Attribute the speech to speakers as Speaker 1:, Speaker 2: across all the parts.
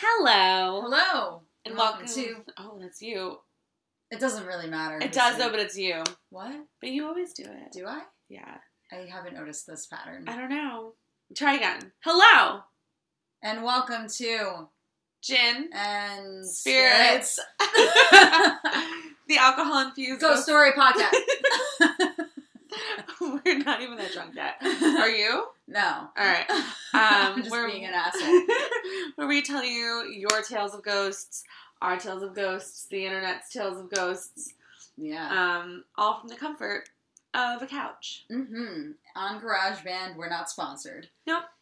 Speaker 1: Hello.
Speaker 2: Hello.
Speaker 1: And welcome,
Speaker 2: welcome to-
Speaker 1: Oh, that's you.
Speaker 2: It doesn't really matter.
Speaker 1: It
Speaker 2: who's
Speaker 1: does
Speaker 2: who.
Speaker 1: though, but it's you.
Speaker 2: What?
Speaker 1: But you always do it.
Speaker 2: Do Mm. I?
Speaker 1: Yeah.
Speaker 2: I haven't noticed this pattern.
Speaker 1: I don't know. Try again. Hello.
Speaker 2: And welcome to
Speaker 1: Gin.
Speaker 2: and
Speaker 1: Spirits. the alcohol infused
Speaker 2: Ghost Story Podcast.
Speaker 1: We're not even that drunk yet. Are you?
Speaker 2: no.
Speaker 1: All right.
Speaker 2: I'm just
Speaker 1: we're-
Speaker 2: being an asshole.
Speaker 1: where we tell you your tales of ghosts, our tales of ghosts, the internet's tales of ghosts,
Speaker 2: Yeah.
Speaker 1: um, all from the comfort of a couch.
Speaker 2: mm-hmm. On GarageBand, we're not sponsored. Uh,
Speaker 1: Nope.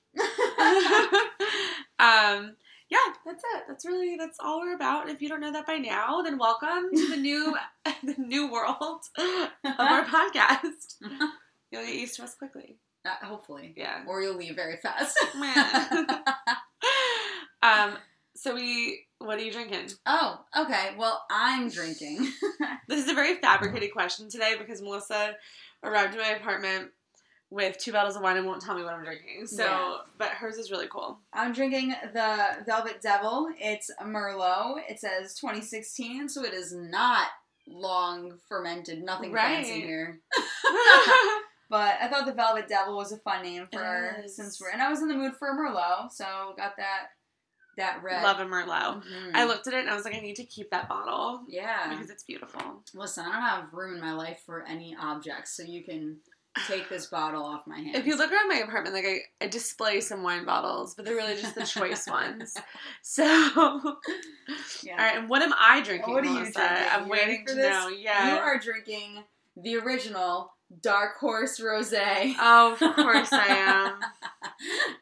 Speaker 1: um, yeah, that's it. That's really that's all we're about. And if you don't know that by now, then welcome to the new the new world of our podcast. You'll get used to us quickly.
Speaker 2: Uh, hopefully.
Speaker 1: Yeah.
Speaker 2: Or you'll leave very fast.
Speaker 1: um. So we, what are you drinking?
Speaker 2: oh, okay. Well, I'm drinking.
Speaker 1: This is a very fabricated question today because Melissa arrived at my apartment with two bottles of wine and won't tell me what I'm drinking. So,
Speaker 2: Yeah.
Speaker 1: but hers is really cool.
Speaker 2: I'm drinking the Velvet Devil. It's Merlot. It says 2016, so it is not long fermented. Nothing fancy
Speaker 1: Right.
Speaker 2: here. But I thought the Velvet Devil was a fun name for
Speaker 1: It is.
Speaker 2: since we're and I was in the mood for Merlot, so got that that red.
Speaker 1: Love and Merlot.
Speaker 2: Mhm.
Speaker 1: I looked at it and I was like, I need to keep that bottle
Speaker 2: Yeah.
Speaker 1: because it's beautiful.
Speaker 2: Listen, I don't have room in my life for any objects, so you can take this bottle off my hands.
Speaker 1: If you look around my apartment, like I, I display some wine bottles, but they're really just the choice ones. So, all
Speaker 2: yeah.
Speaker 1: right. And what am I drinking?
Speaker 2: What are you
Speaker 1: Melissa?
Speaker 2: drinking?
Speaker 1: I'm
Speaker 2: You ready
Speaker 1: waiting
Speaker 2: for
Speaker 1: to
Speaker 2: this?
Speaker 1: know. Yeah.
Speaker 2: you are drinking the original Dark Horse Rosé.
Speaker 1: oh, of course I am.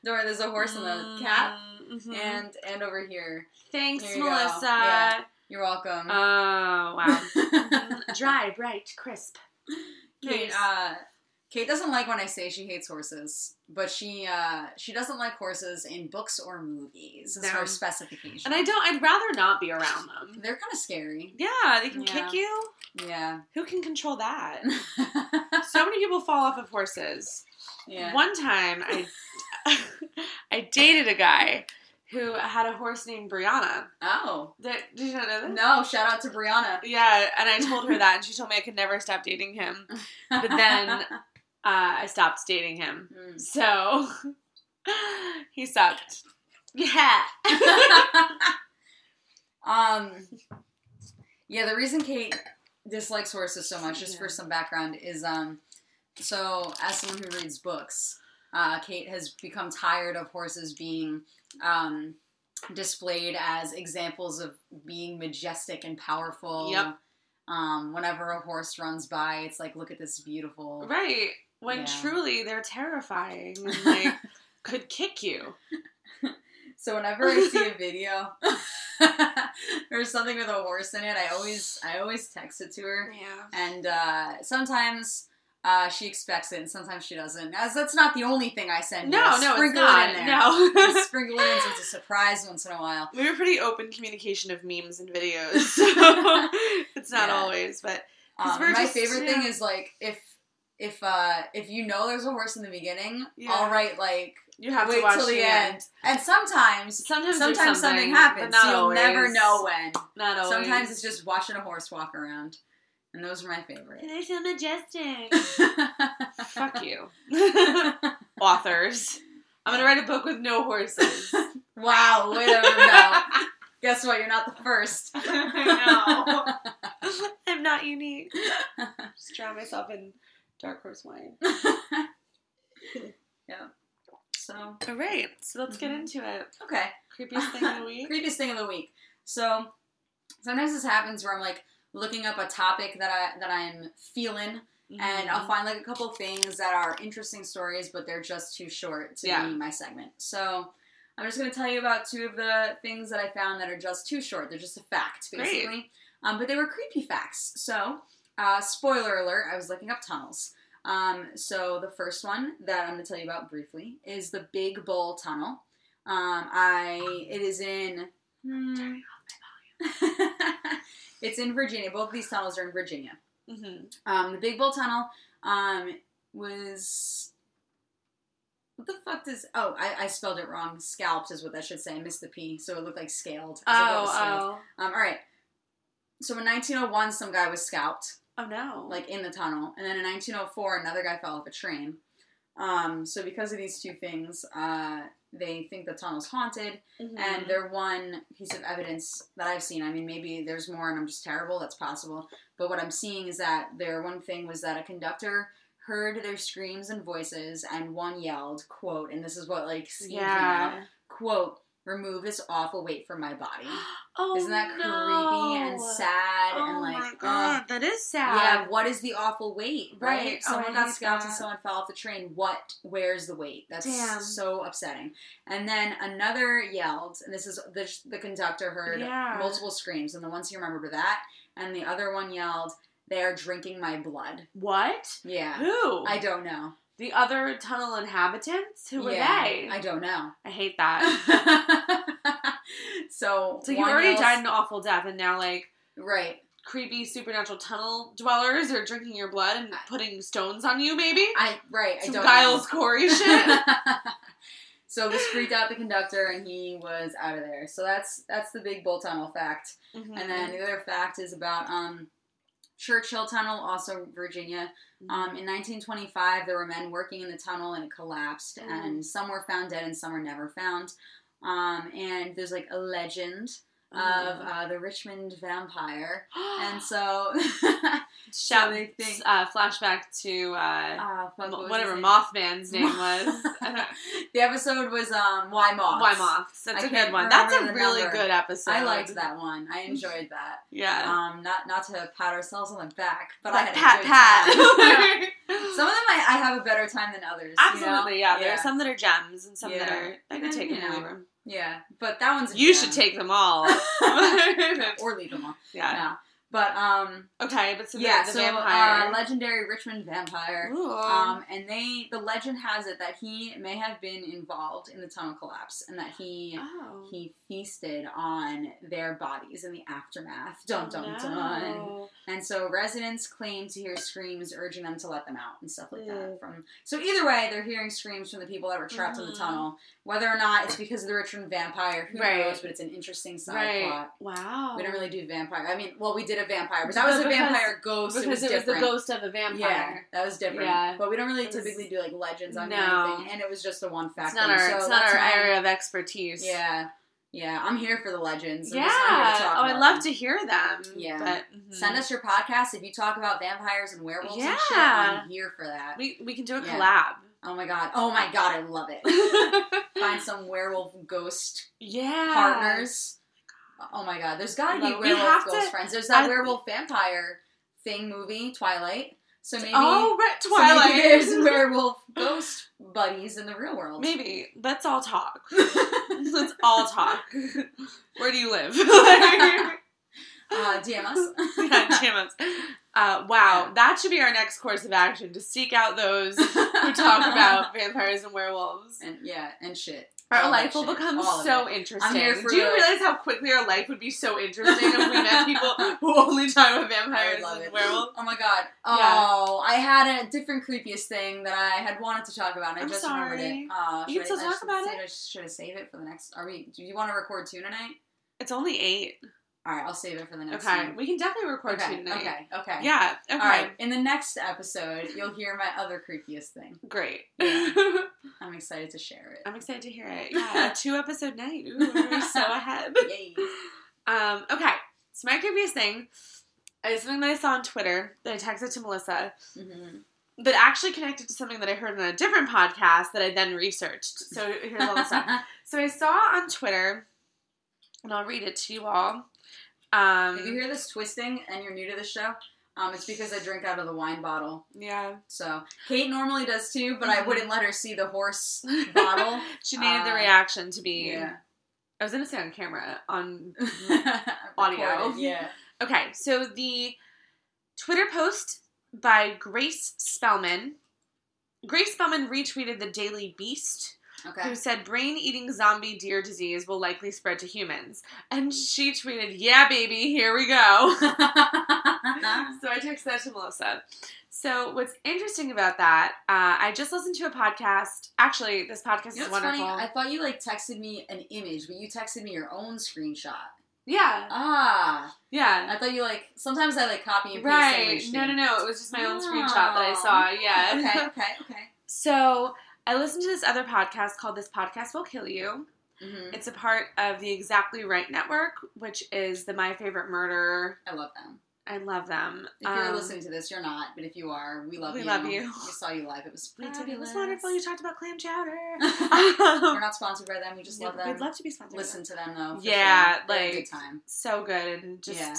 Speaker 2: There, there's a horse in the cap,
Speaker 1: Mhm.
Speaker 2: and and over here.
Speaker 1: thanks,
Speaker 2: here you go.
Speaker 1: Melissa.
Speaker 2: Yeah. You're welcome.
Speaker 1: Oh wow. Mhm. Dry, bright, crisp.
Speaker 2: Kate,
Speaker 1: Nice.
Speaker 2: uh, Kate doesn't like when I say she hates horses, but she uh, she doesn't like horses in books or movies. Is
Speaker 1: No.
Speaker 2: her specification.
Speaker 1: And I don't. I'd rather not be around them.
Speaker 2: They're kind of scary.
Speaker 1: Yeah, they can
Speaker 2: Yeah.
Speaker 1: kick you.
Speaker 2: Yeah.
Speaker 1: Who can control that? so many people fall off of horses.
Speaker 2: yeah.
Speaker 1: One time, I I dated a guy who had a horse named Brianna.
Speaker 2: Oh
Speaker 1: That, did you not know that?
Speaker 2: no! Shout out to Brianna.
Speaker 1: Yeah, and I told her that, and she told me I could never stop dating him. But then uh, I stopped dating him,
Speaker 2: Mm.
Speaker 1: so he sucked. Yeah.
Speaker 2: um, yeah, the reason Kate dislikes horses so much, just for
Speaker 1: Yeah.
Speaker 2: some background, is um, so as someone who reads books, uh, Kate has become tired of horses being um, displayed as examples of being majestic and powerful.
Speaker 1: Yep.
Speaker 2: Um, whenever a horse runs by, it's like, look at this beautiful.
Speaker 1: Right. When
Speaker 2: Yeah.
Speaker 1: truly they're terrifying and like could kick you.
Speaker 2: So whenever I see a video or something with a horse in it, I always I always text it to her,
Speaker 1: Yeah.
Speaker 2: and uh, sometimes uh, she expects it, and sometimes she doesn't. As that's not the only thing I send. you.
Speaker 1: No,
Speaker 2: I
Speaker 1: no, it's
Speaker 2: sprinkle
Speaker 1: not.
Speaker 2: It in there.
Speaker 1: No.
Speaker 2: I sprinkle it in so it's a surprise once in a while.
Speaker 1: We were pretty open communication of memes and videos, so it's not
Speaker 2: Yeah.
Speaker 1: always. But 'Cause
Speaker 2: Um,
Speaker 1: we're
Speaker 2: my
Speaker 1: just-
Speaker 2: favorite
Speaker 1: yeah.
Speaker 2: thing is like if if uh, if you know there's a horse in the beginning,
Speaker 1: Yeah.
Speaker 2: I'll write like
Speaker 1: you have
Speaker 2: wait
Speaker 1: to watch
Speaker 2: till the, end. and sometimes.
Speaker 1: Sometimes, there's
Speaker 2: Sometimes something,
Speaker 1: but
Speaker 2: happens.
Speaker 1: not
Speaker 2: so you'll never
Speaker 1: always.
Speaker 2: know when.
Speaker 1: Not always.
Speaker 2: Sometimes it's just watching a horse walk around, and those are my favorite.
Speaker 1: they're so majestic. Fuck you, authors. I'm gonna write a book with no horses.
Speaker 2: wow, wait a minute. Guess what? You're not the first.
Speaker 1: I know. I'm not unique. Just drown myself in dark horse wine.
Speaker 2: So
Speaker 1: All right, so let's get
Speaker 2: Mhm.
Speaker 1: into it.
Speaker 2: okay,
Speaker 1: Creepiest thing of the week.
Speaker 2: creepiest thing of the week. So sometimes this happens where I'm like looking up a topic that I that I'm feeling, and
Speaker 1: Mm-hmm.
Speaker 2: I'll find like a couple things that are interesting stories, but they're just too short to
Speaker 1: Yeah.
Speaker 2: be my segment. So I'm just going to tell you about two of the things that I found that are just too short. They're just a fact,
Speaker 1: Great.
Speaker 2: basically. Um, but they were creepy facts. So, uh, spoiler alert, I was looking up tunnels. Um, so the first one that I'm going to tell you about briefly is the Big Bull Tunnel. Um, I it is in.
Speaker 1: Mm-hmm.
Speaker 2: Hmm, it's in Virginia. Both of these tunnels are in Virginia. Oh,
Speaker 1: Mhm.
Speaker 2: Um, the Big Bull Tunnel um, was What the fuck does? Oh, I, I spelled it wrong. Scalped is what that should say. I missed the p, so it looked like scaled. I was like, what was scaled?
Speaker 1: Oh,
Speaker 2: Um, all right. So in 1901, some guy was scalped,
Speaker 1: oh, oh no!
Speaker 2: like in the tunnel, and then in 1904, another guy fell off a train. Um, so because of these two things, uh, they think the tunnel's haunted,
Speaker 1: Mhm.
Speaker 2: and their one piece of evidence that I've seen. I mean, maybe there's more, and I'm just terrible. That's possible. But what I'm seeing is that their one thing was that a conductor heard their screams and voices, and one yelled, "quote," and this is what like sneaking out,
Speaker 1: yeah.
Speaker 2: quote, "remove this awful weight from my body."
Speaker 1: Oh,
Speaker 2: Isn't that
Speaker 1: no.
Speaker 2: creepy and sad
Speaker 1: Oh
Speaker 2: and like
Speaker 1: my
Speaker 2: uh,
Speaker 1: god, that is
Speaker 2: yeah,
Speaker 1: sad.
Speaker 2: what is the awful weight? Right.
Speaker 1: Right. Oh,
Speaker 2: Someone
Speaker 1: I
Speaker 2: got
Speaker 1: hate
Speaker 2: scalped and
Speaker 1: that.
Speaker 2: someone fell off the train. What? Where's the weight? That's
Speaker 1: Damn.
Speaker 2: so upsetting. And then another yelled, and this is the, the conductor heard
Speaker 1: Yeah.
Speaker 2: multiple screams, and the ones he remembered were that, and the other one yelled, "They are drinking my blood."
Speaker 1: What?
Speaker 2: Yeah.
Speaker 1: Who?
Speaker 2: I don't know.
Speaker 1: the other tunnel inhabitants? Who were
Speaker 2: Yeah,
Speaker 1: they?
Speaker 2: I
Speaker 1: I,
Speaker 2: don't know.
Speaker 1: hate that.
Speaker 2: so
Speaker 1: So you
Speaker 2: one
Speaker 1: already
Speaker 2: yells-
Speaker 1: died an awful death, and now like
Speaker 2: right.
Speaker 1: creepy supernatural tunnel dwellers are drinking your blood and putting stones on you, maybe.
Speaker 2: I right. I
Speaker 1: Some
Speaker 2: don't know.
Speaker 1: Giles Corey shit.
Speaker 2: so this freaked out the conductor, and he was out of there. So that's that's the big bull tunnel fact.
Speaker 1: Mhm.
Speaker 2: And then the other fact is about um, Churchill Tunnel, also Virginia.
Speaker 1: Mm-hmm.
Speaker 2: Um, in 1925, there were men working in the tunnel, and it collapsed.
Speaker 1: Mhm.
Speaker 2: And some were found dead, and some were never found. Um, and there's like a legend of
Speaker 1: Mm-hmm.
Speaker 2: uh, the Richmond vampire, and so
Speaker 1: shout
Speaker 2: they think-
Speaker 1: uh, flashback to uh,
Speaker 2: uh, fuck, what was
Speaker 1: mo-
Speaker 2: his
Speaker 1: whatever
Speaker 2: name?
Speaker 1: Mothman's name was. I don't-
Speaker 2: the episode was um, why moths.
Speaker 1: Why moths? That's
Speaker 2: I
Speaker 1: a
Speaker 2: can't
Speaker 1: good one. That's a
Speaker 2: remember the
Speaker 1: really
Speaker 2: number.
Speaker 1: good episode.
Speaker 2: I liked that one. I enjoyed that.
Speaker 1: Yeah.
Speaker 2: Um, not not to pat ourselves on the back, but I
Speaker 1: Like
Speaker 2: had a
Speaker 1: pat
Speaker 2: good time.
Speaker 1: pat.
Speaker 2: some of them I, I have a better time than others.
Speaker 1: Absolutely,
Speaker 2: you know?
Speaker 1: yeah. There are some that are gems and some that
Speaker 2: Yeah.
Speaker 1: are I
Speaker 2: And
Speaker 1: could
Speaker 2: then,
Speaker 1: take
Speaker 2: you
Speaker 1: them
Speaker 2: know,
Speaker 1: and leave them.
Speaker 2: yeah. But that one's a
Speaker 1: You should
Speaker 2: gem.
Speaker 1: take them all.
Speaker 2: or leave them all.
Speaker 1: yeah.
Speaker 2: No. But um,
Speaker 1: Okay, but so the,
Speaker 2: yeah.
Speaker 1: the
Speaker 2: so
Speaker 1: vampire.
Speaker 2: Uh, legendary Richmond vampire.
Speaker 1: Ooh.
Speaker 2: Um, and they the legend has it that he may have been involved in the tunnel collapse and that he
Speaker 1: oh.
Speaker 2: he feasted on their bodies in the aftermath. Dun dun dun.
Speaker 1: Oh, No.
Speaker 2: And so residents claim to hear screams urging them to let them out and stuff like that.
Speaker 1: Mm.
Speaker 2: From so either way, they're hearing screams from the people that were trapped in the
Speaker 1: Mhm.
Speaker 2: tunnel. Whether or not it's because of the Richmond vampire, who
Speaker 1: Right.
Speaker 2: knows? But it's an interesting side
Speaker 1: Right.
Speaker 2: plot.
Speaker 1: Wow.
Speaker 2: We don't really do vampire. I mean, well, we did a vampire, but that was
Speaker 1: But
Speaker 2: a
Speaker 1: because-
Speaker 2: vampire ghost.
Speaker 1: Oh, because it was, the
Speaker 2: different.
Speaker 1: ghost of a vampire.
Speaker 2: Yeah, that was different.
Speaker 1: Yeah.
Speaker 2: But we don't really
Speaker 1: It was-
Speaker 2: typically do like legends on
Speaker 1: No.
Speaker 2: anything, and it was just the one fact.
Speaker 1: It's not
Speaker 2: thing.
Speaker 1: our
Speaker 2: So
Speaker 1: it's not
Speaker 2: that's
Speaker 1: our
Speaker 2: why-
Speaker 1: area of expertise.
Speaker 2: Yeah, yeah. I'm here for the legends. I'm
Speaker 1: Yeah.
Speaker 2: just not here to talk
Speaker 1: Oh, I'd
Speaker 2: about
Speaker 1: love
Speaker 2: them.
Speaker 1: to hear them.
Speaker 2: Yeah.
Speaker 1: But mhm.
Speaker 2: Send us your podcast if you talk about vampires and werewolves and shit.
Speaker 1: Yeah.
Speaker 2: I'm here for that.
Speaker 1: we we can do a
Speaker 2: Yeah.
Speaker 1: collab.
Speaker 2: Oh my god. Oh my god, I love it. Find some werewolf ghost
Speaker 1: yeah.
Speaker 2: partners. Oh my god, there's gotta be
Speaker 1: Like, we
Speaker 2: werewolf
Speaker 1: have
Speaker 2: ghost
Speaker 1: to-
Speaker 2: friends. There's that
Speaker 1: I-
Speaker 2: werewolf vampire thing movie, Twilight. So maybe,
Speaker 1: Oh, right,
Speaker 2: so maybe
Speaker 1: Twilight.
Speaker 2: there's werewolf ghost buddies in the real world.
Speaker 1: Maybe. Let's all talk. Let's all talk. Where do you live?
Speaker 2: Uh, DM us.
Speaker 1: Yeah, Jamos. Uh, wow,
Speaker 2: Yeah.
Speaker 1: that should be our next course of action to seek out those who talk about vampires and werewolves.
Speaker 2: and yeah, and shit.
Speaker 1: Our
Speaker 2: All that
Speaker 1: life will
Speaker 2: shit.
Speaker 1: become
Speaker 2: All of
Speaker 1: so
Speaker 2: it.
Speaker 1: interesting.
Speaker 2: here for
Speaker 1: Do you
Speaker 2: the-
Speaker 1: realize how quickly our life would be so interesting if we met people who only talk about
Speaker 2: I
Speaker 1: vampires
Speaker 2: would love
Speaker 1: and
Speaker 2: it.
Speaker 1: werewolves?
Speaker 2: Oh my god.
Speaker 1: Yeah.
Speaker 2: Oh, I had a different creepiest thing that I had wanted to talk about. And I
Speaker 1: I'm
Speaker 2: just remembered
Speaker 1: sorry.
Speaker 2: it. Uh,
Speaker 1: You
Speaker 2: should
Speaker 1: can
Speaker 2: I-
Speaker 1: still
Speaker 2: I
Speaker 1: talk about
Speaker 2: should, I should have saved it for the next. Are we? Do you want to record two tonight?
Speaker 1: It's only eight.
Speaker 2: All right, I'll save it for the next.
Speaker 1: Okay,
Speaker 2: one.
Speaker 1: we can definitely record
Speaker 2: Okay.
Speaker 1: two tonight.
Speaker 2: Okay. Okay.
Speaker 1: Yeah. Okay.
Speaker 2: All right. In the next episode, you'll hear my other creepiest thing.
Speaker 1: Great.
Speaker 2: Yeah. I'm excited to share it.
Speaker 1: I'm excited to hear it. Yeah, a two episode night. Ooh, we're so ahead.
Speaker 2: Yay.
Speaker 1: Um, okay, so my creepiest thing is something that I saw on Twitter that I texted to Melissa
Speaker 2: Mhm.
Speaker 1: that actually connected to something that I heard on a different podcast that I then researched. So here's all the stuff. So I saw on Twitter, and I'll read it to you all. Um,
Speaker 2: if you hear this twisting and you're new to the show, um, it's because I drink out of the wine bottle.
Speaker 1: yeah,
Speaker 2: So Kate normally does too, but I
Speaker 1: Mhm.
Speaker 2: wouldn't let her see the horse bottle.
Speaker 1: she needed the
Speaker 2: Uh,
Speaker 1: reaction to be.
Speaker 2: yeah.
Speaker 1: I was gonna say on camera on Audio.
Speaker 2: Audio. Yeah.
Speaker 1: Okay, so the Twitter post by Grace Spellman. Grace Spellman retweeted the Daily Beast,
Speaker 2: Okay.
Speaker 1: who said brain eating zombie deer disease will likely spread to humans. And she tweeted, Yeah, baby, here we go. so I texted that to Melissa. So what's interesting about that, uh, I just listened to a podcast. Actually, this podcast
Speaker 2: You know
Speaker 1: is
Speaker 2: what's funny?
Speaker 1: wonderful.
Speaker 2: I thought you like texted me an image, but you texted me your own screenshot.
Speaker 1: yeah,
Speaker 2: Ah,
Speaker 1: yeah.
Speaker 2: I thought you like sometimes I like copy and paste.
Speaker 1: Right.
Speaker 2: image
Speaker 1: No,
Speaker 2: thing.
Speaker 1: no, no. It was just my own
Speaker 2: Oh.
Speaker 1: screenshot that I saw. Yeah.
Speaker 2: Okay, okay, okay.
Speaker 1: So I listened to this other podcast called This Podcast Will Kill You.
Speaker 2: hmm
Speaker 1: It's a part of the Exactly Right Network, which is the My Favorite Murder.
Speaker 2: I love them.
Speaker 1: I love them.
Speaker 2: If you're
Speaker 1: Um,
Speaker 2: listening to this, you're not, but if you are, we love
Speaker 1: we
Speaker 2: you.
Speaker 1: love you.
Speaker 2: We saw you live. It was
Speaker 1: we
Speaker 2: fabulous.
Speaker 1: did. It was wonderful. You talked about clam chowder.
Speaker 2: We're
Speaker 1: Um,
Speaker 2: not sponsored by them. We just love them.
Speaker 1: We'd love to be sponsored. by them.
Speaker 2: Listen to them though. for
Speaker 1: Yeah,
Speaker 2: sure. They had a
Speaker 1: like-
Speaker 2: good time.
Speaker 1: So good and just
Speaker 2: Yeah.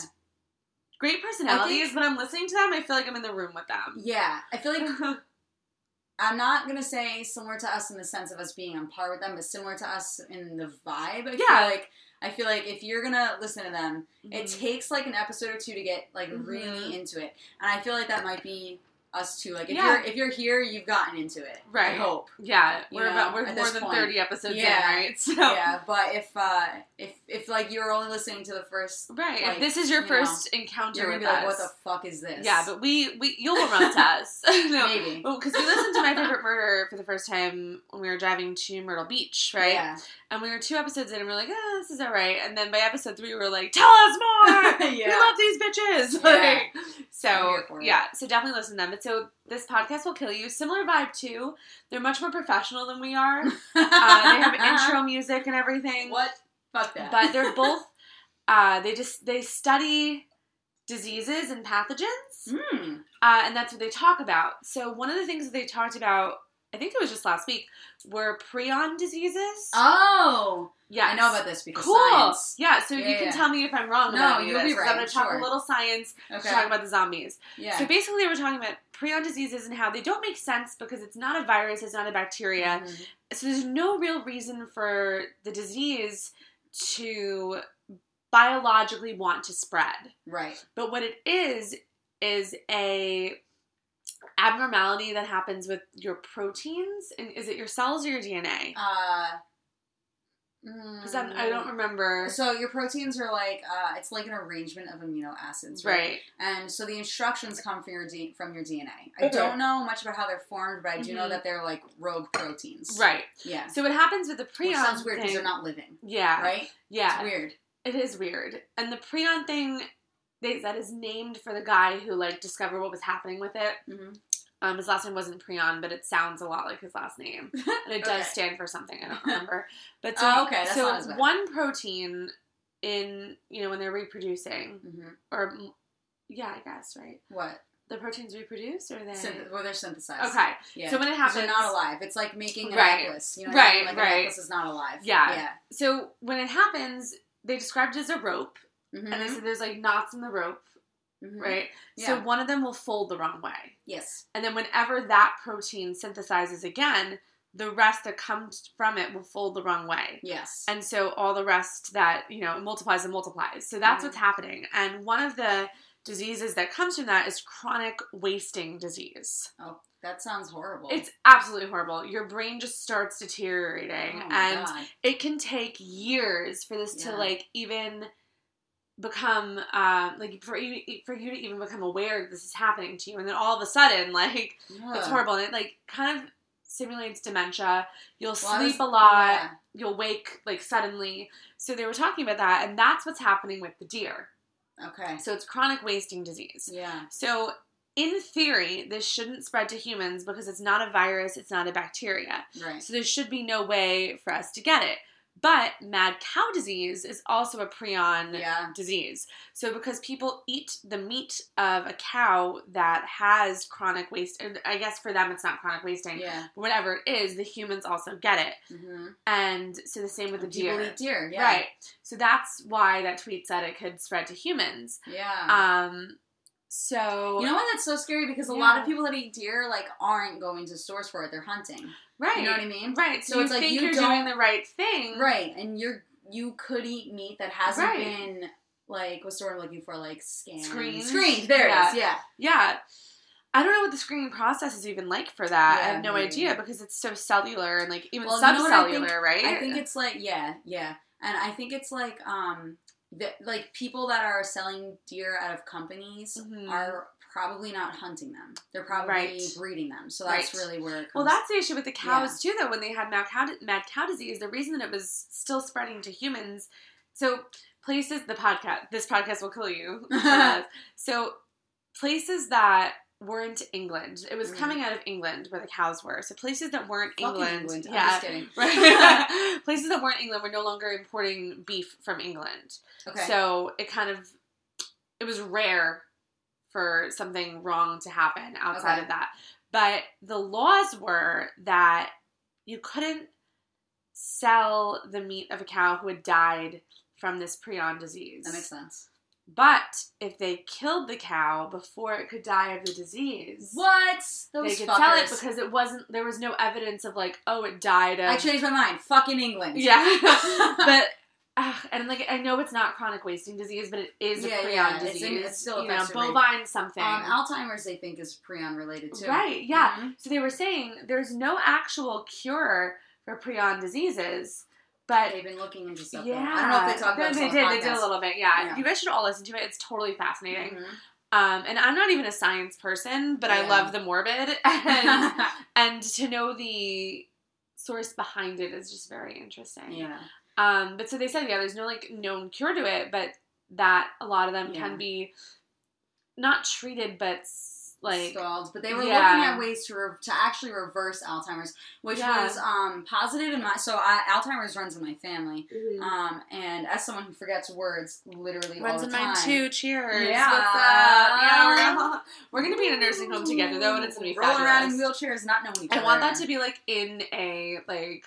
Speaker 1: great personalities. when I'm listening to them, I feel like I'm in the room with them.
Speaker 2: Yeah, Mm-hmm. I feel like I'm not gonna say similar to us in the sense of us being on par with them, but similar to us in the vibe. I
Speaker 1: Yeah. Mm-hmm.
Speaker 2: feel like I feel like if you're gonna listen to them, it takes like an episode or two to get like
Speaker 1: Mhm.
Speaker 2: really into it, and I feel like that might be us too. Like if
Speaker 1: Yeah.
Speaker 2: you're if you're here, you've gotten into it. I
Speaker 1: Right.
Speaker 2: hope.
Speaker 1: yeah,
Speaker 2: you
Speaker 1: we're
Speaker 2: know,
Speaker 1: about we're
Speaker 2: at
Speaker 1: more
Speaker 2: this
Speaker 1: than
Speaker 2: point.
Speaker 1: 30 episodes
Speaker 2: Yeah.
Speaker 1: in, right? So
Speaker 2: Yeah, but if uh if if like you're only listening to the first,
Speaker 1: Right.
Speaker 2: Like,
Speaker 1: if this is your
Speaker 2: you
Speaker 1: first encounter
Speaker 2: you're gonna
Speaker 1: with us.
Speaker 2: be like, what the fuck is this?
Speaker 1: yeah, but we, we you'll run to us. no.
Speaker 2: maybe
Speaker 1: Because we listened to My Favorite Murder for the first time when we were driving to Myrtle Beach, right?
Speaker 2: Yeah.
Speaker 1: And we were two episodes in and we are like, oh, this is all right. And then by episode three, we were like, tell us more! We
Speaker 2: yeah.
Speaker 1: love these bitches!
Speaker 2: Yeah.
Speaker 1: Like,
Speaker 2: I'm
Speaker 1: so,
Speaker 2: here for it.
Speaker 1: yeah. So definitely listen to them. And so this podcast will kill you. Similar vibe, too. They're much more professional than we are. uh, they have intro music and everything.
Speaker 2: What? Fuck that.
Speaker 1: but they're both uh, they just they study diseases and pathogens
Speaker 2: Mm.
Speaker 1: uh, and that's what they talk about so one of the things that they talked about i think it was just last week were prion diseases
Speaker 2: Oh,
Speaker 1: yeah
Speaker 2: I know about this because
Speaker 1: cool
Speaker 2: science.
Speaker 1: yeah so you
Speaker 2: Yeah,
Speaker 1: can
Speaker 2: yeah.
Speaker 1: tell me if i'm wrong
Speaker 2: No,
Speaker 1: about any of
Speaker 2: you'll
Speaker 1: this,
Speaker 2: be
Speaker 1: 'cause
Speaker 2: right,
Speaker 1: i'm going to talk
Speaker 2: sure.
Speaker 1: a little science
Speaker 2: Okay.
Speaker 1: to talk about the zombies
Speaker 2: yeah.
Speaker 1: so basically they were talking about prion diseases and how they don't make sense because it's not a virus it's not a bacteria
Speaker 2: Mhm.
Speaker 1: so there's no real reason for the disease to biologically want to spread
Speaker 2: Right.
Speaker 1: but what it is is a abnormality that happens with your proteins and is it your cells or your dna
Speaker 2: Uh. mm.
Speaker 1: because i don't remember
Speaker 2: So your proteins are like uh, it's like an arrangement of amino acids, right?
Speaker 1: right
Speaker 2: And so the instructions come from your D- from your DNA. I
Speaker 1: Okay.
Speaker 2: don't know much about how they're formed, but I do know
Speaker 1: Mhm.
Speaker 2: that they're like rogue proteins,
Speaker 1: right
Speaker 2: Yeah,
Speaker 1: so what happens with the prion
Speaker 2: which sounds weird
Speaker 1: thing
Speaker 2: because they're not living,
Speaker 1: yeah
Speaker 2: right?
Speaker 1: yeah
Speaker 2: It's weird.
Speaker 1: It is weird. And the prion thing they, that is named for the guy who like discovered what was happening with it.
Speaker 2: Mhm.
Speaker 1: Um, his last name wasn't Prion, but it sounds a lot like his last name, and it
Speaker 2: Okay.
Speaker 1: does stand for something I don't remember. But so,
Speaker 2: Oh, okay, that's
Speaker 1: so
Speaker 2: not as bad.
Speaker 1: one protein in you know when they're reproducing,
Speaker 2: hmm
Speaker 1: or mm, yeah, I guess right.
Speaker 2: What?
Speaker 1: The proteins reproduce, or they
Speaker 2: Synth- well, they're synthesized.
Speaker 1: okay.
Speaker 2: Yeah.
Speaker 1: So when it
Speaker 2: Because
Speaker 1: happens,
Speaker 2: they're not alive. It's like making a
Speaker 1: Right.
Speaker 2: necklace. You know what I mean?
Speaker 1: Right,
Speaker 2: Like a
Speaker 1: right.
Speaker 2: necklace is not alive.
Speaker 1: Yeah. so when it happens, they described it as a rope,
Speaker 2: Yeah.
Speaker 1: and they said there's like knots in the rope,
Speaker 2: Mhm.
Speaker 1: right?
Speaker 2: Mm-hmm. Yeah.
Speaker 1: So one of them will fold the wrong way.
Speaker 2: Yes.
Speaker 1: And then whenever that protein synthesizes again, the rest that comes from it will fold the wrong way.
Speaker 2: Yes.
Speaker 1: And so all the rest that, you know, multiplies and multiplies. So that's
Speaker 2: Mhm.
Speaker 1: what's happening. And one of the diseases that comes from that is chronic wasting disease.
Speaker 2: oh, that sounds horrible.
Speaker 1: It's absolutely horrible. Your brain just starts deteriorating
Speaker 2: Oh my
Speaker 1: and
Speaker 2: God.
Speaker 1: it can take years for this
Speaker 2: Yeah.
Speaker 1: to like even become uh, like for you for you to even become aware that this is happening to you and then all of a sudden like it's
Speaker 2: Ugh.
Speaker 1: horrible and it like kind of simulates dementia you'll
Speaker 2: Well, I was-
Speaker 1: sleep a lot
Speaker 2: Yeah.
Speaker 1: you'll wake like suddenly so they were talking about that and that's what's happening with the deer
Speaker 2: Okay.
Speaker 1: so it's chronic wasting disease
Speaker 2: Yeah.
Speaker 1: so in theory this shouldn't spread to humans because it's not a virus it's not a bacteria
Speaker 2: Right.
Speaker 1: so there should be no way for us to get it. But mad cow disease is also a prion
Speaker 2: Yeah.
Speaker 1: disease. So because people eat the meat of a cow that has chronic waste, and I guess for them it's not chronic wasting,
Speaker 2: Yeah.
Speaker 1: but whatever it is, the humans also get it.
Speaker 2: Mm-hmm.
Speaker 1: And so the same with the
Speaker 2: People
Speaker 1: deer.
Speaker 2: eat deer. Yeah.
Speaker 1: Right. So that's why that tweet said it could spread to humans.
Speaker 2: Yeah.
Speaker 1: Um so
Speaker 2: you know what? That's so scary because a lot
Speaker 1: Yeah.
Speaker 2: of people that eat deer like aren't going to stores for it. They're hunting.
Speaker 1: right.
Speaker 2: You know what I mean?
Speaker 1: Right. So,
Speaker 2: So
Speaker 1: you
Speaker 2: it's like
Speaker 1: think
Speaker 2: you
Speaker 1: you are
Speaker 2: don't-
Speaker 1: doing the right thing.
Speaker 2: Right, and you're you could eat meat that hasn't
Speaker 1: Right.
Speaker 2: been like what's the word I'm looking for? Like scanned,
Speaker 1: Screened.
Speaker 2: Screened. There it is. Yeah.
Speaker 1: Yeah. I don't know what the screening process is even like for that. I
Speaker 2: Yeah,
Speaker 1: have no
Speaker 2: me
Speaker 1: idea
Speaker 2: neither.
Speaker 1: because it's so cellular and like even
Speaker 2: Well, you know what I
Speaker 1: subcellular,
Speaker 2: think?
Speaker 1: right?
Speaker 2: I think it's like yeah, yeah, and I think it's like um, the, like people that are selling deer out of companies
Speaker 1: Mhm.
Speaker 2: are probably not hunting them. They're probably
Speaker 1: Right.
Speaker 2: breeding them. So that's
Speaker 1: Right.
Speaker 2: really where it comes.
Speaker 1: Well, that's the issue with the cows too, though. When they had mad cow, mad cow disease, the reason that it was still spreading to humans, so places the podcast, this podcast will kill you. Uh, so places that weren't England, it was
Speaker 2: Mhm.
Speaker 1: coming out of England where the cows were. So places that weren't
Speaker 2: Fucking
Speaker 1: England,
Speaker 2: England. I'm
Speaker 1: yeah.
Speaker 2: just kidding.
Speaker 1: Right. places that weren't England were no longer importing beef from England.
Speaker 2: okay.
Speaker 1: So it kind of it was rare for something wrong to happen outside
Speaker 2: Okay.
Speaker 1: of that. But the laws were that you couldn't sell the meat of a cow who had died from this prion disease.
Speaker 2: that makes sense.
Speaker 1: But if they killed the cow before it could die of the disease,
Speaker 2: What?
Speaker 1: they
Speaker 2: Those
Speaker 1: could
Speaker 2: fuckers.
Speaker 1: sell it because it wasn't there was no evidence of like, oh it died of
Speaker 2: I changed my mind. Fucking England.
Speaker 1: yeah, but uh, and like I know it's not chronic wasting disease, but it is
Speaker 2: Yeah,
Speaker 1: a prion
Speaker 2: yeah, it's
Speaker 1: disease.
Speaker 2: in- it's still
Speaker 1: you know,
Speaker 2: affects your rate.
Speaker 1: bovine something.
Speaker 2: Um, Alzheimer's, they think, is prion related too.
Speaker 1: right? Yeah.
Speaker 2: Mhm.
Speaker 1: So they were saying there's no actual cure for prion diseases, but
Speaker 2: They've been looking into stuff.
Speaker 1: yeah,
Speaker 2: I don't know if they talk about
Speaker 1: No,
Speaker 2: this
Speaker 1: they
Speaker 2: on
Speaker 1: did.
Speaker 2: the
Speaker 1: They did
Speaker 2: podcast.
Speaker 1: a little bit. Yeah.
Speaker 2: Yeah.
Speaker 1: you guys should all listen to it. It's totally fascinating.
Speaker 2: Mhm.
Speaker 1: Um, and I'm not even a science person, but I
Speaker 2: Yeah.
Speaker 1: love the morbid, and,
Speaker 2: Mm-hmm.
Speaker 1: and to know the source behind it is just very interesting.
Speaker 2: yeah.
Speaker 1: Um, but so they said, yeah, there's no like known cure to it, but that a lot of them
Speaker 2: Yeah.
Speaker 1: can be not treated, but s- like
Speaker 2: stalled. But they were looking
Speaker 1: Yeah.
Speaker 2: at ways to re- to actually reverse Alzheimer's, which
Speaker 1: Yeah.
Speaker 2: was um, positive in my. So I, Alzheimer's runs in my family, um, and as someone who forgets words literally all
Speaker 1: runs
Speaker 2: the
Speaker 1: in
Speaker 2: time,
Speaker 1: mine too. Cheers.
Speaker 2: Yeah.
Speaker 1: What's up? Yeah, we're gonna, we're gonna be in a nursing home together though, and it's gonna be
Speaker 2: rolling
Speaker 1: fabulous.
Speaker 2: around in wheelchairs, not knowing each
Speaker 1: I
Speaker 2: other.
Speaker 1: want that to be like in a like.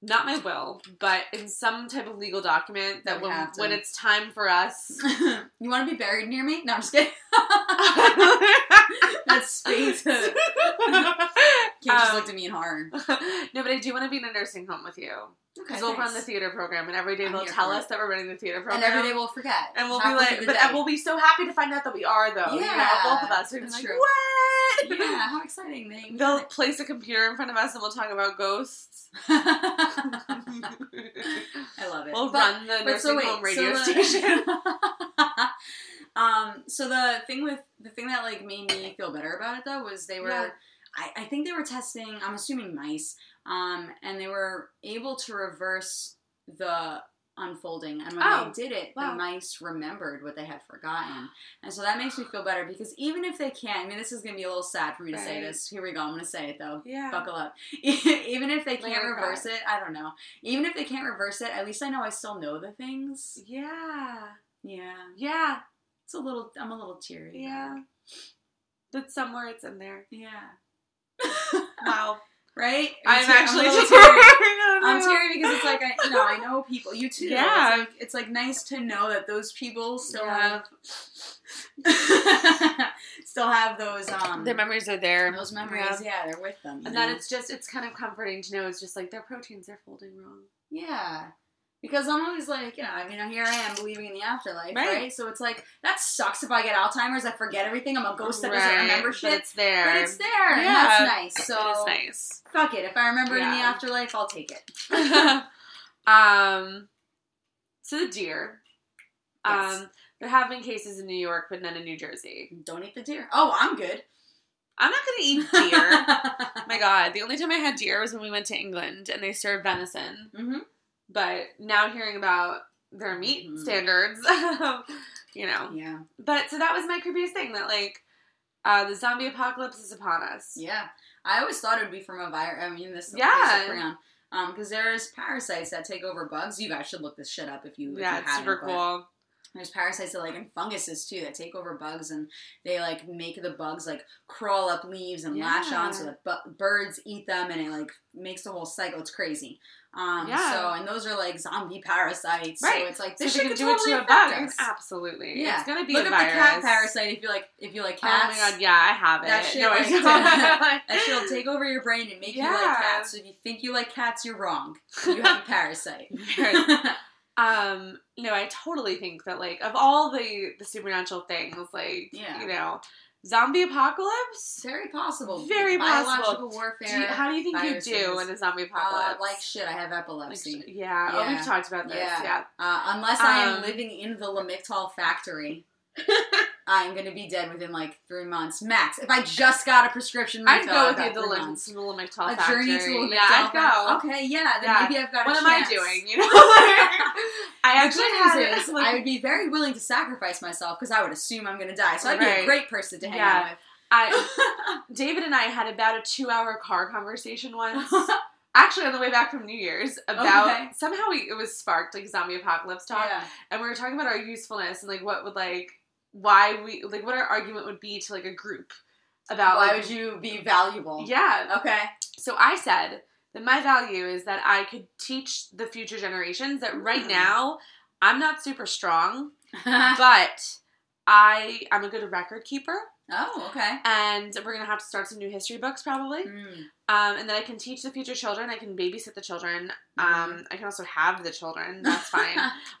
Speaker 1: Not my will, but in some type of legal document that
Speaker 2: We
Speaker 1: when,
Speaker 2: have to.
Speaker 1: when it's time for us,
Speaker 2: you want to be buried near me? No, I'm just kidding. That's space. Kate just
Speaker 1: Um,
Speaker 2: looked at me in horror.
Speaker 1: no, but I do want to be in a nursing home with you. Because we'll run the
Speaker 2: thanks.
Speaker 1: theater program, and every day
Speaker 2: I'm
Speaker 1: they'll
Speaker 2: here
Speaker 1: tell
Speaker 2: for
Speaker 1: us that we're running the theater program.
Speaker 2: and every day we'll forget.
Speaker 1: And we'll be
Speaker 2: halfway
Speaker 1: like,
Speaker 2: through the
Speaker 1: but
Speaker 2: day.
Speaker 1: we'll be so happy to find out that we are, though. You
Speaker 2: Yeah,
Speaker 1: know, both of us. We're
Speaker 2: that's
Speaker 1: like,
Speaker 2: true.
Speaker 1: what?
Speaker 2: yeah, how exciting! They,
Speaker 1: They'll place a computer in front of us, and we'll talk about ghosts.
Speaker 2: I love it.
Speaker 1: we'll
Speaker 2: But-
Speaker 1: run the
Speaker 2: but
Speaker 1: nursing
Speaker 2: so uh, wait,
Speaker 1: home radio
Speaker 2: so the-
Speaker 1: station.
Speaker 2: um, so the thing with the thing that like made me feel better about it though was they were,
Speaker 1: Yeah.
Speaker 2: I, I think they were testing. I'm assuming mice, um, and they were able to reverse the unfolding. And when
Speaker 1: Oh,
Speaker 2: they did it,
Speaker 1: wow.
Speaker 2: the mice remembered what they had forgotten, and so that makes me feel better because even if they can't, I mean, this is gonna be a little sad for me to say
Speaker 1: Right.
Speaker 2: this. Here we go. I'm gonna say it though.
Speaker 1: yeah.
Speaker 2: Buckle up. Even if they can't
Speaker 1: Layer of
Speaker 2: reverse
Speaker 1: God.
Speaker 2: it, I don't know. Even if they can't reverse it, at least I know I still know the things.
Speaker 1: Yeah.
Speaker 2: Yeah.
Speaker 1: Yeah.
Speaker 2: It's a little. I'm a little teary. about
Speaker 1: Yeah.
Speaker 2: it.
Speaker 1: But somewhere it's in there.
Speaker 2: Yeah.
Speaker 1: Wow.
Speaker 2: right.
Speaker 1: I'm
Speaker 2: tear-
Speaker 1: actually
Speaker 2: a little
Speaker 1: tearing.
Speaker 2: I'm teary because it's like I no, I know people. You too.
Speaker 1: Yeah.
Speaker 2: It's like, it's like nice to know that those people still
Speaker 1: Yeah.
Speaker 2: have still have those um
Speaker 1: Their memories are there.
Speaker 2: those memories. Yeah, they're with them. you
Speaker 1: And
Speaker 2: know?
Speaker 1: that it's just, it's kind of comforting to know it's just like their proteins are folding wrong.
Speaker 2: Yeah. Because I'm always like, you know, I mean, here I am believing in the afterlife,
Speaker 1: Right.
Speaker 2: right? So it's like, that sucks if I get Alzheimer's, I forget everything, I'm a ghost that doesn't
Speaker 1: Right,
Speaker 2: remember
Speaker 1: but
Speaker 2: shit.
Speaker 1: it's there.
Speaker 2: But it's there, and
Speaker 1: Yeah.
Speaker 2: that's nice.
Speaker 1: It
Speaker 2: So
Speaker 1: is nice.
Speaker 2: fuck it. If I remember it in the
Speaker 1: Yeah.
Speaker 2: afterlife, I'll take it.
Speaker 1: um, so the deer.
Speaker 2: Yes.
Speaker 1: Um, there have been cases in New York, but none in New Jersey.
Speaker 2: Don't eat the deer. Oh, I'm good.
Speaker 1: I'm not gonna eat deer. My God, the only time I had deer was when we went to England and they served venison.
Speaker 2: hmm
Speaker 1: But now hearing about their meat
Speaker 2: Mhm.
Speaker 1: standards, you know.
Speaker 2: Yeah.
Speaker 1: But so that was my creepiest thing that like uh, the zombie apocalypse is upon us.
Speaker 2: Yeah. I always thought it would be from a virus. I mean, this
Speaker 1: Yeah.
Speaker 2: is around. Um, because there's parasites that take over bugs. You guys should look this shit up if you if
Speaker 1: Yeah,
Speaker 2: you
Speaker 1: it's super
Speaker 2: haven't, but-
Speaker 1: cool.
Speaker 2: There's parasites that like and funguses too that take over bugs and they like make the bugs like crawl up leaves and latch on so
Speaker 1: Yeah.
Speaker 2: that bu- birds eat them and it like makes the whole cycle. It's crazy. Um,
Speaker 1: Yeah.
Speaker 2: So and those are like zombie parasites.
Speaker 1: Right.
Speaker 2: So it's like
Speaker 1: So
Speaker 2: this
Speaker 1: if
Speaker 2: shit
Speaker 1: you
Speaker 2: could
Speaker 1: can do
Speaker 2: totally
Speaker 1: it to a
Speaker 2: affect
Speaker 1: bug.
Speaker 2: us.
Speaker 1: Absolutely.
Speaker 2: Yeah.
Speaker 1: It's gonna be
Speaker 2: Look
Speaker 1: a
Speaker 2: at
Speaker 1: virus.
Speaker 2: the cat parasite if you like if you like cats.
Speaker 1: Oh my god, yeah, I have it.
Speaker 2: That shit,
Speaker 1: no, I
Speaker 2: like,
Speaker 1: don't.
Speaker 2: That shit'll take over your brain and make you
Speaker 1: Yeah.
Speaker 2: like cats. So if you think you like cats, you're wrong. You have a parasite.
Speaker 1: um, no, I totally think that like of all the the supernatural things, like
Speaker 2: Yeah.
Speaker 1: you know, Zombie apocalypse?
Speaker 2: Very possible.
Speaker 1: Very possible.
Speaker 2: Biological warfare.
Speaker 1: Do you- how do you think you
Speaker 2: viruses.
Speaker 1: do in a zombie
Speaker 2: uh,
Speaker 1: apocalypse?
Speaker 2: like shit, I have
Speaker 1: Like,
Speaker 2: epilepsy.
Speaker 1: yeah. Oh,
Speaker 2: Yeah.
Speaker 1: we've talked about this.
Speaker 2: Yeah.
Speaker 1: Yeah.
Speaker 2: Uh, unless I am
Speaker 1: Um,
Speaker 2: living in the Lamictal factory, I'm gonna be dead within like three months max. If I just got a prescription refill,
Speaker 1: I'd go
Speaker 2: I've
Speaker 1: with
Speaker 2: got
Speaker 1: you the
Speaker 2: three
Speaker 1: Lim-
Speaker 2: months.
Speaker 1: to the Limerick
Speaker 2: A
Speaker 1: Tall Factory.
Speaker 2: journey to Lamictal.
Speaker 1: yeah, I'd go.
Speaker 2: Factory. Okay, yeah. Then
Speaker 1: Yeah.
Speaker 2: maybe I've got.
Speaker 1: What
Speaker 2: a
Speaker 1: am I
Speaker 2: chance.
Speaker 1: doing? You know, like, I
Speaker 2: The
Speaker 1: actually
Speaker 2: good
Speaker 1: had
Speaker 2: news is,
Speaker 1: like,
Speaker 2: I would be very willing to sacrifice myself because I would assume I'm gonna die. So I'd be a
Speaker 1: Right.
Speaker 2: great person to hang
Speaker 1: Yeah.
Speaker 2: out with.
Speaker 1: I, David and I had about a two-hour car conversation once. Actually, on the way back from New Year's, about
Speaker 2: Okay.
Speaker 1: somehow we, it was sparked like zombie apocalypse talk,
Speaker 2: Yeah.
Speaker 1: and we were talking about our usefulness and like what would like why we like what our argument would be to like a group about
Speaker 2: Why
Speaker 1: like,
Speaker 2: would you be valuable?
Speaker 1: yeah.
Speaker 2: Okay.
Speaker 1: So I said that my value is that I could teach the future generations that right
Speaker 2: Mm.
Speaker 1: now I'm not super strong, but I I'm a good record keeper,
Speaker 2: oh, okay.
Speaker 1: and we're gonna have to start some new history books probably.
Speaker 2: Mm.
Speaker 1: Um, and then I can teach the future children. I can babysit the children.
Speaker 2: Mm-hmm.
Speaker 1: Um, I can also have the children. That's fine.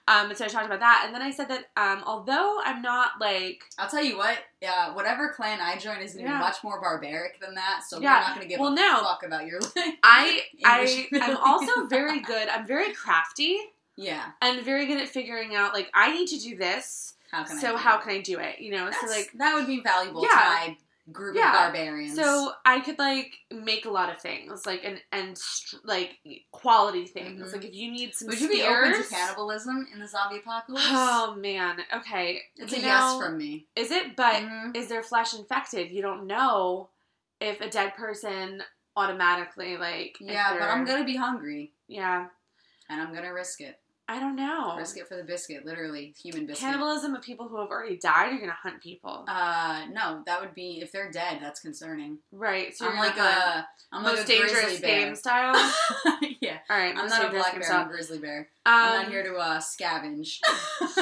Speaker 1: um, and so I talked about that. And then I said that um, although I'm not like
Speaker 2: I'll tell you what, uh, whatever clan I join is going to
Speaker 1: Yeah.
Speaker 2: be much more barbaric than that, so
Speaker 1: Yeah.
Speaker 2: we're not going to give
Speaker 1: well
Speaker 2: a
Speaker 1: no,
Speaker 2: fuck about your life.
Speaker 1: I I
Speaker 2: English.
Speaker 1: I'm also very good. I'm very crafty
Speaker 2: yeah.
Speaker 1: and very good at figuring out like I need to do this.
Speaker 2: How can I?
Speaker 1: so
Speaker 2: do
Speaker 1: how
Speaker 2: that?
Speaker 1: can I do it? You know.
Speaker 2: That's,
Speaker 1: so like
Speaker 2: that would be valuable to
Speaker 1: Yeah.
Speaker 2: my group
Speaker 1: Yeah.
Speaker 2: of barbarians.
Speaker 1: so I could like make a lot of things like and and str- like quality things.
Speaker 2: Mhm.
Speaker 1: Like if you need some
Speaker 2: would you be open
Speaker 1: spears-
Speaker 2: to cannibalism in the zombie apocalypse?
Speaker 1: Oh man. Okay.
Speaker 2: it's
Speaker 1: You
Speaker 2: a yes
Speaker 1: know,
Speaker 2: from me.
Speaker 1: Is it? But
Speaker 2: Mhm.
Speaker 1: is their flesh infected? You don't know if a dead person automatically like. if
Speaker 2: yeah, but
Speaker 1: they're-
Speaker 2: I'm going to be hungry,
Speaker 1: Yeah,
Speaker 2: and I'm going to risk it.
Speaker 1: I don't know.
Speaker 2: Risk it for the biscuit, literally, human biscuit.
Speaker 1: Cannibalism of people who have already died. You're gonna hunt people,
Speaker 2: Uh, no, that would be if they're dead. That's concerning.
Speaker 1: right? So you're
Speaker 2: I'm like
Speaker 1: gonna hunt.
Speaker 2: a I'm
Speaker 1: most
Speaker 2: like a
Speaker 1: dangerous
Speaker 2: grizzly bear.
Speaker 1: game style. All
Speaker 2: yeah,
Speaker 1: right,
Speaker 2: I'm
Speaker 1: most
Speaker 2: not a
Speaker 1: dangerous
Speaker 2: black
Speaker 1: game
Speaker 2: bear.
Speaker 1: style.
Speaker 2: I'm a grizzly bear.
Speaker 1: Um,
Speaker 2: I'm not here to uh, scavenge.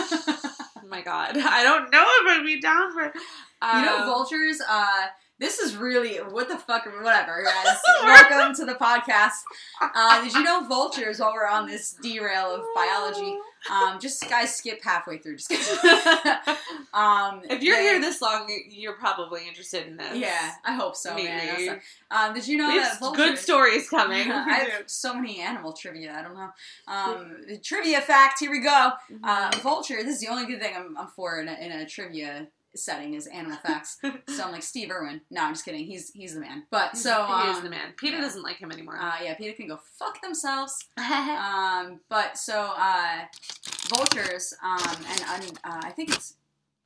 Speaker 1: oh my god, I don't know if I'd be down for. Um,
Speaker 2: you know, vultures. Uh, this is really what the fuck. Whatever, guys.
Speaker 1: Right.
Speaker 2: Welcome to the podcast. Uh, did you know vultures? While we're on this derail of biology, um, just guys, skip halfway through. Just kidding. um,
Speaker 1: if you're
Speaker 2: they-
Speaker 1: here this long, you're probably interested in this.
Speaker 2: yeah, I hope so,
Speaker 1: Maybe.
Speaker 2: man. That's not- Um, did you know
Speaker 1: We have
Speaker 2: that vultures?
Speaker 1: good stories coming.
Speaker 2: I have so many animal trivia. I don't know. Um, trivia fact. Here we go. Uh, vulture. This is the only good thing I'm, I'm for in a, in a trivia setting is animal facts. so I'm like Steve Irwin. No, I'm just kidding. He's he's the man. But so um,
Speaker 1: he is the man. Peter
Speaker 2: yeah.
Speaker 1: doesn't like him anymore.
Speaker 2: Uh, yeah, Peter can go fuck themselves. Um, but so uh, vultures. Um, and un- uh, I think it's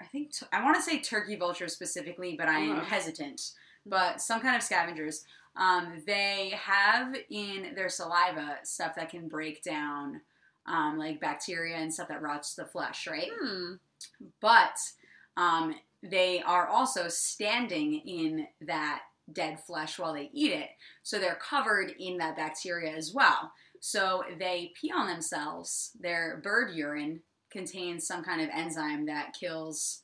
Speaker 2: I think t- I want to say turkey vultures specifically, but I am
Speaker 1: Mhm.
Speaker 2: hesitant. But some kind of scavengers. Um, they have in their saliva stuff that can break down um, like bacteria and stuff that rots the flesh, right?
Speaker 1: Hmm.
Speaker 2: but um, they are also standing in that dead flesh while they eat it. So they're covered in that bacteria as well. So they pee on themselves. Their bird urine contains some kind of enzyme that kills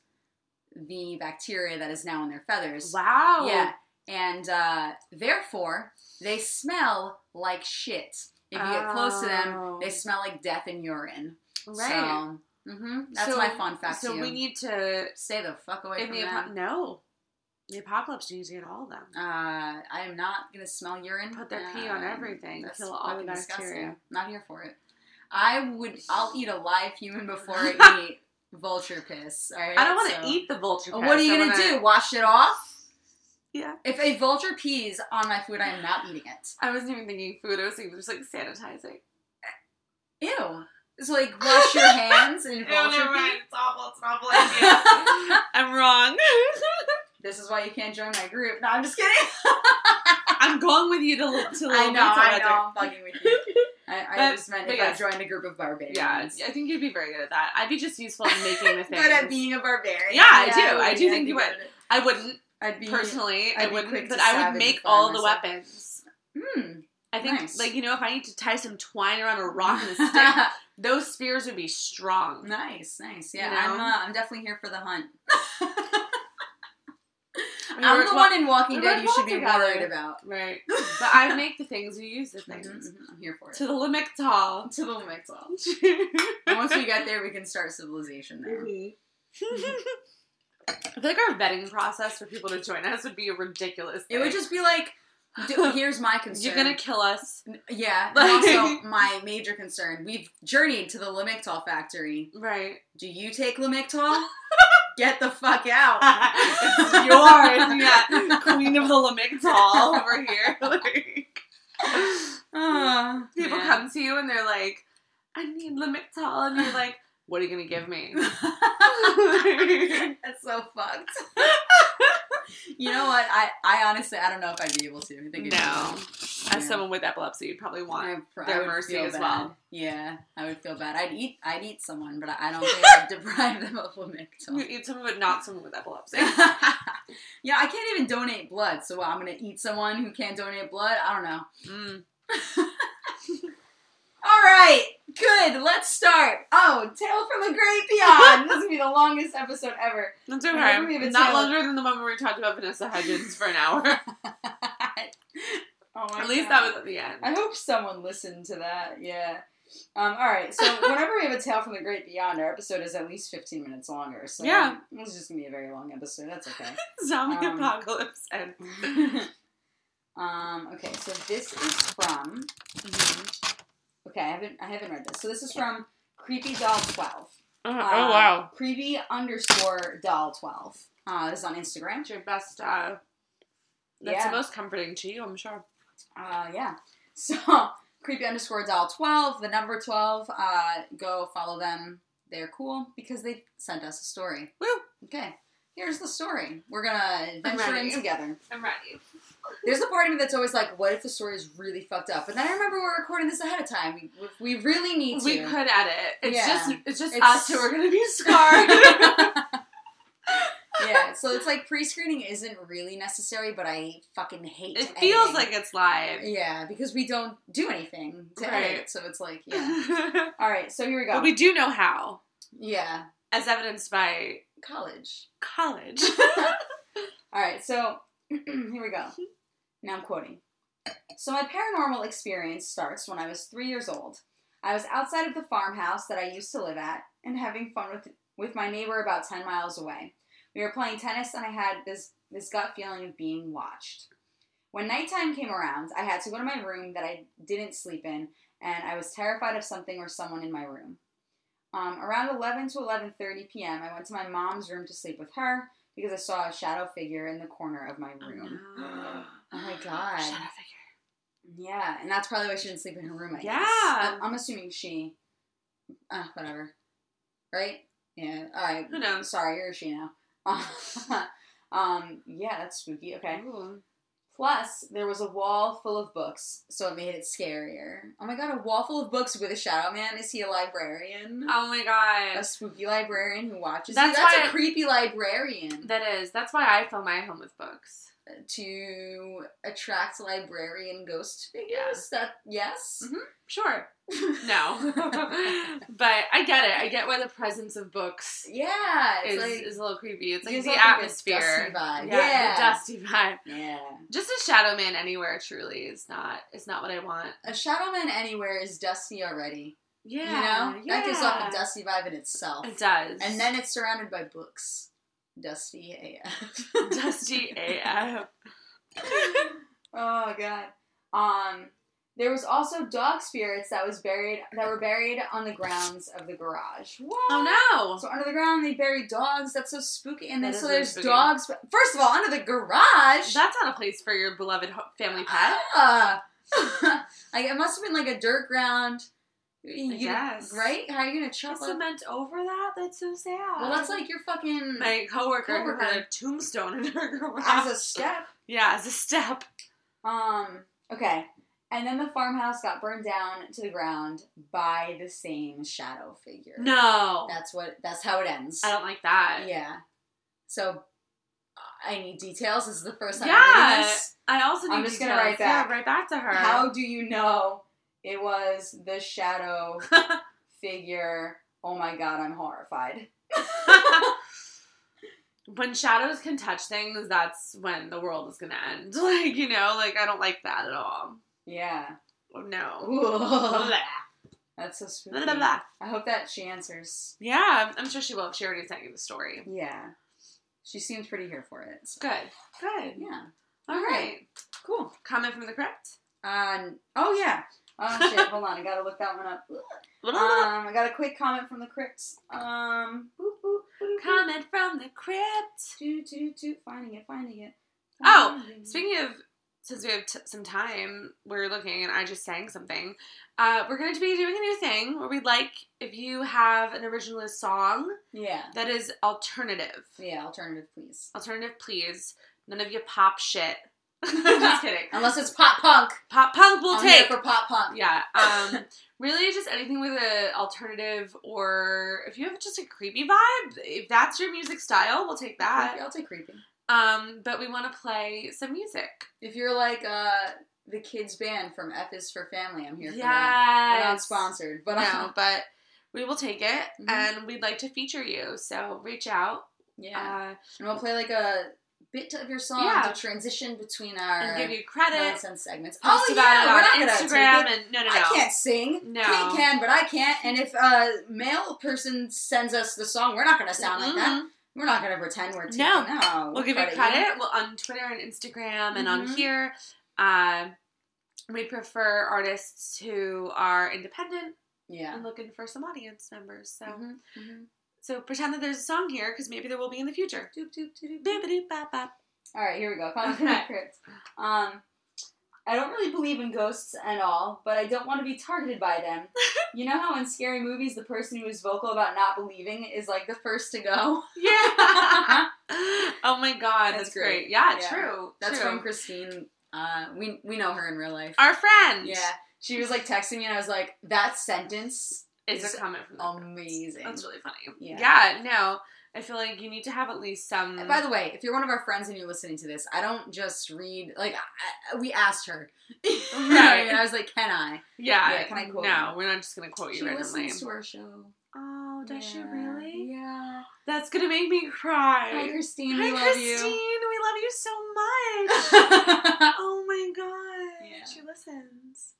Speaker 2: the bacteria that is now in their feathers.
Speaker 1: Wow.
Speaker 2: Yeah. And uh, therefore, they smell like shit. If you get close to them,
Speaker 1: Oh.
Speaker 2: they smell like death and urine.
Speaker 1: Right.
Speaker 2: So, hmm that's
Speaker 1: So-
Speaker 2: my fun fact.
Speaker 1: so
Speaker 2: to you.
Speaker 1: we need to
Speaker 2: Stay the fuck away
Speaker 1: in
Speaker 2: from
Speaker 1: the
Speaker 2: that.
Speaker 1: apo- no, the apocalypse needs to get all of them.
Speaker 2: uh, I am not gonna smell urine. Um,
Speaker 1: Put their pee on everything.
Speaker 2: That's
Speaker 1: Kill all the
Speaker 2: fucking
Speaker 1: bacteria.
Speaker 2: Not here for it. I would. I'll eat a live human before I eat vulture piss. All right.
Speaker 1: I don't want to
Speaker 2: so-
Speaker 1: eat the vulture.
Speaker 2: Well, what are
Speaker 1: piss.
Speaker 2: you
Speaker 1: I
Speaker 2: gonna
Speaker 1: wanna-
Speaker 2: do? Wash it off?
Speaker 1: Yeah.
Speaker 2: If a vulture pees on my food, I am not eating it.
Speaker 1: I wasn't even thinking food. I was thinking just like sanitizing.
Speaker 2: Ew. So like wash your hands and vulture pee.
Speaker 1: It's awful. It's an awful idea. I'm wrong.
Speaker 2: This is why you can't join my group. No, I'm just kidding.
Speaker 1: I'm going with you to to
Speaker 2: I
Speaker 1: Little
Speaker 2: know. I
Speaker 1: Pizza
Speaker 2: know. I'm fucking with you. I, I
Speaker 1: But-
Speaker 2: just meant
Speaker 1: but
Speaker 2: if
Speaker 1: yes.
Speaker 2: I joined a group of
Speaker 1: Weather.
Speaker 2: barbarians.
Speaker 1: Yeah, I think you'd be very good at that. I'd be just useful at making the things.
Speaker 2: Good at being a barbarian.
Speaker 1: Yeah, I do.
Speaker 2: would.
Speaker 1: I do
Speaker 2: I'd
Speaker 1: think
Speaker 2: be
Speaker 1: you would.
Speaker 2: good at it.
Speaker 1: I wouldn't.
Speaker 2: I'd be
Speaker 1: personally, I
Speaker 2: I'd be quick
Speaker 1: wouldn't,
Speaker 2: to
Speaker 1: but I would
Speaker 2: savage
Speaker 1: make
Speaker 2: if I
Speaker 1: all
Speaker 2: were
Speaker 1: the
Speaker 2: myself.
Speaker 1: weapons.
Speaker 2: Hmm.
Speaker 1: I think,
Speaker 2: Nice.
Speaker 1: like you know, if I need to tie some twine around a rock and a stick, those spears would be strong.
Speaker 2: nice, nice.
Speaker 1: You
Speaker 2: Yeah, I'm.
Speaker 1: know?
Speaker 2: Uh, I'm definitely here for the hunt.
Speaker 1: We
Speaker 2: I'm
Speaker 1: were-
Speaker 2: the
Speaker 1: well,
Speaker 2: one in Walking
Speaker 1: we
Speaker 2: Dead
Speaker 1: were
Speaker 2: you should be
Speaker 1: together.
Speaker 2: worried about.
Speaker 1: right? But I make the things. You use the
Speaker 2: Mhm,
Speaker 1: things.
Speaker 2: mhm, I'm here for it.
Speaker 1: To the limit tall.
Speaker 2: To the limits. all. Mm-hmm. And once we get there, we can start civilization there.
Speaker 1: I feel like our vetting process for people to join us would be a ridiculous.
Speaker 2: It would
Speaker 1: thing.
Speaker 2: just be like, d- here's my concern.
Speaker 1: you're gonna kill us,
Speaker 2: Yeah.
Speaker 1: Like-
Speaker 2: and also, my major concern. We've journeyed to the Lamictal factory.
Speaker 1: right?
Speaker 2: Do you take Lamictal? Get the fuck out.
Speaker 1: it's yours, yeah. Queen of the Lamictal over here. Like,
Speaker 2: Ah,
Speaker 1: people
Speaker 2: man.
Speaker 1: come to you and they're like, "I need Lamictal," and you're like, "What are you gonna give me?"
Speaker 2: That's so fucked. you know what? I, I honestly, I don't know if I'd be able to. I think it'd be-
Speaker 1: No.
Speaker 2: Yeah.
Speaker 1: As someone with epilepsy, you'd probably want.
Speaker 2: I pr- I
Speaker 1: their
Speaker 2: would
Speaker 1: mercy
Speaker 2: feel
Speaker 1: as
Speaker 2: bad.
Speaker 1: well.
Speaker 2: Yeah, I would feel bad. I'd eat, I'd eat someone, but I I don't think I'd deprive them of
Speaker 1: You
Speaker 2: Lamictal.
Speaker 1: eat someone, but not someone with epilepsy.
Speaker 2: yeah, I can't even donate blood, so I'm gonna eat someone who can't donate blood. I don't know.
Speaker 1: Mm.
Speaker 2: All right, good. Let's start. Oh, Tale from the Graveyard. this will be the longest episode ever.
Speaker 1: That's
Speaker 2: Whenever we have
Speaker 1: okay.
Speaker 2: a
Speaker 1: Not
Speaker 2: tail-
Speaker 1: longer than the moment where we talked about Vanessa Hudgens for an hour.
Speaker 2: Oh my
Speaker 1: At least
Speaker 2: God.
Speaker 1: that was at the end.
Speaker 2: I hope someone listened to that. Yeah. Um, all right. So whenever we have a tale from the great beyond, our episode is at least fifteen minutes longer. So
Speaker 1: Yeah.
Speaker 2: this is just gonna be a very long episode. That's okay.
Speaker 1: Zombie
Speaker 2: Um,
Speaker 1: apocalypse and
Speaker 2: um, okay. So this is from.
Speaker 1: mm-hmm.
Speaker 2: Okay, I haven't I haven't read this. So this is from Creepy Doll Twelve. Uh,
Speaker 1: oh wow!
Speaker 2: Creepy underscore Doll Twelve. Uh, this is on Instagram.
Speaker 1: That's your best. Uh, that's
Speaker 2: Yeah.
Speaker 1: the most comforting to you, I'm sure.
Speaker 2: Uh, yeah. So creepy underscore doll twelve, the number twelve. Uh, go follow them. They're cool because they sent us a story.
Speaker 1: Woo!
Speaker 2: Okay, here's the story. We're gonna venture in
Speaker 1: ready.
Speaker 2: together.
Speaker 1: I'm ready.
Speaker 2: There's a part of me that's always like, what if the story is really fucked up? But then I remember we're recording this ahead of time. We, we really need to.
Speaker 1: We could edit. It's
Speaker 2: Yeah.
Speaker 1: just it's just
Speaker 2: It's-
Speaker 1: us who are gonna be scarred.
Speaker 2: yeah, so it's like pre-screening isn't really necessary, but I fucking hate.
Speaker 1: it feels
Speaker 2: editing.
Speaker 1: like it's live.
Speaker 2: Yeah, because we don't do anything to
Speaker 1: Right.
Speaker 2: edit, so it's like yeah. All right, so here we go.
Speaker 1: but we do know how,
Speaker 2: yeah,
Speaker 1: as evidenced by
Speaker 2: college.
Speaker 1: college.
Speaker 2: All right, so here we go. Now I'm quoting. So my paranormal experience starts when I was three years old. I was outside of the farmhouse that I used to live at and having fun with with my neighbor about ten miles away. We were playing tennis, and I had this this gut feeling of being watched. When nighttime came around, I had to go to my room that I didn't sleep in, and I was terrified of something or someone in my room. Um, around 11 to 11:30 p.m., I went to my mom's room to sleep with her because I saw a shadow figure in the corner of my room. Oh my God.
Speaker 1: Shadow figure.
Speaker 2: Yeah, and that's probably why she didn't sleep in her room. I
Speaker 1: Yeah.
Speaker 2: guess. I'm, I'm assuming she. Uh, whatever. Right? Yeah. All right.
Speaker 1: Who
Speaker 2: I'm
Speaker 1: knows?
Speaker 2: sorry, you're a she now. um. Yeah, that's spooky. Okay.
Speaker 1: Ooh.
Speaker 2: Plus, there was a wall full of books, so it made it scarier. Oh my god, a wall full of books with a shadow man? Is he a librarian?
Speaker 1: Oh my
Speaker 2: a
Speaker 1: god.
Speaker 2: spooky librarian who watches
Speaker 1: That's
Speaker 2: you? That's
Speaker 1: why
Speaker 2: a
Speaker 1: I-
Speaker 2: creepy librarian.
Speaker 1: That is. That's why I fill my home with books.
Speaker 2: to attract librarian ghost figures. That yes.
Speaker 1: Mhm. Sure. No. but I get it. I get why the presence of books
Speaker 2: yeah, it's
Speaker 1: is,
Speaker 2: like
Speaker 1: is a little creepy. It's like
Speaker 2: gives
Speaker 1: the
Speaker 2: off, like, a
Speaker 1: atmosphere.
Speaker 2: dusty
Speaker 1: Yeah,
Speaker 2: vibe.
Speaker 1: the
Speaker 2: Yeah.
Speaker 1: dusty vibe.
Speaker 2: yeah.
Speaker 1: Just a shadow man anywhere truly is not is not what I want.
Speaker 2: A shadow man anywhere is dusty already.
Speaker 1: Yeah.
Speaker 2: you know
Speaker 1: yeah.
Speaker 2: that gives off a dusty vibe in itself.
Speaker 1: It does.
Speaker 2: And then it's surrounded by books. Dusty AF.
Speaker 1: dusty AF.
Speaker 2: oh god. Um there was also dog spirits that was buried that were buried on the grounds of the garage. What?
Speaker 1: Oh
Speaker 2: So under the ground they bury dogs. That's so spooky. And then
Speaker 1: That is
Speaker 2: so
Speaker 1: really
Speaker 2: there's
Speaker 1: spooky.
Speaker 2: dogs. First of all, under the garage.
Speaker 1: no. That's not a place for your beloved ho- family pet.
Speaker 2: Ah. like it must have been like a dirt ground. You,
Speaker 1: guess.
Speaker 2: Right? How are you gonna chop
Speaker 1: It's
Speaker 2: up?
Speaker 1: cement over that? That's so sad.
Speaker 2: Well, that's like your fucking
Speaker 1: my coworker, who had a
Speaker 2: Coworker.
Speaker 1: tombstone in her garage.
Speaker 2: as a step.
Speaker 1: yeah, as a step.
Speaker 2: Um. Okay. And then the farmhouse got burned down to the ground by the same shadow figure.
Speaker 1: No.
Speaker 2: That's what. That's how it ends.
Speaker 1: I don't like that.
Speaker 2: Yeah. So, I need details. This is the first time. I'm reading
Speaker 1: Yeah,
Speaker 2: this.
Speaker 1: I also need
Speaker 2: I'm just gonna
Speaker 1: details.
Speaker 2: write back.
Speaker 1: Yeah, right back to her.
Speaker 2: How do you know it was the shadow figure? Oh my god, I'm horrified.
Speaker 1: when shadows can touch things, that's when the world is gonna end. Like you know, like I don't like that at all. Oh,
Speaker 2: Yeah.
Speaker 1: No.
Speaker 2: Ooh,
Speaker 1: Blah,
Speaker 2: That's so spooky.
Speaker 1: blah, blah, blah.
Speaker 2: I hope that she answers.
Speaker 1: Yeah, I'm sure she will. if She already sent you the story.
Speaker 2: Yeah. She seems pretty here for it. So.
Speaker 1: Good. Good.
Speaker 2: Yeah.
Speaker 1: All right.
Speaker 2: Cool.
Speaker 1: Comment from the crypt.
Speaker 2: Um, oh yeah. Oh shit. Hold on. I gotta look that one up.
Speaker 1: Uh,
Speaker 2: Um, I got a quick comment from the crypts. Um, boop, boop, boop, boop.
Speaker 1: Comment from the crypt.
Speaker 2: Do, do, do. Finding it, finding it.
Speaker 1: Oh,
Speaker 2: Finding it.
Speaker 1: Speaking of, since we have t- some time, we're looking, and I just sang something. Uh, we're going to be doing a new thing where we'd like if you have an originalist song
Speaker 2: Yeah.
Speaker 1: that is alternative.
Speaker 2: Yeah, alternative, please.
Speaker 1: Alternative, please. None of your pop shit. just kidding.
Speaker 2: Unless it's pop punk.
Speaker 1: Pop punk will
Speaker 2: I'm here
Speaker 1: take.
Speaker 2: for pop punk.
Speaker 1: Yeah. Um, really, just anything with a alternative, or if you have just a creepy vibe, if that's your music style, we'll take that.
Speaker 2: Creepy, I'll take creepy.
Speaker 1: Um, but we want to play some music.
Speaker 2: If you're like uh, the kids band from F is for Family, I'm here for that. We're not
Speaker 1: Yes.
Speaker 2: sponsored, but
Speaker 1: No, but we will take it,
Speaker 2: Mhm.
Speaker 1: and we'd like to feature you. So reach out.
Speaker 2: yeah.
Speaker 1: Uh,
Speaker 2: and we'll play like a bit of your song
Speaker 1: Yeah.
Speaker 2: to transition between our
Speaker 1: and give you credit.
Speaker 2: nonsense segments.
Speaker 1: Post
Speaker 2: oh
Speaker 1: about
Speaker 2: yeah,
Speaker 1: it
Speaker 2: we're not
Speaker 1: on
Speaker 2: gonna take
Speaker 1: Instagram,
Speaker 2: it.
Speaker 1: and no, no, no.
Speaker 2: I can't sing.
Speaker 1: No.
Speaker 2: Kate can, but I can't. And if a male person sends us the song, we're not gonna sound like that.
Speaker 1: Mhm.
Speaker 2: We're not gonna pretend we're taking.
Speaker 1: No.
Speaker 2: no.
Speaker 1: We'll give you credit. We'll on Twitter and Instagram and on
Speaker 2: Mhm.
Speaker 1: here. Uh, we prefer artists who are independent
Speaker 2: Yeah.
Speaker 1: and looking for some audience members. So,
Speaker 2: Mhm,
Speaker 1: Mm-hmm.
Speaker 2: mhm.
Speaker 1: so pretend that there's a song here because maybe there will be in the future.
Speaker 2: Doop, doop, doop, doop, doop.
Speaker 1: Boop-a-doop-bop-bop.
Speaker 2: All right, here we go. Common Crypt. Um, I don't really believe in ghosts at all, but I don't want to be targeted by them. You know how in scary movies, the person who is vocal about not believing is like the first to go.
Speaker 1: Yeah. oh my God, that's,
Speaker 2: That's
Speaker 1: great.
Speaker 2: great.
Speaker 1: Yeah,
Speaker 2: Yeah.
Speaker 1: true.
Speaker 2: That's
Speaker 1: true.
Speaker 2: from Christine. Uh, we we know her in real life.
Speaker 1: our friend.
Speaker 2: Yeah, she was like texting me, and I was like, "That sentence,
Speaker 1: is a
Speaker 2: It's
Speaker 1: comment from the crypt.
Speaker 2: amazing."
Speaker 1: That's really funny.
Speaker 2: Yeah.
Speaker 1: yeah, no, I feel like you need to have at least some.
Speaker 2: And By the way, if you're one of our friends and you're listening to this, I don't just read like I, I- we asked her.
Speaker 1: Right.
Speaker 2: I was like, "Can I?"
Speaker 1: Yeah.
Speaker 2: Yeah, can I quote
Speaker 1: No,
Speaker 2: you?
Speaker 1: we're not just gonna quote you
Speaker 2: She
Speaker 1: randomly.
Speaker 2: listens to our show.
Speaker 1: Oh, does she
Speaker 2: Yeah,
Speaker 1: really?
Speaker 2: Yeah.
Speaker 1: That's gonna make me cry.
Speaker 2: Hi, Christine.
Speaker 1: Hi,
Speaker 2: we love
Speaker 1: Christine.
Speaker 2: you.
Speaker 1: We love you so much. oh my god.
Speaker 2: Yeah.
Speaker 1: She listens.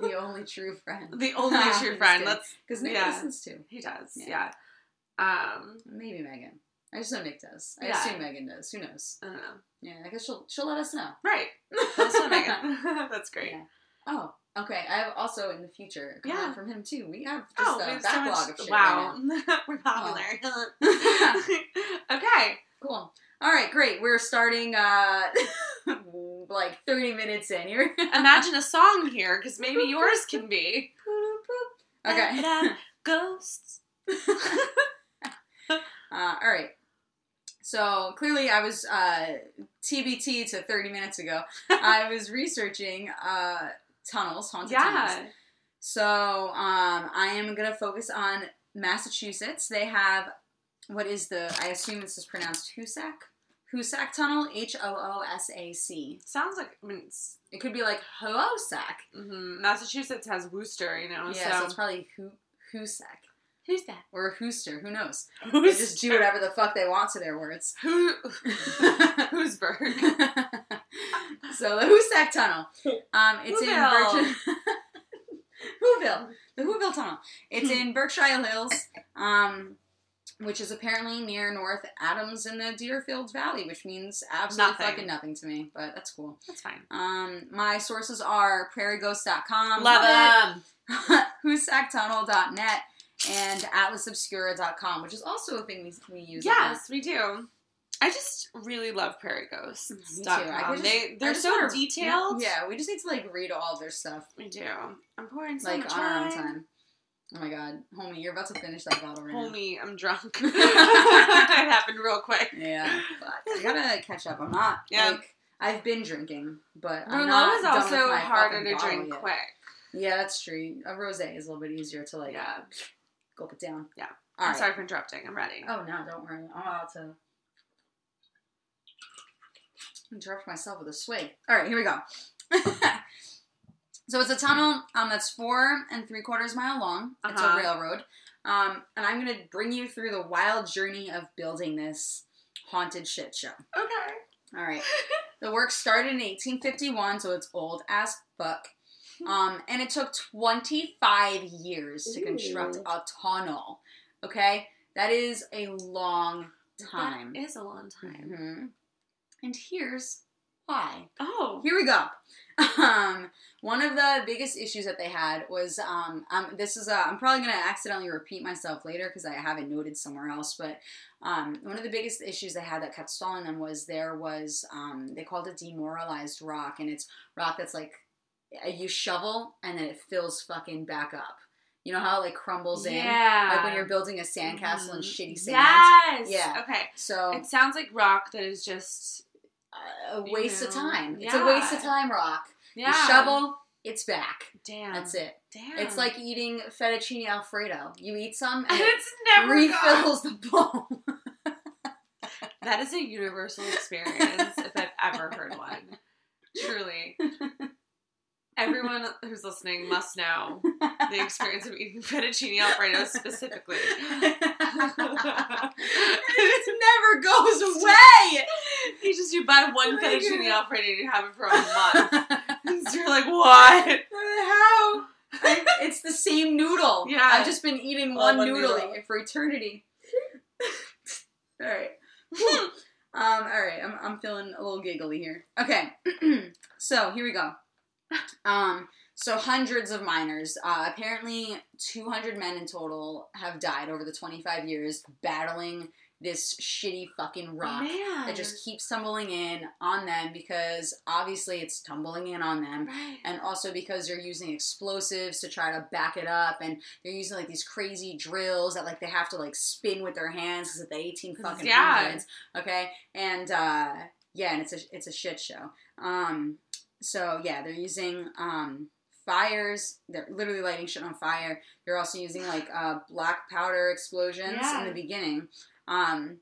Speaker 2: the only true friend.
Speaker 1: the only
Speaker 2: I'm
Speaker 1: true
Speaker 2: just
Speaker 1: friend.
Speaker 2: kidding.
Speaker 1: That's
Speaker 2: Because Nick
Speaker 1: Yeah.
Speaker 2: listens too.
Speaker 1: he does. Yeah.
Speaker 2: Yeah.
Speaker 1: Um,
Speaker 2: Maybe Megan. I just know Nick does. I
Speaker 1: Yeah.
Speaker 2: assume Megan does. Who knows?
Speaker 1: I don't know.
Speaker 2: Yeah, I guess she'll she'll let us know.
Speaker 1: Right. That's what Megan. That's great.
Speaker 2: Yeah. Oh, okay. I have also in the future a comment
Speaker 1: Yeah.
Speaker 2: from him too. We have just
Speaker 1: Oh, we
Speaker 2: a
Speaker 1: have so
Speaker 2: backlog
Speaker 1: much.
Speaker 2: of shit. Wow.
Speaker 1: wow, we're popular. okay,
Speaker 2: Cool. All right, great. We're starting uh like 30 minutes in here.
Speaker 1: imagine a song here because maybe yours can be.
Speaker 2: okay.
Speaker 1: Ghosts.
Speaker 2: Uh, all right. So clearly, I was uh, TBT to 30 minutes ago. I was researching uh, tunnels, haunted tunnels.
Speaker 1: Yeah.
Speaker 2: So um, I am going to focus on Massachusetts. They have what is the, I assume this is pronounced Hoosac? Hoosac Tunnel, H O O S A C.
Speaker 1: Sounds like I mean, it's-
Speaker 2: It could be like Hoosac.
Speaker 1: mhm. Massachusetts has Worcester, you know.
Speaker 2: Yeah, so, it's
Speaker 1: so
Speaker 2: probably Hoo- Hoosac
Speaker 1: who's that?
Speaker 2: or Hooster, who knows? They
Speaker 1: Who's
Speaker 2: just do whatever the fuck they want to their words.
Speaker 1: Who? Who's Berg?
Speaker 2: so the Hoosac Tunnel. Um, it's
Speaker 1: Whoville.
Speaker 2: in Berkshire. Whoville, the Whoville Tunnel. It's in Berkshire Hills, um, which is apparently near North Adams in the Deerfield Valley, which means absolutely
Speaker 1: Nothing.
Speaker 2: fucking nothing to me. But that's cool.
Speaker 1: That's fine.
Speaker 2: Um, my sources are prairieghost.com,
Speaker 1: Love
Speaker 2: it,
Speaker 1: them.
Speaker 2: hoosactunnel.net, and atlasobscura.com, which is also a thing we, we use. a lot.
Speaker 1: Yes, we do. I just really love Prairie Ghosts.
Speaker 2: Mm-hmm, Me too. I could just-
Speaker 1: Um, they
Speaker 2: I
Speaker 1: they're
Speaker 2: just
Speaker 1: so
Speaker 2: wanna-
Speaker 1: detailed.
Speaker 2: Yeah, we just need to like read all of their stuff
Speaker 1: we do. I'm pouring so
Speaker 2: like
Speaker 1: much
Speaker 2: on our own
Speaker 1: wine.
Speaker 2: time. Oh my god, homie, you're about to finish that bottle right now.
Speaker 1: Homie, I'm drunk. it happened real quick.
Speaker 2: Yeah, fuck. I gotta catch up. I'm not
Speaker 1: Yeah.
Speaker 2: like I've been drinking, but I'm
Speaker 1: Merlot
Speaker 2: not
Speaker 1: is
Speaker 2: done with
Speaker 1: also
Speaker 2: my
Speaker 1: harder
Speaker 2: fucking
Speaker 1: to
Speaker 2: bottle
Speaker 1: drink
Speaker 2: yet.
Speaker 1: quick.
Speaker 2: Yeah, that's true. A rosé is a little bit easier to like
Speaker 1: yeah.
Speaker 2: gulp it down.
Speaker 1: Yeah.
Speaker 2: All
Speaker 1: I'm
Speaker 2: right.
Speaker 1: sorry for interrupting. I'm ready.
Speaker 2: Oh no, don't worry. I'm about to interrupt myself with a swig. All right, here we go. so it's a tunnel um, that's four and three quarters mile long. It's
Speaker 1: Uh-huh.
Speaker 2: a railroad, um, and I'm gonna bring you through the wild journey of building this haunted shit show.
Speaker 1: Okay.
Speaker 2: All right. the work started in 1851, so it's old as fuck. Um, and it took 25 years to construct
Speaker 1: Ooh.
Speaker 2: a tunnel. Okay? That is a long time.
Speaker 1: That is a long time.
Speaker 2: Mhm. And here's why.
Speaker 1: Oh.
Speaker 2: Here we go. Um, one of the biggest issues that they had was um, um, this is i I'm probably going to accidentally repeat myself later because I have it noted somewhere else. But um, one of the biggest issues they had that kept stalling them was there was um, they called it demoralized rock, and it's rock that's like uh, you shovel and then it fills fucking back up. You know how it like crumbles in,
Speaker 1: Yeah.
Speaker 2: like when you're building a sandcastle and
Speaker 1: Mhm.
Speaker 2: shitty sand.
Speaker 1: Yes.
Speaker 2: Yeah.
Speaker 1: Okay.
Speaker 2: So uh,
Speaker 1: It sounds like rock that is just
Speaker 2: a waste of
Speaker 1: You know,
Speaker 2: time. It's
Speaker 1: yeah.
Speaker 2: a waste of time, rock.
Speaker 1: yeah.
Speaker 2: You shovel, it's back.
Speaker 1: Damn.
Speaker 2: That's it.
Speaker 1: Damn.
Speaker 2: It's like eating fettuccine alfredo. You eat some and
Speaker 1: And
Speaker 2: it
Speaker 1: it's never gone.
Speaker 2: refills the bowl.
Speaker 1: That is a universal experience if I've ever heard one. Truly. Everyone who's listening must know the experience of eating fettuccine alfredo specifically.
Speaker 2: it never goes away.
Speaker 1: you just you buy one
Speaker 2: Oh my
Speaker 1: fettuccine
Speaker 2: God.
Speaker 1: alfredo and you have it for a month. so you're like, what?
Speaker 2: How? I- it's the same noodle.
Speaker 1: Yeah.
Speaker 2: I've just been eating
Speaker 1: All
Speaker 2: one
Speaker 1: one
Speaker 2: noodle,
Speaker 1: noodle.
Speaker 2: for eternity. all right.
Speaker 1: Hmm.
Speaker 2: um. All right. I'm I'm feeling a little giggly here. Okay. so here we go. Um. So hundreds of miners, uh, apparently 200 men in total, have died over the 25 years battling this shitty fucking rock
Speaker 1: Man.
Speaker 2: that just keeps tumbling in on them because obviously it's tumbling in on them
Speaker 1: Right.
Speaker 2: and also because they're using explosives to try to back it up and they're using like these crazy drills that like they have to like spin with their hands because it's the 18 fucking
Speaker 1: Yeah.
Speaker 2: hands okay and uh yeah and it's a it's a shit show um so yeah they're using um fires they're literally lighting shit on fire they're also using like uh black powder explosions
Speaker 1: Yeah.
Speaker 2: in the beginning um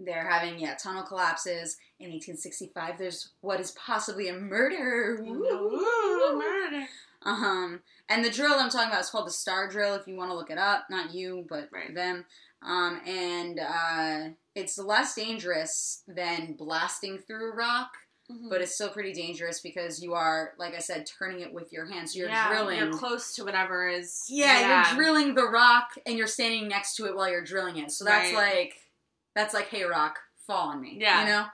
Speaker 2: they're having yeah tunnel collapses in 1865 there's what is possibly a murder
Speaker 1: Ooh, murder.
Speaker 2: um, and the drill I'm talking about is called the Star Drill. If you want to look it up, not you, but
Speaker 1: Right.
Speaker 2: them. Um, and uh, it's less dangerous than blasting through a rock,
Speaker 1: Mm-hmm.
Speaker 2: but
Speaker 1: Hmm.
Speaker 2: it's still pretty dangerous because you are, like I said, turning it with your hands. You're
Speaker 1: yeah,
Speaker 2: drilling.
Speaker 1: You're close to whatever is.
Speaker 2: yeah, you're drilling the rock, and you're standing next to it while you're drilling it. So that's
Speaker 1: Right.
Speaker 2: like, that's like, hey, rock, fall on me.
Speaker 1: Yeah.
Speaker 2: you know.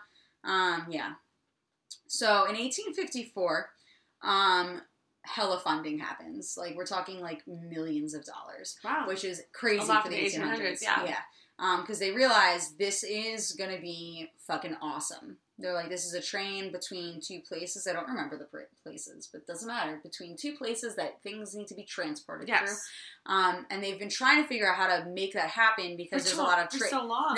Speaker 2: Um, yeah. So in 1854, um, hella funding happens. Like we're talking like millions of dollars,
Speaker 1: Wow.
Speaker 2: which is crazy
Speaker 1: A lot
Speaker 2: for the
Speaker 1: for the
Speaker 2: 1800s.
Speaker 1: 1800s, yeah.
Speaker 2: yeah. Because they realize this is gonna be fucking awesome. They're like, this is a train between two places. I don't remember the pr- places, but doesn't matter. Between two places that things need to be transported through.
Speaker 1: yes.
Speaker 2: Um, and they've been trying to figure out how to make that happen because there's a lot of
Speaker 1: for
Speaker 2: tra-
Speaker 1: so long.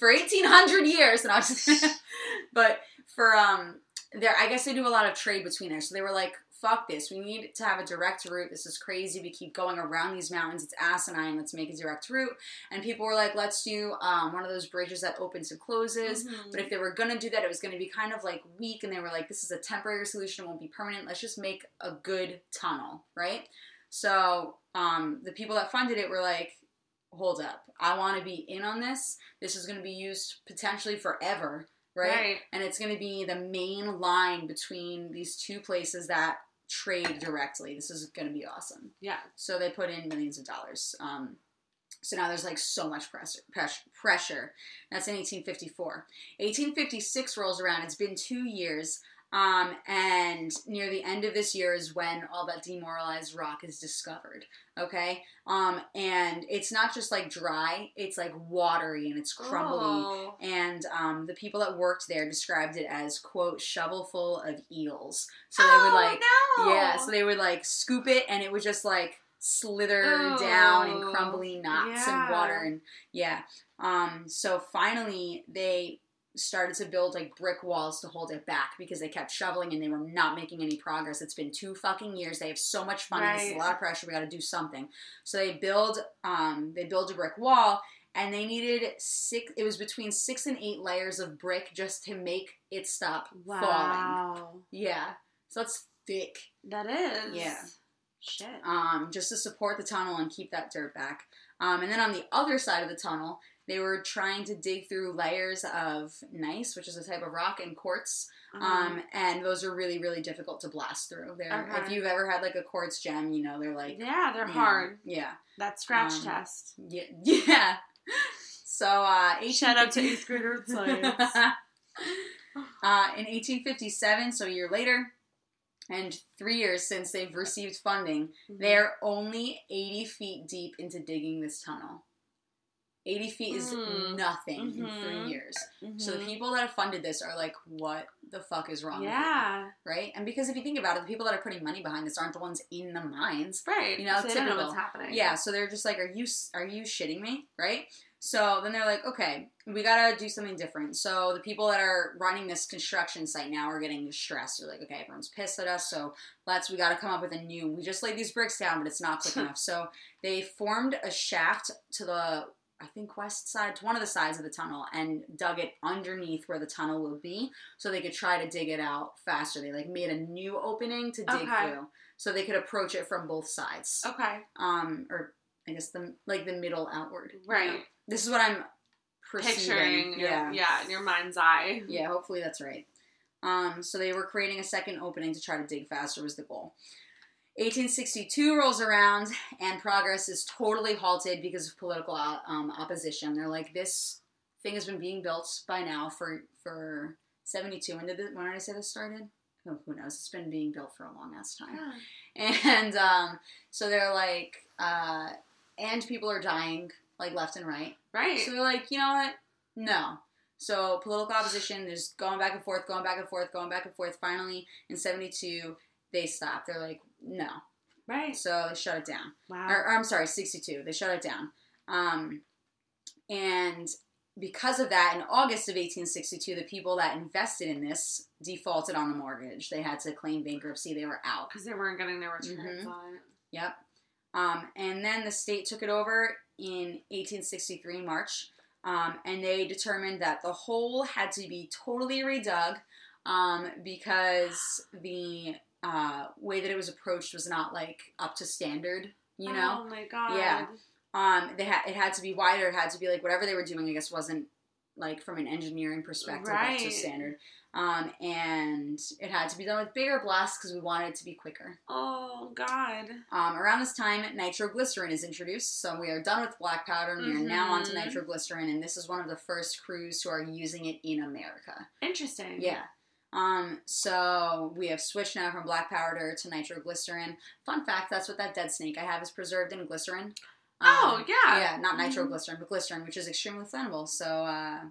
Speaker 2: for 1800 years and I was just but for um there I guess they do a lot of trade between there so they were like fuck this we need to have a direct route this is crazy we keep going around these mountains it's asinine let's make a direct route and people were like let's do um, one of those bridges that opens and closes
Speaker 1: Mhm.
Speaker 2: but if they were going to do that, it was going to be kind of like weak, and they were like, this is a temporary solution, it won't be permanent. Let's just make a good tunnel, right? So um, the people that funded it were like, hold up, I want to be in on this. This is going to be used potentially forever, right? And it's going to be the main line between these two places that trade directly. This is going to be awesome.
Speaker 1: Yeah.
Speaker 2: So they put in millions of dollars. Um, so now there's like so much pressure. pressure, pressure. That's in 1854. 1856 rolls around. It's been two years. Um, and near the end of this year is when all that demoralized rock is discovered. Okay. Um, and it's not just like dry, it's like watery and it's crumbly.
Speaker 1: Oh.
Speaker 2: And um, the people that worked there described it as, quote, shovelful of eels. So they would like
Speaker 1: Oh, no.
Speaker 2: yeah, so they would like scoop it and it would just like slither
Speaker 1: Oh,
Speaker 2: down in crumbly knots and
Speaker 1: yeah.
Speaker 2: water and yeah. Um so finally they started to build like brick walls to hold it back because they kept shoveling and they were not making any progress. It's been two fucking years. They have so much funding. This is a
Speaker 1: Right.
Speaker 2: lot of pressure. We gotta do something. So they build um they build a brick wall and they needed six it was between six and eight layers of brick just to make it stop falling.
Speaker 1: wow.
Speaker 2: Yeah. So that's thick.
Speaker 1: That is.
Speaker 2: Yeah.
Speaker 1: Shit.
Speaker 2: um, just to support the tunnel and keep that dirt back. Um, and then on the other side of the tunnel, they were trying to dig through layers of gneiss, which is a type of rock, and quartz.
Speaker 1: Uh-huh.
Speaker 2: Um, and those are really, really difficult to blast through. They're,
Speaker 1: Okay.
Speaker 2: If you've ever had like a quartz gem, you know they're like
Speaker 1: yeah, Uh-huh. they're
Speaker 2: you know,
Speaker 1: hard.
Speaker 2: Yeah,
Speaker 1: That scratch
Speaker 2: um,
Speaker 1: test.
Speaker 2: yeah, yeah. So, uh, 1850-
Speaker 1: Shout out to eighth grader science.
Speaker 2: Uh, in 1857, so a year later, and three years since they've received funding, they're only 80 feet deep into digging this tunnel. 80 feet is
Speaker 1: Mm.
Speaker 2: nothing in
Speaker 1: Mhm.
Speaker 2: three years.
Speaker 1: Mhm.
Speaker 2: So the people that have funded this are like, what the fuck is wrong? with you?"
Speaker 1: yeah,
Speaker 2: Right? And because if you think about it, the people that are putting money behind this aren't the ones in the mines.
Speaker 1: right.
Speaker 2: You know,
Speaker 1: so they don't know what's
Speaker 2: typical.
Speaker 1: happening.
Speaker 2: Yeah, so they're just like, "Are you are you shitting me?" Right? So then they're like, "Okay, we gotta do something different." So the people that are running this construction site now are getting stressed. They're like, "Okay, everyone's pissed at us, so let's we gotta come up with a new. We just laid these bricks down, but it's not quick enough." So they formed a shaft to the I think west side to one of the sides of the tunnel and dug it underneath where the tunnel will be so they could try to dig it out faster. They like made a new opening to dig
Speaker 1: Okay.
Speaker 2: through so they could approach it from both sides
Speaker 1: Okay.
Speaker 2: um, or I guess the like the middle outward. you
Speaker 1: Right.
Speaker 2: know? This is what I'm perceiving.
Speaker 1: Picturing.
Speaker 2: Yeah.
Speaker 1: Your, yeah. In your mind's eye.
Speaker 2: Yeah. Hopefully that's right. Um, so they were creating a second opening to try to dig faster was the goal. 1862 rolls around and progress is totally halted because of political uh, um, opposition. They're like, this thing has been being built by now for for 72. When did this, when did I say this started? Oh, who knows? It's been being built for a long ass time. And um, so they're like, uh, and people are dying like left and right.
Speaker 1: Right.
Speaker 2: So they're like, you know what? No. So political opposition, there's going back and forth, going back and forth, going back and forth. Finally, in 72, they stop. They're like, no.
Speaker 1: right.
Speaker 2: So they shut it down.
Speaker 1: Wow.
Speaker 2: Or, or I'm sorry, 62. They shut it down. Um, and because of that, in August of 1862, the people that invested in this defaulted on the mortgage. They had to claim bankruptcy. They were out.
Speaker 1: Because they weren't getting their returns
Speaker 2: Mhm.
Speaker 1: on it.
Speaker 2: Yep. Um, and then the state took it over in 1863 March, um, and they determined that the hole had to be totally redug um, because the uh, way that it was approached was not like up to standard. You know,
Speaker 1: Oh my god.
Speaker 2: Yeah. um, they had it had to be wider. It had to be like whatever they were doing. I guess wasn't like from an engineering perspective up to
Speaker 1: Right.
Speaker 2: standard. Um, and it had to be done with bigger blasts because we wanted it to be quicker.
Speaker 1: Oh god.
Speaker 2: Um, around this time, nitroglycerin is introduced, so we are done with black powder and we are now on to
Speaker 1: Mhm.
Speaker 2: nitroglycerin, and this is one of the first crews who are using it in America.
Speaker 1: Interesting.
Speaker 2: Yeah. Um, so we have switched now from black powder to nitroglycerin. Fun fact that's what that dead snake I have is preserved in glycerin. Um,
Speaker 1: Oh yeah.
Speaker 2: yeah, not
Speaker 1: Mhm.
Speaker 2: nitroglycerin, but glycerin, which is extremely flammable. So uh,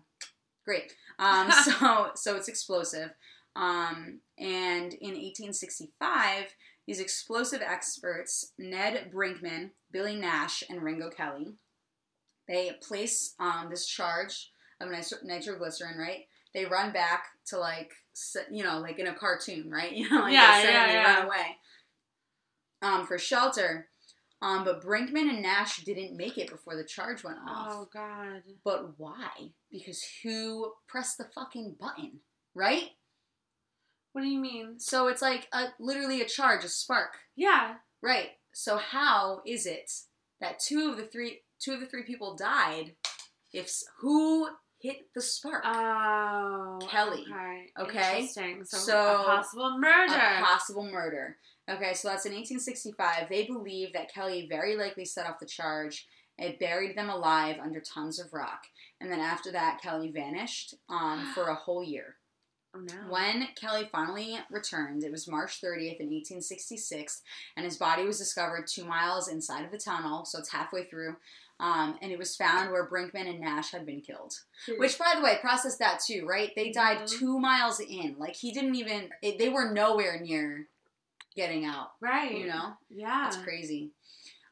Speaker 2: great. Um, so so it's explosive. Um, and in 1865, these explosive experts Ned Brinkman, Billy Nash, and Ringo Kelly, they place um, this charge of nitro- nitroglycerin. Right? They run back to like s- you know like in a cartoon, right? You know, like
Speaker 1: Yeah,
Speaker 2: they sit
Speaker 1: yeah,
Speaker 2: and they
Speaker 1: yeah.
Speaker 2: run away um, for shelter. Um, but Brinkman and Nash didn't make it before the charge went off.
Speaker 1: Oh god.
Speaker 2: But why? Because who pressed the fucking button, right?
Speaker 1: What do you mean?
Speaker 2: So it's like a, literally a charge, a spark,
Speaker 1: Yeah.
Speaker 2: right? So how is it that two of the three two of the three people died? If s- who hit the spark?
Speaker 1: Uh, Oh.
Speaker 2: Kelly.
Speaker 1: Okay.
Speaker 2: Okay?
Speaker 1: Interesting. So,
Speaker 2: So-
Speaker 1: a possible murder.
Speaker 2: A possible murder. Okay, so that's in 1865. They believe that Kelly very likely set off the charge. It buried them alive under tons of rock. And then after that, Kelly vanished um, for a whole year.
Speaker 1: oh, no.
Speaker 2: When Kelly finally returned, it was March 30th in 1866, and his body was discovered two miles inside of the tunnel, so it's halfway through. Um, and it was found where Brinkman and Nash had been killed. Which, by the way, process that too, right? They died
Speaker 1: Mhm.
Speaker 2: two miles in. Like he didn't even. It, they were nowhere near getting out.
Speaker 1: right?
Speaker 2: You know,
Speaker 1: Yeah.
Speaker 2: that's crazy.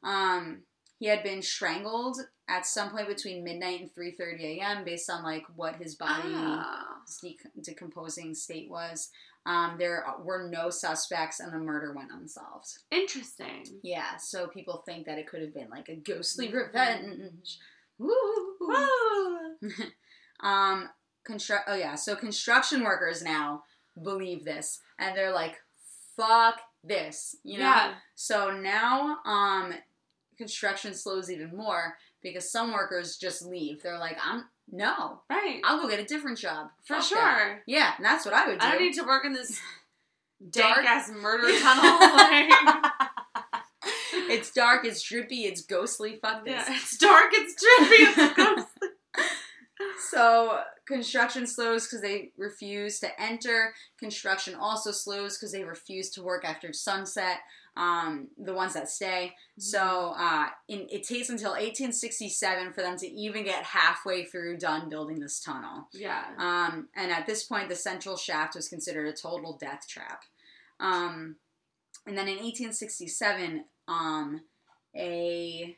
Speaker 2: Um, he had been strangled at some point between midnight and three thirty a.m. based on like what his body
Speaker 1: Ah.
Speaker 2: its dec- decomposing state was. Um, there were no suspects, and the murder went unsolved.
Speaker 1: Interesting.
Speaker 2: Yeah, so people think that it could have been like a ghostly
Speaker 1: Mm-hmm.
Speaker 2: revenge. Woo!
Speaker 1: Woo.
Speaker 2: Um, construct. Oh yeah, so construction workers now believe this, and they're like, "Fuck this," you know.
Speaker 1: Yeah.
Speaker 2: So now, um, construction slows even more because some workers just leave. They're like, "I'm no,
Speaker 1: Right.
Speaker 2: I'll go get a different job
Speaker 1: For
Speaker 2: Fuck
Speaker 1: sure.
Speaker 2: that." Yeah, and that's what I would do.
Speaker 1: I don't need to work in this
Speaker 2: Dark-
Speaker 1: dark ass murder tunnel. Like,
Speaker 2: It's dark, it's drippy, it's ghostly. Fuck this.
Speaker 1: Yeah, it's dark, it's drippy, it's ghostly.
Speaker 2: So construction slows because they refuse to enter. Construction also slows because they refuse to work after sunset. Um, the ones that stay. So uh, in, it takes until 1867 for them to even get halfway through done building this tunnel.
Speaker 1: Yeah.
Speaker 2: Um, and at this point, the central shaft was considered a total death trap. Um, and then in 1867, um, a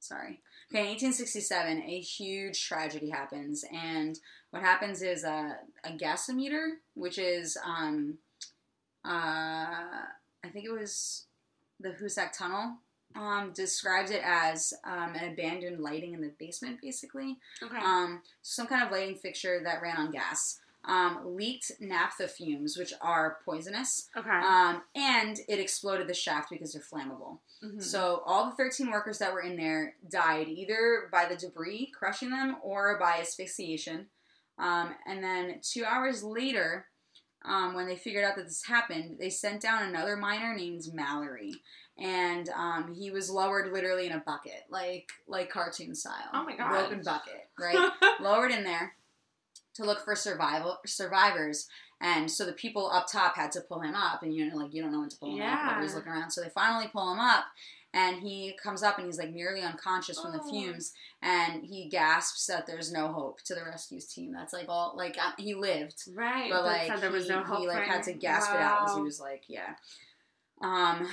Speaker 2: sorry, okay, in 1867, a huge tragedy happens, and what happens is a a gasometer, which is um, uh, I think it was the Hoosac Tunnel. Um, describes it as um, an abandoned lighting in the basement, basically
Speaker 1: Okay.
Speaker 2: um, some kind of lighting fixture that ran on gas, um, leaked naphtha fumes, which are poisonous,
Speaker 1: okay.
Speaker 2: um, and it exploded the shaft because they're flammable.
Speaker 1: Mhm.
Speaker 2: So all the 13 workers that were in there died either by the debris crushing them or by asphyxiation. Um, and then two hours later, um, when they figured out that this happened, they sent down another miner named Mallory, and um, he was lowered literally in a bucket, like like cartoon style,
Speaker 1: Oh my God.
Speaker 2: broken bucket, right? lowered in there to look for survival survivors. And so the people up top had to pull him up, and you know, like you don't know when to pull him up.
Speaker 1: Yeah.
Speaker 2: Everybody's looking around, so they finally pull him up, and he comes up and he's like nearly unconscious from the
Speaker 1: Oh.
Speaker 2: fumes, and he gasps that there's no hope to the rescue team. That's like all like uh, he lived,
Speaker 1: right.
Speaker 2: but
Speaker 1: that
Speaker 2: like
Speaker 1: said there was
Speaker 2: he,
Speaker 1: no hope
Speaker 2: he like
Speaker 1: for
Speaker 2: had to
Speaker 1: any-
Speaker 2: gasp it out as he
Speaker 1: Wow.
Speaker 2: was like yeah. Um,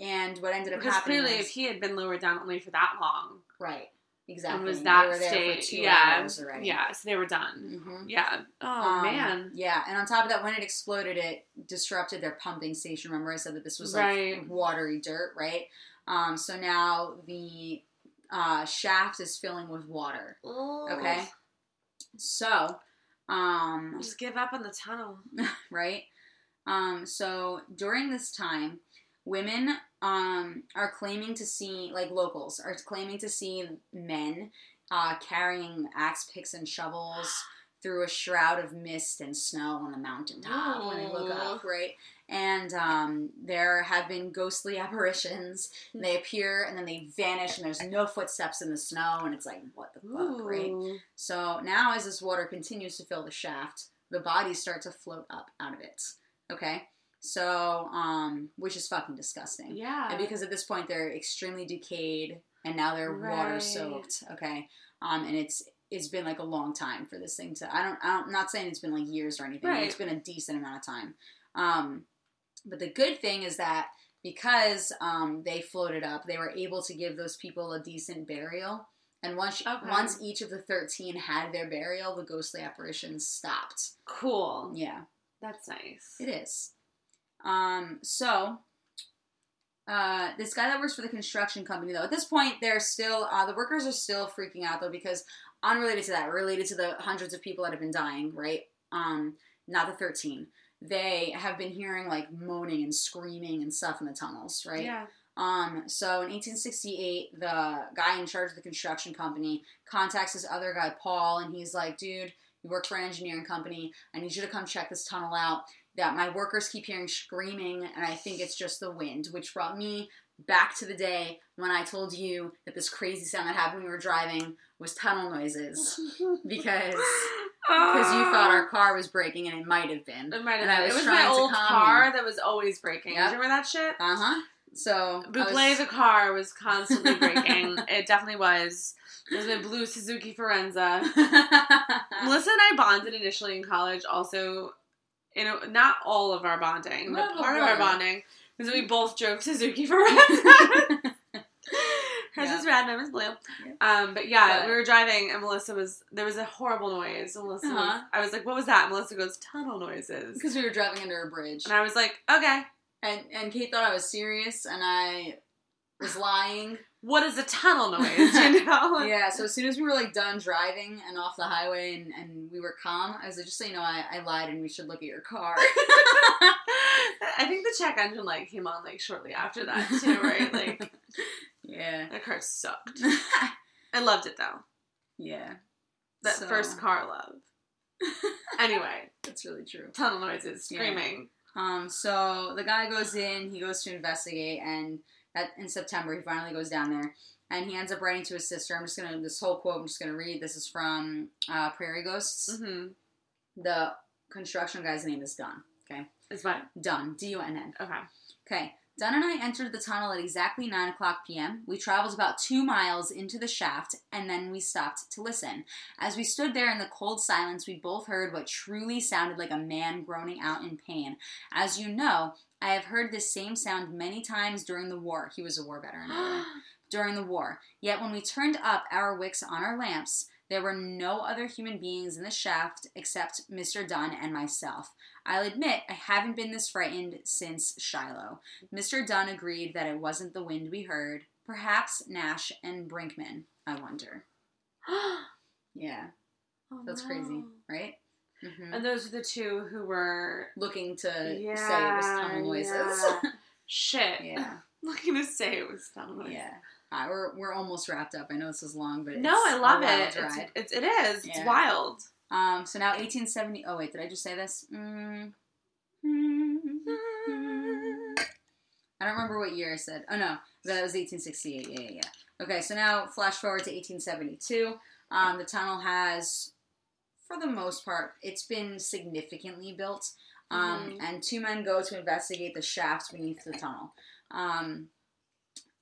Speaker 2: and what ended up
Speaker 1: Because
Speaker 2: happening
Speaker 1: clearly,
Speaker 2: was-
Speaker 1: if he had been lowered down only for that long,
Speaker 2: right exactly
Speaker 1: and was
Speaker 2: they
Speaker 1: that
Speaker 2: were there
Speaker 1: state,
Speaker 2: for two
Speaker 1: yeah,
Speaker 2: hours already.
Speaker 1: yeah, so they were done.
Speaker 2: hmm
Speaker 1: Yeah. Oh
Speaker 2: Um,
Speaker 1: man.
Speaker 2: Yeah, and on top of that, when it exploded, it disrupted their pumping station. Remember, I said that this was like
Speaker 1: Right.
Speaker 2: watery dirt, right? Um, so now the uh, shaft is filling with water. Okay, so um,
Speaker 1: Just give up on the tunnel.
Speaker 2: right? Um, so during this time, women um, are claiming to see, like locals, are claiming to see men uh, carrying axe picks and shovels through a shroud of mist and snow on the mountaintop when they look up, right? And um, there have been ghostly apparitions. And they appear and then they vanish, and there's no footsteps in the snow, and it's like, what the fuck, right?
Speaker 1: Ooh.
Speaker 2: So now, as this water continues to fill the shaft, the bodies start to float up out of it. Okay? So, um, which is fucking disgusting.
Speaker 1: Yeah.
Speaker 2: And because at this point they're extremely decayed and now they're water
Speaker 1: Right.
Speaker 2: soaked. Okay? Um, and it's it's been like a long time for this thing to. I don't. I don't I'm not saying it's been like years or anything. but It's been a decent amount of time. Um, but the good thing is that because um, they floated up, they were able to give those people a decent burial. And once
Speaker 1: Okay.
Speaker 2: once each of the thirteen had their burial, the ghostly apparitions stopped.
Speaker 1: cool.
Speaker 2: Yeah.
Speaker 1: That's nice.
Speaker 2: It is. Um, so, uh, this guy that works for the construction company, though, at this point, they're still, uh, the workers are still freaking out, though, because unrelated to that, related to the hundreds of people that have been dying, right? Um, not the 13. They have been hearing, like, moaning and screaming and stuff in the tunnels, right?
Speaker 1: Yeah.
Speaker 2: Um, so in 1868, the guy in charge of the construction company contacts this other guy, Paul, and he's like, dude, you work for an engineering company. I need you to come check this tunnel out. That my workers keep hearing screaming, and I think it's just the wind, which brought me back to the day when I told you that this crazy sound that happened when we were driving was tunnel noises. Because because you thought our car was breaking, and it might have been.
Speaker 1: It might have
Speaker 2: and I
Speaker 1: been.
Speaker 2: was
Speaker 1: It was
Speaker 2: trying
Speaker 1: my
Speaker 2: to
Speaker 1: old
Speaker 2: calm
Speaker 1: car that was always breaking.
Speaker 2: Yep.
Speaker 1: Do you remember that shit?
Speaker 2: Uh huh. So I
Speaker 1: Buble
Speaker 2: was-
Speaker 1: the car was constantly breaking. it definitely was. It was my blue Suzuki Forenza. Melissa and I bonded initially in college. Also, you know, not all of our bonding, but
Speaker 2: Well,
Speaker 1: part of our
Speaker 2: right.
Speaker 1: bonding because we both drove Suzuki Forenza. Hers
Speaker 2: Yeah.
Speaker 1: is red, mine is blue.
Speaker 2: Yep.
Speaker 1: Um, but yeah,
Speaker 2: But-
Speaker 1: we were driving, and Melissa was there was a horrible noise. And Melissa, was-
Speaker 2: Uh-huh.
Speaker 1: I was like, "What was that?" And Melissa goes, "Tunnel noises,"
Speaker 2: because we were driving under a bridge,
Speaker 1: and I was like, "Okay,
Speaker 2: and and Kate thought I was serious, and I was lying.
Speaker 1: what is a tunnel noise?" You know?
Speaker 2: yeah. So as soon as we were like done driving and off the highway, and, and we were calm, I was like, just so you know, I, I lied, and we should look at your car.
Speaker 1: I think the check engine light came on like shortly after that too, right? Like
Speaker 2: yeah.
Speaker 1: that car sucked. I loved it though.
Speaker 2: yeah.
Speaker 1: That
Speaker 2: So,
Speaker 1: first car love. anyway,
Speaker 2: That's really true.
Speaker 1: tunnel noises,
Speaker 2: Yeah.
Speaker 1: screaming.
Speaker 2: Um. So the guy goes in. He goes to investigate, and At, in September, he finally goes down there and he ends up writing to his sister. I'm just going to, this whole quote I'm just going to read. This is from uh, Prairie Ghosts.
Speaker 1: Mm-hmm.
Speaker 2: The construction guy's name is Don.
Speaker 1: Is what?
Speaker 2: Dunn, D U N N.
Speaker 1: Okay.
Speaker 2: Okay. Dunn and I entered the tunnel at exactly 9 o'clock p.m. We traveled about two miles into the shaft and then we stopped to listen. As we stood there in the cold silence, we both heard what truly sounded like a man groaning out in pain. As you know, I have heard this same sound many times during the war. He was a war veteran. by the way during the war. Yet when we turned up our wicks on our lamps, there were no other human beings in the shaft except Mr. Dunn and myself. I'll admit I haven't been this frightened since Shiloh. Mr. Dunn agreed that it wasn't the wind we heard. Perhaps Nash and Brinkman, I wonder. Yeah,
Speaker 1: Oh,
Speaker 2: that's
Speaker 1: no.
Speaker 2: crazy, right? hmm
Speaker 1: And those are the two who were
Speaker 2: Looking to say it was
Speaker 1: Yeah,
Speaker 2: tunnel noises.
Speaker 1: shit.
Speaker 2: Yeah,
Speaker 1: Looking to say it was tunnel
Speaker 2: yeah.
Speaker 1: noises.
Speaker 2: Alright, we're, we're almost wrapped up. I know this is long, but
Speaker 1: No,
Speaker 2: it's
Speaker 1: I
Speaker 2: a
Speaker 1: love
Speaker 2: wild
Speaker 1: it. It's,
Speaker 2: ride.
Speaker 1: it's, it is. It's
Speaker 2: Yeah.
Speaker 1: wild.
Speaker 2: Um, so now 1870. Oh wait, did I just say this? Mm. I don't remember what year I said. Oh no, that was 1868. Yeah, yeah, yeah. Okay, so now flash forward to 1872. Um, the tunnel has, for the most part, it's been significantly built. Um,
Speaker 1: Mhm.
Speaker 2: And two men go to investigate the shafts beneath the tunnel. Um,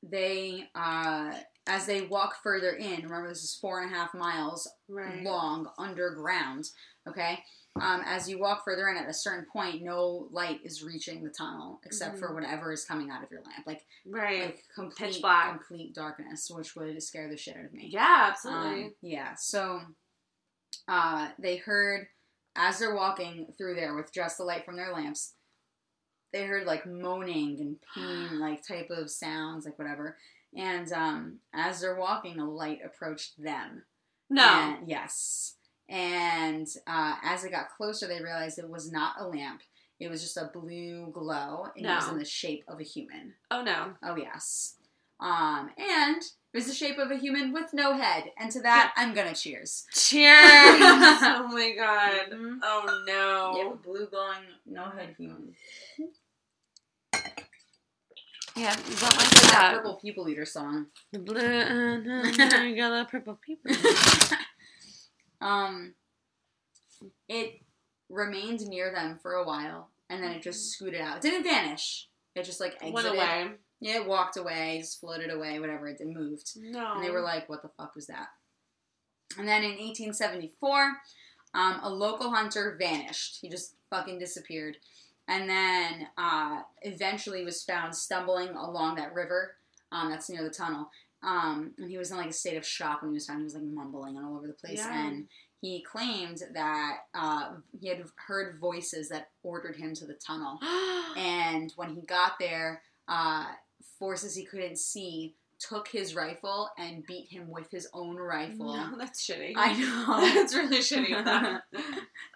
Speaker 2: they, uh, as they walk further in, remember this is four and a half miles
Speaker 1: Right.
Speaker 2: long underground. Okay. Um, as you walk further in, at a certain point, no light is reaching the tunnel except for whatever is coming out of your lamp, like
Speaker 1: Mm-hmm. Right.
Speaker 2: like complete
Speaker 1: Pitch black.
Speaker 2: complete darkness, which would scare the shit out of me.
Speaker 1: Yeah,
Speaker 2: Um,
Speaker 1: absolutely.
Speaker 2: yeah. So uh, they heard as they're walking through there with just the light from their lamps, they heard like moaning and pain, like type of sounds, like whatever. And um, as they're walking, a light approached them.
Speaker 1: no.
Speaker 2: And- yes. And uh, as it got closer, they realized it was not a lamp. It was just a blue glow, and it was
Speaker 1: No.
Speaker 2: in the shape of a human.
Speaker 1: Oh, no.
Speaker 2: Oh yes. Um, and it was the shape of a human with no head. And to that, I'm gonna cheers.
Speaker 1: Cheers. oh, my God.
Speaker 2: Mhm.
Speaker 1: Oh,
Speaker 2: Yep,
Speaker 1: no.
Speaker 2: a blue glowing, no head human.
Speaker 1: Yeah, you don't like
Speaker 2: That
Speaker 1: that.
Speaker 2: purple people eater song.
Speaker 1: The blue uh, and the yellow purple people.
Speaker 2: um, it remained near them for a while, and then it just scooted out. It didn't vanish. It just like
Speaker 1: Mm-hmm.
Speaker 2: exited.
Speaker 1: Went away.
Speaker 2: Yeah, it walked away, just floated away, whatever. It moved.
Speaker 1: No.
Speaker 2: And they were like, what the fuck was that? And then in 1874, um, a local hunter vanished. He just fucking disappeared. And then uh, eventually was found stumbling along that river um, that's near the tunnel. Um, and he was in like a state of shock when he was found. He was like mumbling and all over the place.
Speaker 1: Yeah.
Speaker 2: And he claimed that uh, he had heard voices that ordered him to the tunnel and when he got there, uh, forces he couldn't see took his rifle and beat him with his own rifle.
Speaker 1: No, that's shitty.
Speaker 2: I know.
Speaker 1: that's really shitty. of them.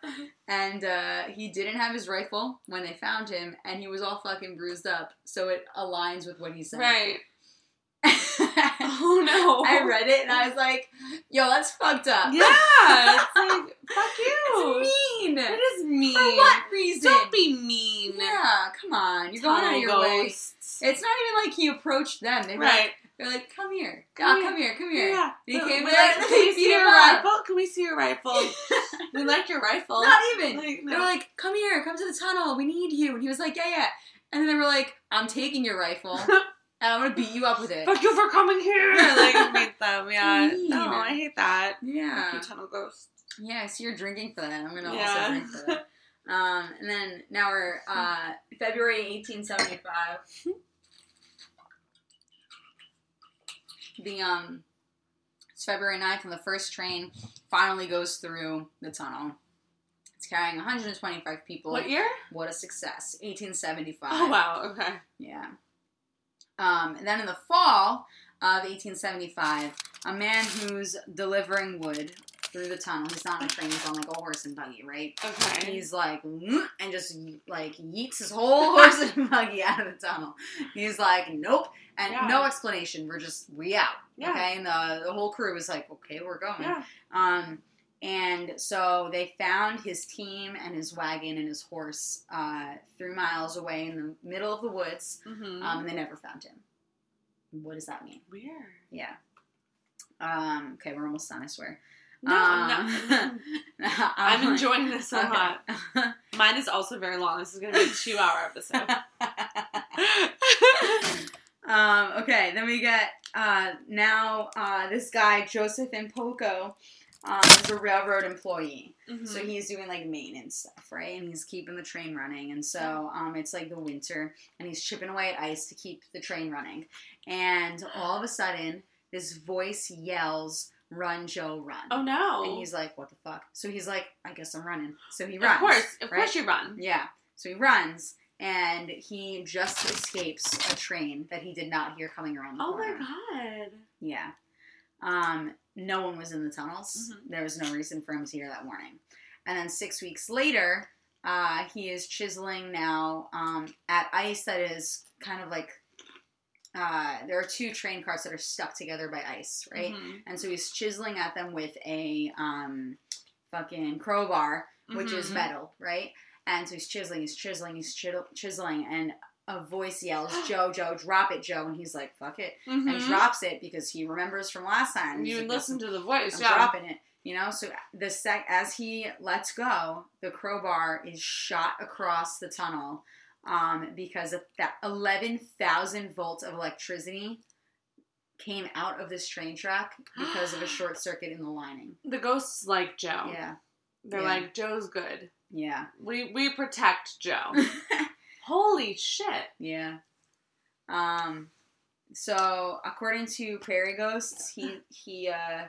Speaker 2: and uh, he didn't have his rifle when they found him, and he was all fucking bruised up. So it aligns with what he said.
Speaker 1: right.
Speaker 2: I
Speaker 1: Oh no.
Speaker 2: read it and I was like, "Yo, that's fucked up."
Speaker 1: Yeah. It's like fuck you.
Speaker 2: It's mean.
Speaker 1: It is mean.
Speaker 2: For what reason?
Speaker 1: Don't be mean.
Speaker 2: yeah, come on. You're going out of your way. It's not even like he approached them. They were like,
Speaker 1: right.
Speaker 2: They're like, come here,
Speaker 1: Come
Speaker 2: come,
Speaker 1: here.
Speaker 2: come here, come here.
Speaker 1: Yeah.
Speaker 2: He came
Speaker 1: We're
Speaker 2: back
Speaker 1: like,
Speaker 2: and
Speaker 1: Can we
Speaker 2: beat
Speaker 1: see your
Speaker 2: him up.
Speaker 1: rifle? Can we see your rifle? we like your rifle.
Speaker 2: Not even.
Speaker 1: Like,
Speaker 2: They
Speaker 1: no.
Speaker 2: were like, come here, come to the tunnel, we need you. And he was like, yeah, yeah. And then they were like, I'm taking your rifle and I'm gonna beat you up with it.
Speaker 1: Fuck you for coming here. Like hate them. Yeah.
Speaker 2: Mean.
Speaker 1: No, I hate that. Uh, Fuck
Speaker 2: Yeah.
Speaker 1: you, tunnel ghost.
Speaker 2: Yeah, I see you're drinking for that. I'm gonna
Speaker 1: Yeah.
Speaker 2: also drink for that. Um, and then now we're uh, February 1875. The um, it's February 9th, and the first train finally goes through the tunnel. It's carrying 125 people.
Speaker 1: What year?
Speaker 2: What a success! 1875.
Speaker 1: Oh wow. Okay.
Speaker 2: Yeah. Um, and then in the fall of 1875, a man who's delivering wood through the tunnel, he's not on a train, he's on like a horse and buggy, right?
Speaker 1: Okay.
Speaker 2: He's like, "Mm," and just like yeets his whole horse and buggy out of the tunnel. He's like, nope, and
Speaker 1: Yeah.
Speaker 2: no explanation. We're just, we out.
Speaker 1: Yeah.
Speaker 2: Okay. And the, the whole crew was like, okay, we're going.
Speaker 1: Yeah.
Speaker 2: Um, and so they found his team and his wagon and his horse uh, three miles away in the middle of the woods.
Speaker 1: Mm-hmm.
Speaker 2: Um, and they never found him. What does that mean?
Speaker 1: Weird.
Speaker 2: Yeah. Um, okay, we're almost done, I swear.
Speaker 1: No, I'm not.
Speaker 2: Um, I'm
Speaker 1: I'm enjoying this a
Speaker 2: Okay.
Speaker 1: lot. Mine is also very long. This is going to be a two hour episode.
Speaker 2: um, okay, then we get uh, now uh, this guy, Joseph Impoco, um, is a railroad employee. So
Speaker 1: Mhm.
Speaker 2: he's doing like maintenance stuff, right? And he's keeping the train running. And so um, it's like the winter, and he's chipping away at ice to keep the train running. And all of a sudden, this voice yells, "Run, Joe, run!"
Speaker 1: Oh no.
Speaker 2: And he's like, "What the fuck?" So he's like, "I guess I'm running." So he runs.
Speaker 1: of course, of
Speaker 2: right?
Speaker 1: course you run.
Speaker 2: Yeah. So he runs, and he just escapes a train that he did not hear coming around the
Speaker 1: Oh my
Speaker 2: corner.
Speaker 1: god.
Speaker 2: Yeah. Um, no one was in the tunnels.
Speaker 1: Mhm.
Speaker 2: There was no reason for him to hear that warning. And then six weeks later, uh, he is chiseling now um, at ice that is kind of like uh, there are two train cars that are stuck together by ice, right?
Speaker 1: Mhm.
Speaker 2: And so he's chiseling at them with a um, fucking crowbar, which is
Speaker 1: Mhm.
Speaker 2: metal, right? And so he's chiseling, he's chiseling, he's chidel- chiseling, and a voice yells, "Joe, Joe, drop it, Joe!" And he's like, "Fuck it."
Speaker 1: Mhm.
Speaker 2: and drops it because he remembers from last time.
Speaker 1: You
Speaker 2: He's like,
Speaker 1: listen to the voice.
Speaker 2: I'm
Speaker 1: yeah.
Speaker 2: dropping it. You know, so the sec as he lets go, the crowbar is shot across the tunnel um, because of that eleven thousand volts of electricity came out of this train track because of a short circuit in the lining.
Speaker 1: The ghosts like Joe.
Speaker 2: Yeah,
Speaker 1: They're
Speaker 2: yeah.
Speaker 1: like Joe's good.
Speaker 2: yeah,
Speaker 1: We we protect Joe. Holy shit.
Speaker 2: yeah. Um, so according to Prairie Ghosts, he he uh,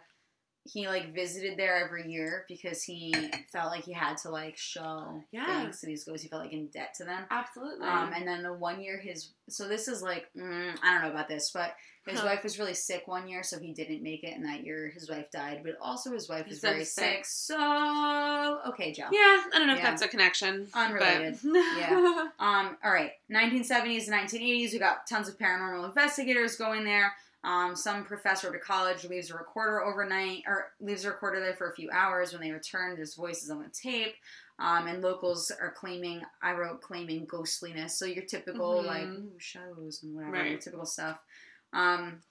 Speaker 2: he like visited there every year because he felt like he had to like show
Speaker 1: Yeah.
Speaker 2: thanks to these ghosts. He felt like in debt to them.
Speaker 1: Absolutely.
Speaker 2: Um, and then the one year his so this is like mm, I don't know about this, but his
Speaker 1: Huh.
Speaker 2: wife was really sick one year, so he didn't make it, and that year his wife died. But also his wife
Speaker 1: He
Speaker 2: was
Speaker 1: said
Speaker 2: very
Speaker 1: sick.
Speaker 2: sick. So okay, Joe.
Speaker 1: yeah, I don't know if
Speaker 2: Yeah.
Speaker 1: that's a connection.
Speaker 2: Unrelated.
Speaker 1: But
Speaker 2: Yeah. Um, all right, 1970s and 1980s, we got tons of paranormal investigators going there. Um, some professor to college leaves a recorder overnight, or leaves a recorder there for a few hours. When they return, there's voices on the tape, um, and locals are claiming. I wrote claiming ghostliness, so your typical
Speaker 1: Mhm.
Speaker 2: like ooh, shows and whatever,
Speaker 1: Right.
Speaker 2: your typical stuff. Um,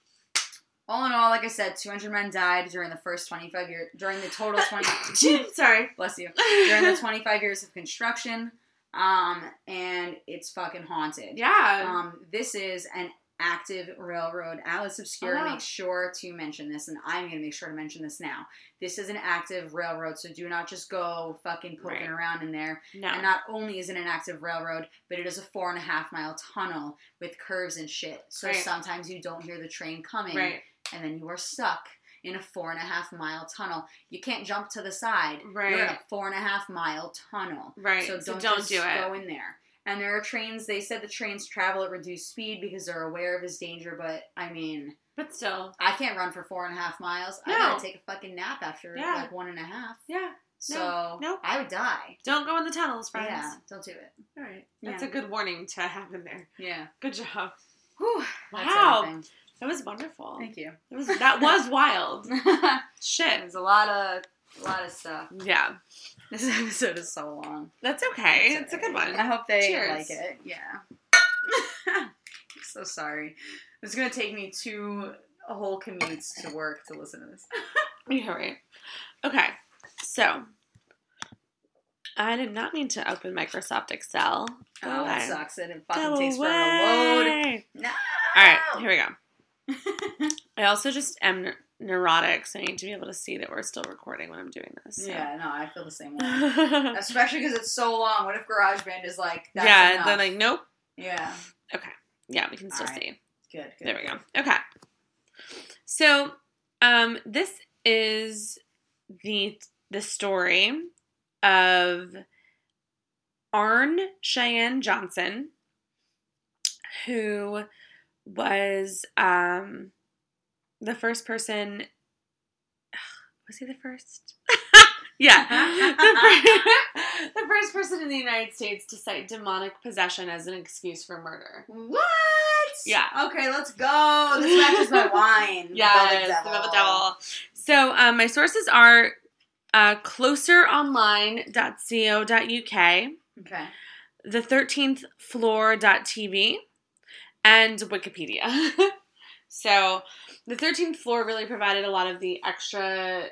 Speaker 2: all in all, like I said, 200 men died during the first 25 years. During the total 20.
Speaker 1: Sorry.
Speaker 2: bless you during the 25 years of construction. Um, and it's fucking haunted.
Speaker 1: yeah.
Speaker 2: Um, this is an active railroad. Alice Obscura
Speaker 1: Oh, wow.
Speaker 2: makes sure to mention this, and I'm gonna make sure to mention this now. This is an active railroad, so do not just go fucking poking
Speaker 1: Right.
Speaker 2: around in there.
Speaker 1: no.
Speaker 2: And not only is it an active railroad, but it is a four and a half mile tunnel with curves and shit. So
Speaker 1: Right.
Speaker 2: sometimes you don't hear the train coming
Speaker 1: right.
Speaker 2: and then you are stuck in a four and a half mile tunnel. You can't jump to the side. You're in a
Speaker 1: Right.
Speaker 2: four and a half mile tunnel.
Speaker 1: Right.
Speaker 2: So don't, just
Speaker 1: do it.
Speaker 2: go in there. And there are trains. They said the trains travel at reduced speed because they're aware of his danger. But I mean,
Speaker 1: But still.
Speaker 2: I can't run for four and a half miles. I
Speaker 1: No.
Speaker 2: gotta take a fucking nap after
Speaker 1: Yeah.
Speaker 2: like one and a half.
Speaker 1: Yeah.
Speaker 2: So
Speaker 1: no.
Speaker 2: I would die.
Speaker 1: Don't go in the tunnels, friends.
Speaker 2: Yeah, don't do it.
Speaker 1: All right. That's
Speaker 2: Yeah.
Speaker 1: a good warning to have in there.
Speaker 2: Yeah.
Speaker 1: Good job.
Speaker 2: Whew, that's
Speaker 1: Wow.
Speaker 2: everything.
Speaker 1: That was wonderful.
Speaker 2: Thank you.
Speaker 1: That was, that was wild. Shit.
Speaker 2: There's a lot of a lot of stuff.
Speaker 1: Yeah.
Speaker 2: This episode is so long.
Speaker 1: That's okay.
Speaker 2: That's
Speaker 1: It's a good one.
Speaker 2: I hope they
Speaker 1: Cheers.
Speaker 2: like it. Yeah. I'm so sorry. It's gonna take me two whole commutes to work to listen to this.
Speaker 1: Yeah, right. Okay, so I did not mean to open Microsoft Excel. Go
Speaker 2: Oh, it
Speaker 1: away.
Speaker 2: sucks that it
Speaker 1: Go
Speaker 2: fucking takes forever to load.
Speaker 1: away.
Speaker 2: No.
Speaker 1: All right, here we go. I also just am neu- neurotic, so I need to be able to see that we're still recording when I'm doing this. so.
Speaker 2: Yeah, no, I feel the same way.
Speaker 1: yeah,
Speaker 2: Especially because it's so long. What if GarageBand is like? That's
Speaker 1: yeah
Speaker 2: enough?
Speaker 1: they're like, nope.
Speaker 2: yeah.
Speaker 1: Yeah, we can still
Speaker 2: All right.
Speaker 1: see.
Speaker 2: Good. good.
Speaker 1: There we go. Okay. So, um, this is the the story of Arn Cheyenne Johnson, who was um the first person. Was he the first? yeah, the, fir- the first person in the United States to cite demonic possession as an excuse for murder.
Speaker 2: What?
Speaker 1: Yeah.
Speaker 2: Okay, let's go. This matches my wine.
Speaker 1: Yes, the Velvet Devil. So um, my sources are uh, closeronline.co.uk,
Speaker 2: Okay.
Speaker 1: the 13th floor.tv, and Wikipedia. So the 13th floor really provided a lot of the extra,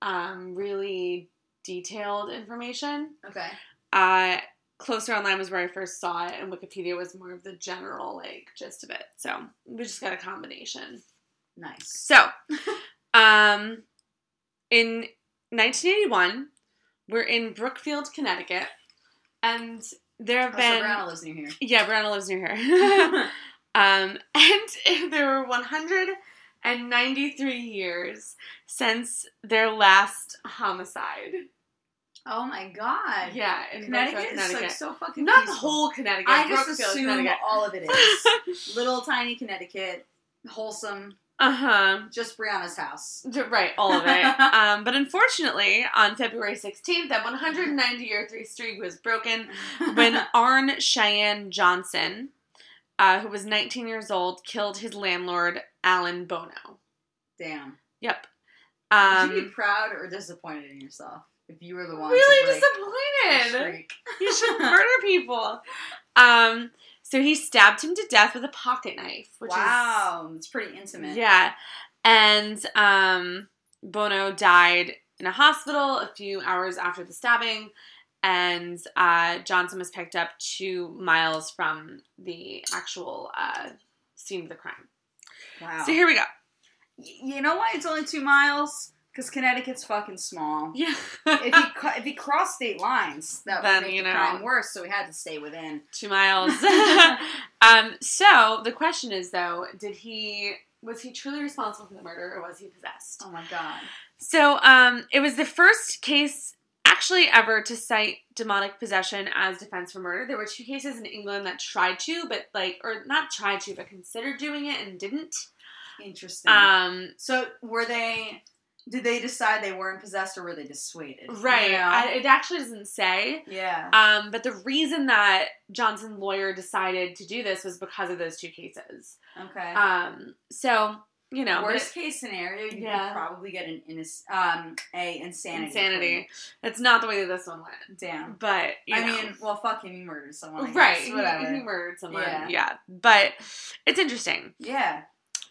Speaker 1: um, really detailed information.
Speaker 2: Okay.
Speaker 1: Uh, Closer Online was where I first saw it, and Wikipedia was more of the general, like, gist of it. So we just got a combination.
Speaker 2: Nice.
Speaker 1: So, um, in 1981, we're in Brookfield, Connecticut, and there have
Speaker 2: Oh,
Speaker 1: been
Speaker 2: so Brianna lives near here.
Speaker 1: yeah, Brianna lives near here. um, and there were 193 years since their last homicide.
Speaker 2: oh my god.
Speaker 1: Yeah, in
Speaker 2: Connecticut,
Speaker 1: Brookfield,
Speaker 2: is
Speaker 1: Connecticut.
Speaker 2: like so fucking.
Speaker 1: Not the
Speaker 2: peaceful.
Speaker 1: whole Connecticut.
Speaker 2: I just
Speaker 1: Brookfield,
Speaker 2: assume
Speaker 1: Connecticut.
Speaker 2: all of it is little tiny Connecticut, wholesome,
Speaker 1: Uh huh.
Speaker 2: just Brianna's house.
Speaker 1: Right, all of it. um, but unfortunately, on February 16th, that 190 year three streak was broken when Arn Cheyenne Johnson, uh, who was 19 years old, killed his landlord, Alan Bono.
Speaker 2: damn,
Speaker 1: Yep.
Speaker 2: would you be
Speaker 1: Um,
Speaker 2: proud or disappointed in yourself if you were the one?
Speaker 1: really
Speaker 2: to break the
Speaker 1: disappointed.
Speaker 2: streak?
Speaker 1: You should murder people. Um, so he stabbed him to death with a pocket knife, which
Speaker 2: wow, it's pretty
Speaker 1: is
Speaker 2: intimate.
Speaker 1: yeah. And um, Bono died in a hospital a few hours after the stabbing. And uh, Johnson was picked up two miles from the actual uh, scene of the crime.
Speaker 2: Wow.
Speaker 1: So here we go.
Speaker 2: Y- you know why it's only two miles? Because Connecticut's fucking small.
Speaker 1: Yeah.
Speaker 2: if he cro- if he crossed state lines, that
Speaker 1: Then,
Speaker 2: would make
Speaker 1: you
Speaker 2: the
Speaker 1: know.
Speaker 2: crime worse. So we had to stay within.
Speaker 1: Two miles. um, so the question is though, did he was he truly responsible for the murder or was he possessed?
Speaker 2: Oh my god.
Speaker 1: So um, it was the first case actually ever to cite demonic possession as defense for murder. There were two cases in England that tried to, but like or not tried to, but considered doing it and didn't.
Speaker 2: Interesting.
Speaker 1: Um
Speaker 2: so were they? Did they decide they weren't possessed, or were they dissuaded?
Speaker 1: Right.
Speaker 2: You know?
Speaker 1: I, it actually doesn't say.
Speaker 2: yeah.
Speaker 1: Um, but the reason that Johnson lawyer decided to do this was because of those two cases.
Speaker 2: Okay.
Speaker 1: Um, so you know, but
Speaker 2: Worst case scenario, you
Speaker 1: Yeah.
Speaker 2: could probably get an innis- um a insanity.
Speaker 1: insanity. That's not the way that this one went.
Speaker 2: claim. Damn.
Speaker 1: But you
Speaker 2: I
Speaker 1: know.
Speaker 2: mean, well, fuck him. He murdered someone. I
Speaker 1: right?
Speaker 2: guess,
Speaker 1: He,
Speaker 2: Whatever.
Speaker 1: he murdered someone.
Speaker 2: Yeah.
Speaker 1: Yeah. but it's interesting.
Speaker 2: yeah.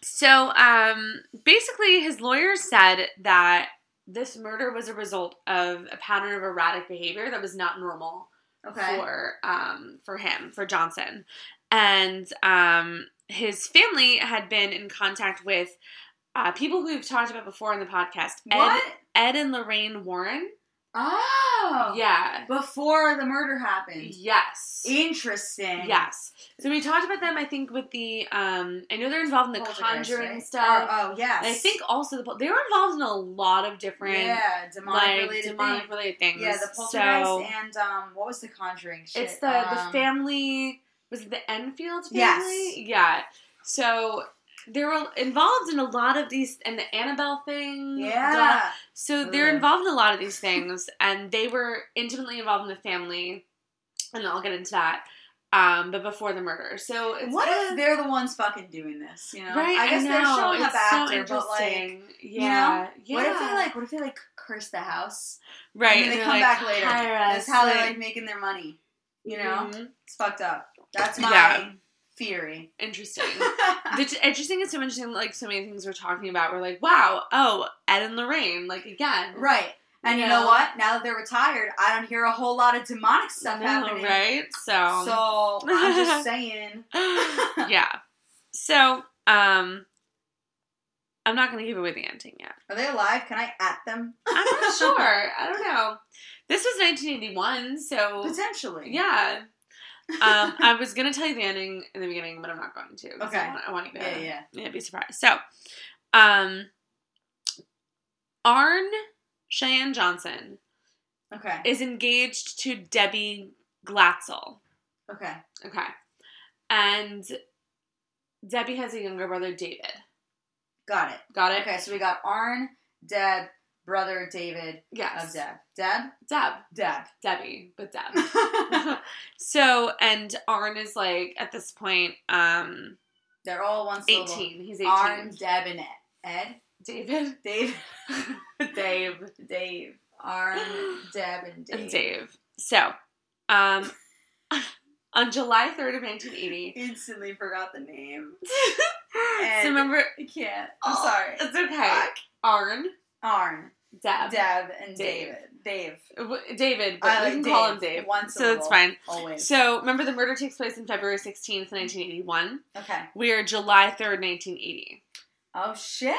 Speaker 1: So, um, basically, his lawyers said that this murder was a result of a pattern of erratic behavior that was not normal
Speaker 2: Okay.
Speaker 1: for um for him for Johnson, and um his family had been in contact with uh, people who we've talked about before on the podcast. Ed,
Speaker 2: What?
Speaker 1: Ed and Lorraine Warren.
Speaker 2: Oh.
Speaker 1: Yeah.
Speaker 2: Before the murder happened.
Speaker 1: Yes.
Speaker 2: Interesting.
Speaker 1: Yes. So we talked about them. I think with the um I know they're involved in the
Speaker 2: Poltergeist,
Speaker 1: Conjuring
Speaker 2: right?
Speaker 1: stuff.
Speaker 2: Oh, oh, yes.
Speaker 1: And I think also the pol- they were involved in a lot of different
Speaker 2: yeah, demonic
Speaker 1: like
Speaker 2: related
Speaker 1: demonic
Speaker 2: thing.
Speaker 1: related things.
Speaker 2: Yeah, the poltergeist
Speaker 1: so,
Speaker 2: and um, what was the Conjuring? Shit?
Speaker 1: It's the the
Speaker 2: Um,
Speaker 1: family was it the Enfield family?
Speaker 2: Yes.
Speaker 1: Yeah. So they were involved in a lot of these and the Annabelle thing.
Speaker 2: Yeah.
Speaker 1: Donna- So they're
Speaker 2: Ugh.
Speaker 1: involved in a lot of these things and they were intimately involved in the family and I'll get into that. Um, but before the murder. So it's
Speaker 2: What
Speaker 1: kinda-
Speaker 2: if they're the ones fucking doing this? You know,
Speaker 1: right?
Speaker 2: I guess they're
Speaker 1: know,
Speaker 2: showing up
Speaker 1: it's so
Speaker 2: after, but like,
Speaker 1: interesting. yeah, yeah.
Speaker 2: what if they like, what if they like curse the house?
Speaker 1: right?
Speaker 2: and then they
Speaker 1: they're
Speaker 2: come
Speaker 1: like,
Speaker 2: back later.
Speaker 1: "Hire
Speaker 2: That's
Speaker 1: us,"
Speaker 2: how they're like making their money. You know,
Speaker 1: Mhm.
Speaker 2: it's fucked up. That's my
Speaker 1: Yeah.
Speaker 2: theory.
Speaker 1: interesting. the t- interesting is so interesting. Like so many things we're talking about. We're like, wow, oh, Ed and Lorraine, like again,
Speaker 2: right. And you know
Speaker 1: Yeah.
Speaker 2: what? Now that they're retired, I don't hear a whole lot of demonic stuff
Speaker 1: No,
Speaker 2: happening.
Speaker 1: right? um, So,
Speaker 2: So I'm just saying.
Speaker 1: yeah. So, um, I'm not gonna give away the ending yet.
Speaker 2: Are they alive? Can I at them?
Speaker 1: I'm not sure. I don't know. This was 1981, so
Speaker 2: Potentially.
Speaker 1: yeah. Um, I was gonna tell you the ending in the beginning, but I'm not going to. 'cause
Speaker 2: Okay.
Speaker 1: I want, I want you to
Speaker 2: yeah, yeah.
Speaker 1: Yeah, be surprised. So, um, Arn Cheyenne Johnson
Speaker 2: Okay.
Speaker 1: is engaged to Debbie Glatzel.
Speaker 2: Okay.
Speaker 1: Okay. And Debbie has a younger brother, David.
Speaker 2: Got it.
Speaker 1: Got it?
Speaker 2: Okay, so we got Arn, Deb, brother David of
Speaker 1: Yes.
Speaker 2: Deb. Deb?
Speaker 1: Deb.
Speaker 2: Deb.
Speaker 1: Debbie, but Deb. so, and Arn is like, at this point, um,
Speaker 2: They're all one syllable.
Speaker 1: 18. He's 18.
Speaker 2: Arn, Deb, and Ed.
Speaker 1: David.
Speaker 2: Dave.
Speaker 1: Dave.
Speaker 2: Dave. Arn, Deb, and Dave.
Speaker 1: and Dave. So, um, on July 3rd of 1980.
Speaker 2: Instantly forgot the name.
Speaker 1: so remember,
Speaker 2: I can't. I'm
Speaker 1: Oh,
Speaker 2: sorry.
Speaker 1: it's okay.
Speaker 2: Fuck.
Speaker 1: Arn,
Speaker 2: Arn,
Speaker 1: Deb,
Speaker 2: Deb, and
Speaker 1: Dave.
Speaker 2: David. Dave.
Speaker 1: w- David, but
Speaker 2: I
Speaker 1: we can
Speaker 2: like
Speaker 1: call
Speaker 2: Dave.
Speaker 1: him Dave.
Speaker 2: One
Speaker 1: so it's
Speaker 2: syllable.
Speaker 1: fine.
Speaker 2: Always.
Speaker 1: So remember, the murder takes place on February 16th, 1981.
Speaker 2: Okay.
Speaker 1: We are July 3rd, 1980.
Speaker 2: Oh shit.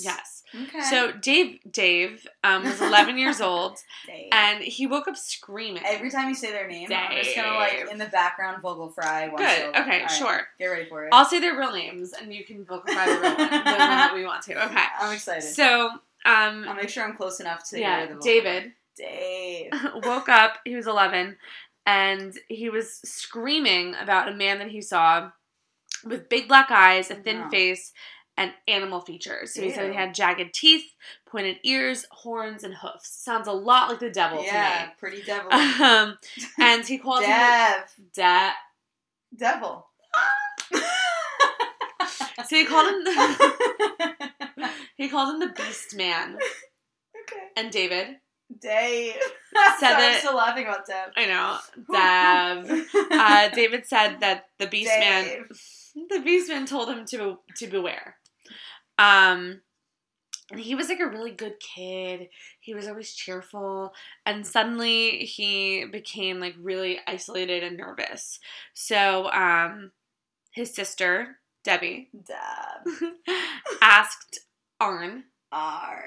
Speaker 1: Yes.
Speaker 2: Okay.
Speaker 1: So Dave, Dave um, was 11 years old,
Speaker 2: Dave.
Speaker 1: and he woke up screaming.
Speaker 2: every time you say their name, I'm just gonna
Speaker 1: Dave.
Speaker 2: like in the background Vogel fry. One
Speaker 1: Good.
Speaker 2: syllable.
Speaker 1: Okay.
Speaker 2: All right.
Speaker 1: Sure.
Speaker 2: Get ready for it.
Speaker 1: I'll say their real names, and you can vocalize the real one, the one that we want to. Okay.
Speaker 2: I'm excited.
Speaker 1: So, um,
Speaker 2: I'll make sure I'm close enough to hear
Speaker 1: yeah,
Speaker 2: the vocal fry.
Speaker 1: David
Speaker 2: Dave.
Speaker 1: woke up. He was 11, and he was screaming about a man that he saw with big black eyes, a thin
Speaker 2: No.
Speaker 1: face, and animal features. So he said he
Speaker 2: Ew.
Speaker 1: had jagged teeth, pointed ears, horns, and hoofs. Sounds a lot like the devil
Speaker 2: yeah,
Speaker 1: to me.
Speaker 2: pretty devil.
Speaker 1: Um, and he calls him
Speaker 2: Dev.
Speaker 1: the de-
Speaker 2: Devil.
Speaker 1: so he called him the, he called him the beast man.
Speaker 2: okay.
Speaker 1: And David,
Speaker 2: Dave.
Speaker 1: Said
Speaker 2: Sorry,
Speaker 1: it.
Speaker 2: I'm still laughing about Dev.
Speaker 1: I know, Dev. uh, David said that the beast man, the beast man told him to to beware. Um, and he was like a really good kid. He was always cheerful, and suddenly he became like really isolated and nervous. So, um, his sister Debbie
Speaker 2: Dev.
Speaker 1: asked Arn
Speaker 2: R.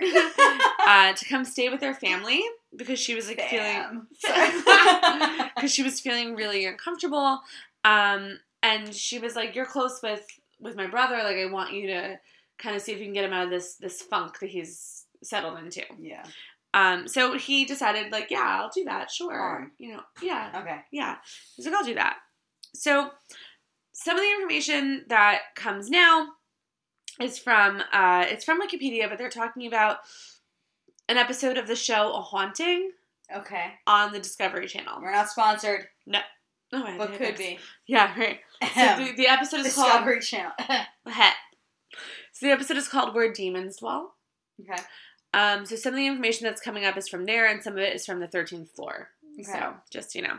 Speaker 1: uh, to come stay with their family because she was like feeling
Speaker 2: Fam. Sorry.
Speaker 1: because she was feeling really uncomfortable. Um, and she was like, "You're close with with my brother. Like, I want you to kind of see if you can get him out of this this funk that he's settled into."
Speaker 2: yeah.
Speaker 1: Um, so he decided, like, "Yeah, I'll do that. Sure,
Speaker 2: Alright.
Speaker 1: you know, yeah,
Speaker 2: Okay.
Speaker 1: yeah." He's like, "I'll do that." So some of the information that comes now is from uh, it's from Wikipedia, but they're talking about an episode of the show A Haunting
Speaker 2: Okay.
Speaker 1: on the Discovery Channel.
Speaker 2: We're not sponsored,
Speaker 1: Oh, I
Speaker 2: but
Speaker 1: think
Speaker 2: could
Speaker 1: it's-
Speaker 2: be.
Speaker 1: Yeah, right. So the, the episode is
Speaker 2: Discovery Channel.
Speaker 1: called Heh. So the episode is called Where Demons Dwell.
Speaker 2: okay.
Speaker 1: Um, so some of the information that's coming up is from there, and some of it is from the thirteenth floor. So
Speaker 2: Okay.
Speaker 1: just you know,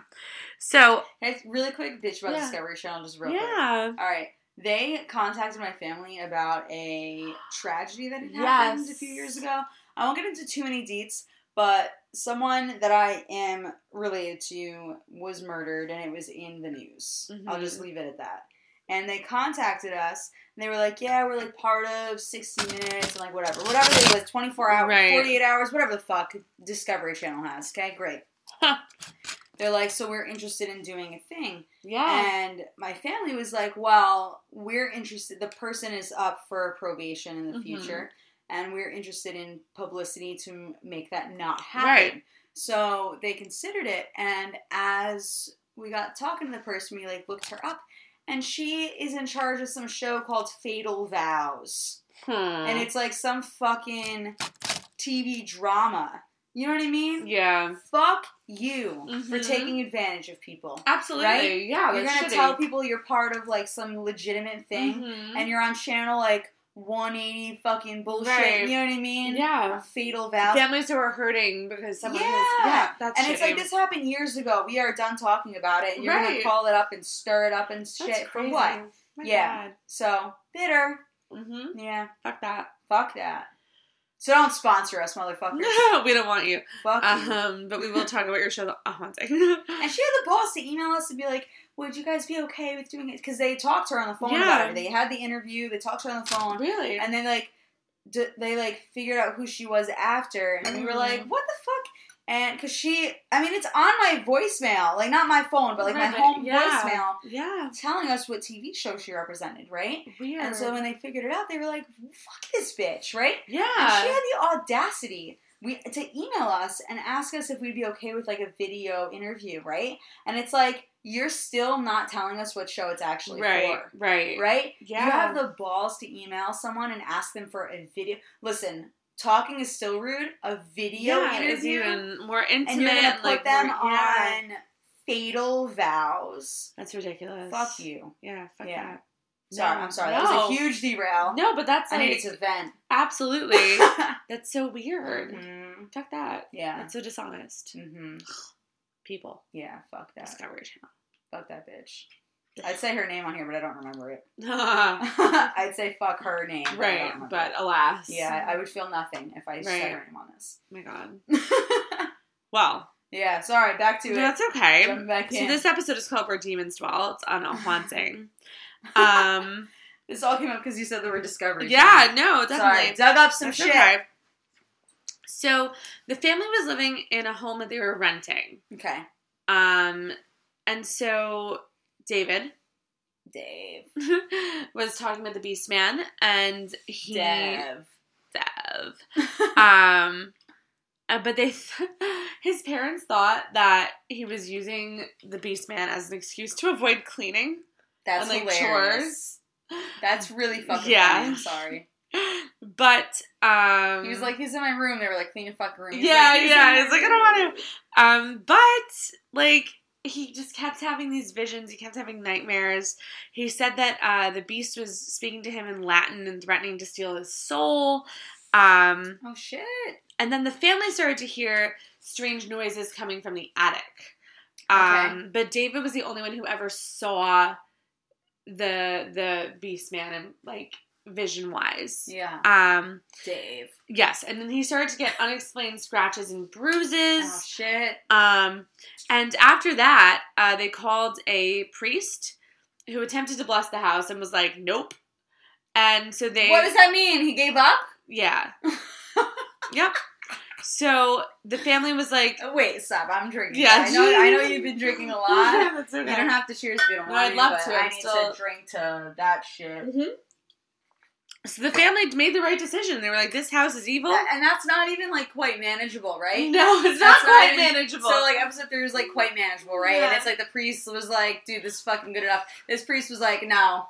Speaker 1: so
Speaker 2: Hey, really quick bitch about
Speaker 1: Yeah.
Speaker 2: Discovery Channel, just real quick.
Speaker 1: yeah,
Speaker 2: All right. They contacted my family about a tragedy that had
Speaker 1: Yes.
Speaker 2: happened a few years ago. I won't get into too many deets, but someone that I am related to was murdered and it was in the news. I'll just
Speaker 1: Mhm.
Speaker 2: leave it at that. And they contacted us and they were like, Yeah, we're like part of 60 Minutes and like whatever. Whatever it was, 24 hours,
Speaker 1: Right.
Speaker 2: 48 hours, whatever the fuck Discovery Channel has. Okay, great. They're like, So we're interested in doing a thing.
Speaker 1: yeah,
Speaker 2: And my family was like, well, we're interested, the person is up for probation in the
Speaker 1: Mhm.
Speaker 2: future, and we're interested in publicity to m- make that not happen. So they considered it, and as we got talking to the person, we like looked her up, and she is in charge of some show called Fatal Vows.
Speaker 1: Hmm.
Speaker 2: And it's like some fucking TV drama. You know what I mean?
Speaker 1: yeah,
Speaker 2: Fuck you for
Speaker 1: Mhm.
Speaker 2: taking advantage of people
Speaker 1: absolutely,
Speaker 2: Right?
Speaker 1: yeah.
Speaker 2: you're
Speaker 1: that's
Speaker 2: gonna
Speaker 1: shitty.
Speaker 2: tell people you're part of like some legitimate thing,
Speaker 1: Mhm.
Speaker 2: and you're on channel like 180 fucking bullshit.
Speaker 1: Right.
Speaker 2: You know what I mean?
Speaker 1: yeah,
Speaker 2: Fatal vows.
Speaker 1: families who are hurting because someone has
Speaker 2: Yeah.
Speaker 1: yeah, that's
Speaker 2: and it's
Speaker 1: shitty.
Speaker 2: like this happened years ago. We are done talking about it. and You're
Speaker 1: Right.
Speaker 2: gonna call it up and stir it up and shit
Speaker 1: That's
Speaker 2: for
Speaker 1: crazy.
Speaker 2: what?
Speaker 1: My
Speaker 2: Yeah. So bitter.
Speaker 1: hmm
Speaker 2: Yeah.
Speaker 1: Fuck that.
Speaker 2: Fuck that. So don't sponsor us, motherfuckers.
Speaker 1: we don't want you.
Speaker 2: Fuck you.
Speaker 1: Um, but we will talk about your show, The Haunting.
Speaker 2: And she had the balls to email us and be like, "Would you guys be okay with doing it?" Because they talked to her on the phone
Speaker 1: Yeah.
Speaker 2: about it. They had the interview. They talked to her on the phone.
Speaker 1: really?
Speaker 2: and then like d- they like figured out who she was after and we were like
Speaker 1: Mhm.
Speaker 2: what the fuck and because she i mean it's on my voicemail like not my phone but like
Speaker 1: Right,
Speaker 2: my
Speaker 1: but-
Speaker 2: home
Speaker 1: yeah.
Speaker 2: voicemail
Speaker 1: yeah.
Speaker 2: telling us what tv show she represented right
Speaker 1: Weird.
Speaker 2: and so when they figured it out they were like fuck this bitch right and
Speaker 1: yeah.
Speaker 2: she had the audacity we, to email us and ask us if we'd be okay with like a video interview right and it's like you're still not telling us what show it's actually
Speaker 1: right,
Speaker 2: for
Speaker 1: right.
Speaker 2: right
Speaker 1: Yeah.
Speaker 2: you have the balls to email someone and ask them for a video. Listen, talking is still rude. A video
Speaker 1: yeah, it's
Speaker 2: interview,
Speaker 1: even more intimate.
Speaker 2: and you're gonna put
Speaker 1: like,
Speaker 2: them
Speaker 1: more- yeah.
Speaker 2: on fatal vows.
Speaker 1: That's ridiculous.
Speaker 2: Fuck you.
Speaker 1: Yeah, fuck
Speaker 2: Yeah.
Speaker 1: that.
Speaker 2: Sorry,
Speaker 1: No,
Speaker 2: I'm sorry.
Speaker 1: No.
Speaker 2: That was a huge derail.
Speaker 1: No, but that's
Speaker 2: I
Speaker 1: like,
Speaker 2: needed to vent.
Speaker 1: absolutely. that's so weird.
Speaker 2: Mhm.
Speaker 1: Fuck that.
Speaker 2: Yeah.
Speaker 1: That's so dishonest.
Speaker 2: hmm
Speaker 1: People.
Speaker 2: Yeah. Fuck that.
Speaker 1: Discovery Channel.
Speaker 2: Fuck that bitch. I'd say her name on here, but I don't remember it.
Speaker 1: right,
Speaker 2: I'd say fuck her name. but I don't remember
Speaker 1: but
Speaker 2: it.
Speaker 1: alas.
Speaker 2: yeah, I would feel nothing if I said
Speaker 1: Right.
Speaker 2: her name on this.
Speaker 1: Oh my God. Well,
Speaker 2: yeah, sorry. Back to it.
Speaker 1: that's okay.
Speaker 2: Jumping back
Speaker 1: So
Speaker 2: in.
Speaker 1: this episode is called "Where Demons Dwell." It's on a haunting. Um,
Speaker 2: This all came up because you said the word discovery.
Speaker 1: yeah, no, definitely.
Speaker 2: Sorry, dug up some
Speaker 1: That's
Speaker 2: shit.
Speaker 1: okay. So the family was living in a home that they were renting.
Speaker 2: Okay,
Speaker 1: Um, and so David
Speaker 2: Dave,
Speaker 1: was talking about the Beast Man, and he
Speaker 2: Dev.
Speaker 1: Dev. um, uh, but they, th- his parents thought that he was using the Beast Man as an excuse to avoid cleaning
Speaker 2: That's
Speaker 1: and like
Speaker 2: hilarious. That's really fucking
Speaker 1: Yeah.
Speaker 2: funny. I'm sorry.
Speaker 1: chores. But um,
Speaker 2: He was like, he's in my room. They were like, clean your fucking room. He's
Speaker 1: yeah,
Speaker 2: like, "He's in my
Speaker 1: yeah. He's like, I
Speaker 2: room."
Speaker 1: don't want to. Um, but like he just kept having these visions. He kept having nightmares. He said that uh, the beast was speaking to him in Latin and threatening to steal his soul. Um,
Speaker 2: Oh shit!
Speaker 1: and then the family started to hear strange noises coming from the attic. Um, But David was the only one who ever saw the the beast man and like vision wise.
Speaker 2: Yeah,
Speaker 1: Um,
Speaker 2: Dave.
Speaker 1: yes, and then he started to get unexplained scratches and
Speaker 2: Oh
Speaker 1: bruises.
Speaker 2: shit!
Speaker 1: Um, and after that, uh, they called a priest who attempted to bless the house and was like, "Nope." And so they
Speaker 2: What does that mean? He gave up?
Speaker 1: yeah. yep. So the family was like,
Speaker 2: Oh, wait, stop! I'm drinking.
Speaker 1: Yeah.
Speaker 2: I know. I know you've been drinking a lot.
Speaker 1: That's
Speaker 2: You
Speaker 1: okay.
Speaker 2: don't have to cheers if you don't
Speaker 1: No,
Speaker 2: want
Speaker 1: I'd
Speaker 2: to,
Speaker 1: love
Speaker 2: but
Speaker 1: to.
Speaker 2: I
Speaker 1: I'm
Speaker 2: need
Speaker 1: still-
Speaker 2: to drink to that shit.
Speaker 1: So the family made the right decision. They were like, this house is evil.
Speaker 2: That- and that's not even like quite manageable, right?
Speaker 1: No, it's not
Speaker 2: That's
Speaker 1: quite
Speaker 2: not even-
Speaker 1: manageable.
Speaker 2: So like episode three was like quite manageable, right? And
Speaker 1: Yeah.
Speaker 2: it's like the priest was like, "Dude, this is fucking good enough." This priest was like, "No,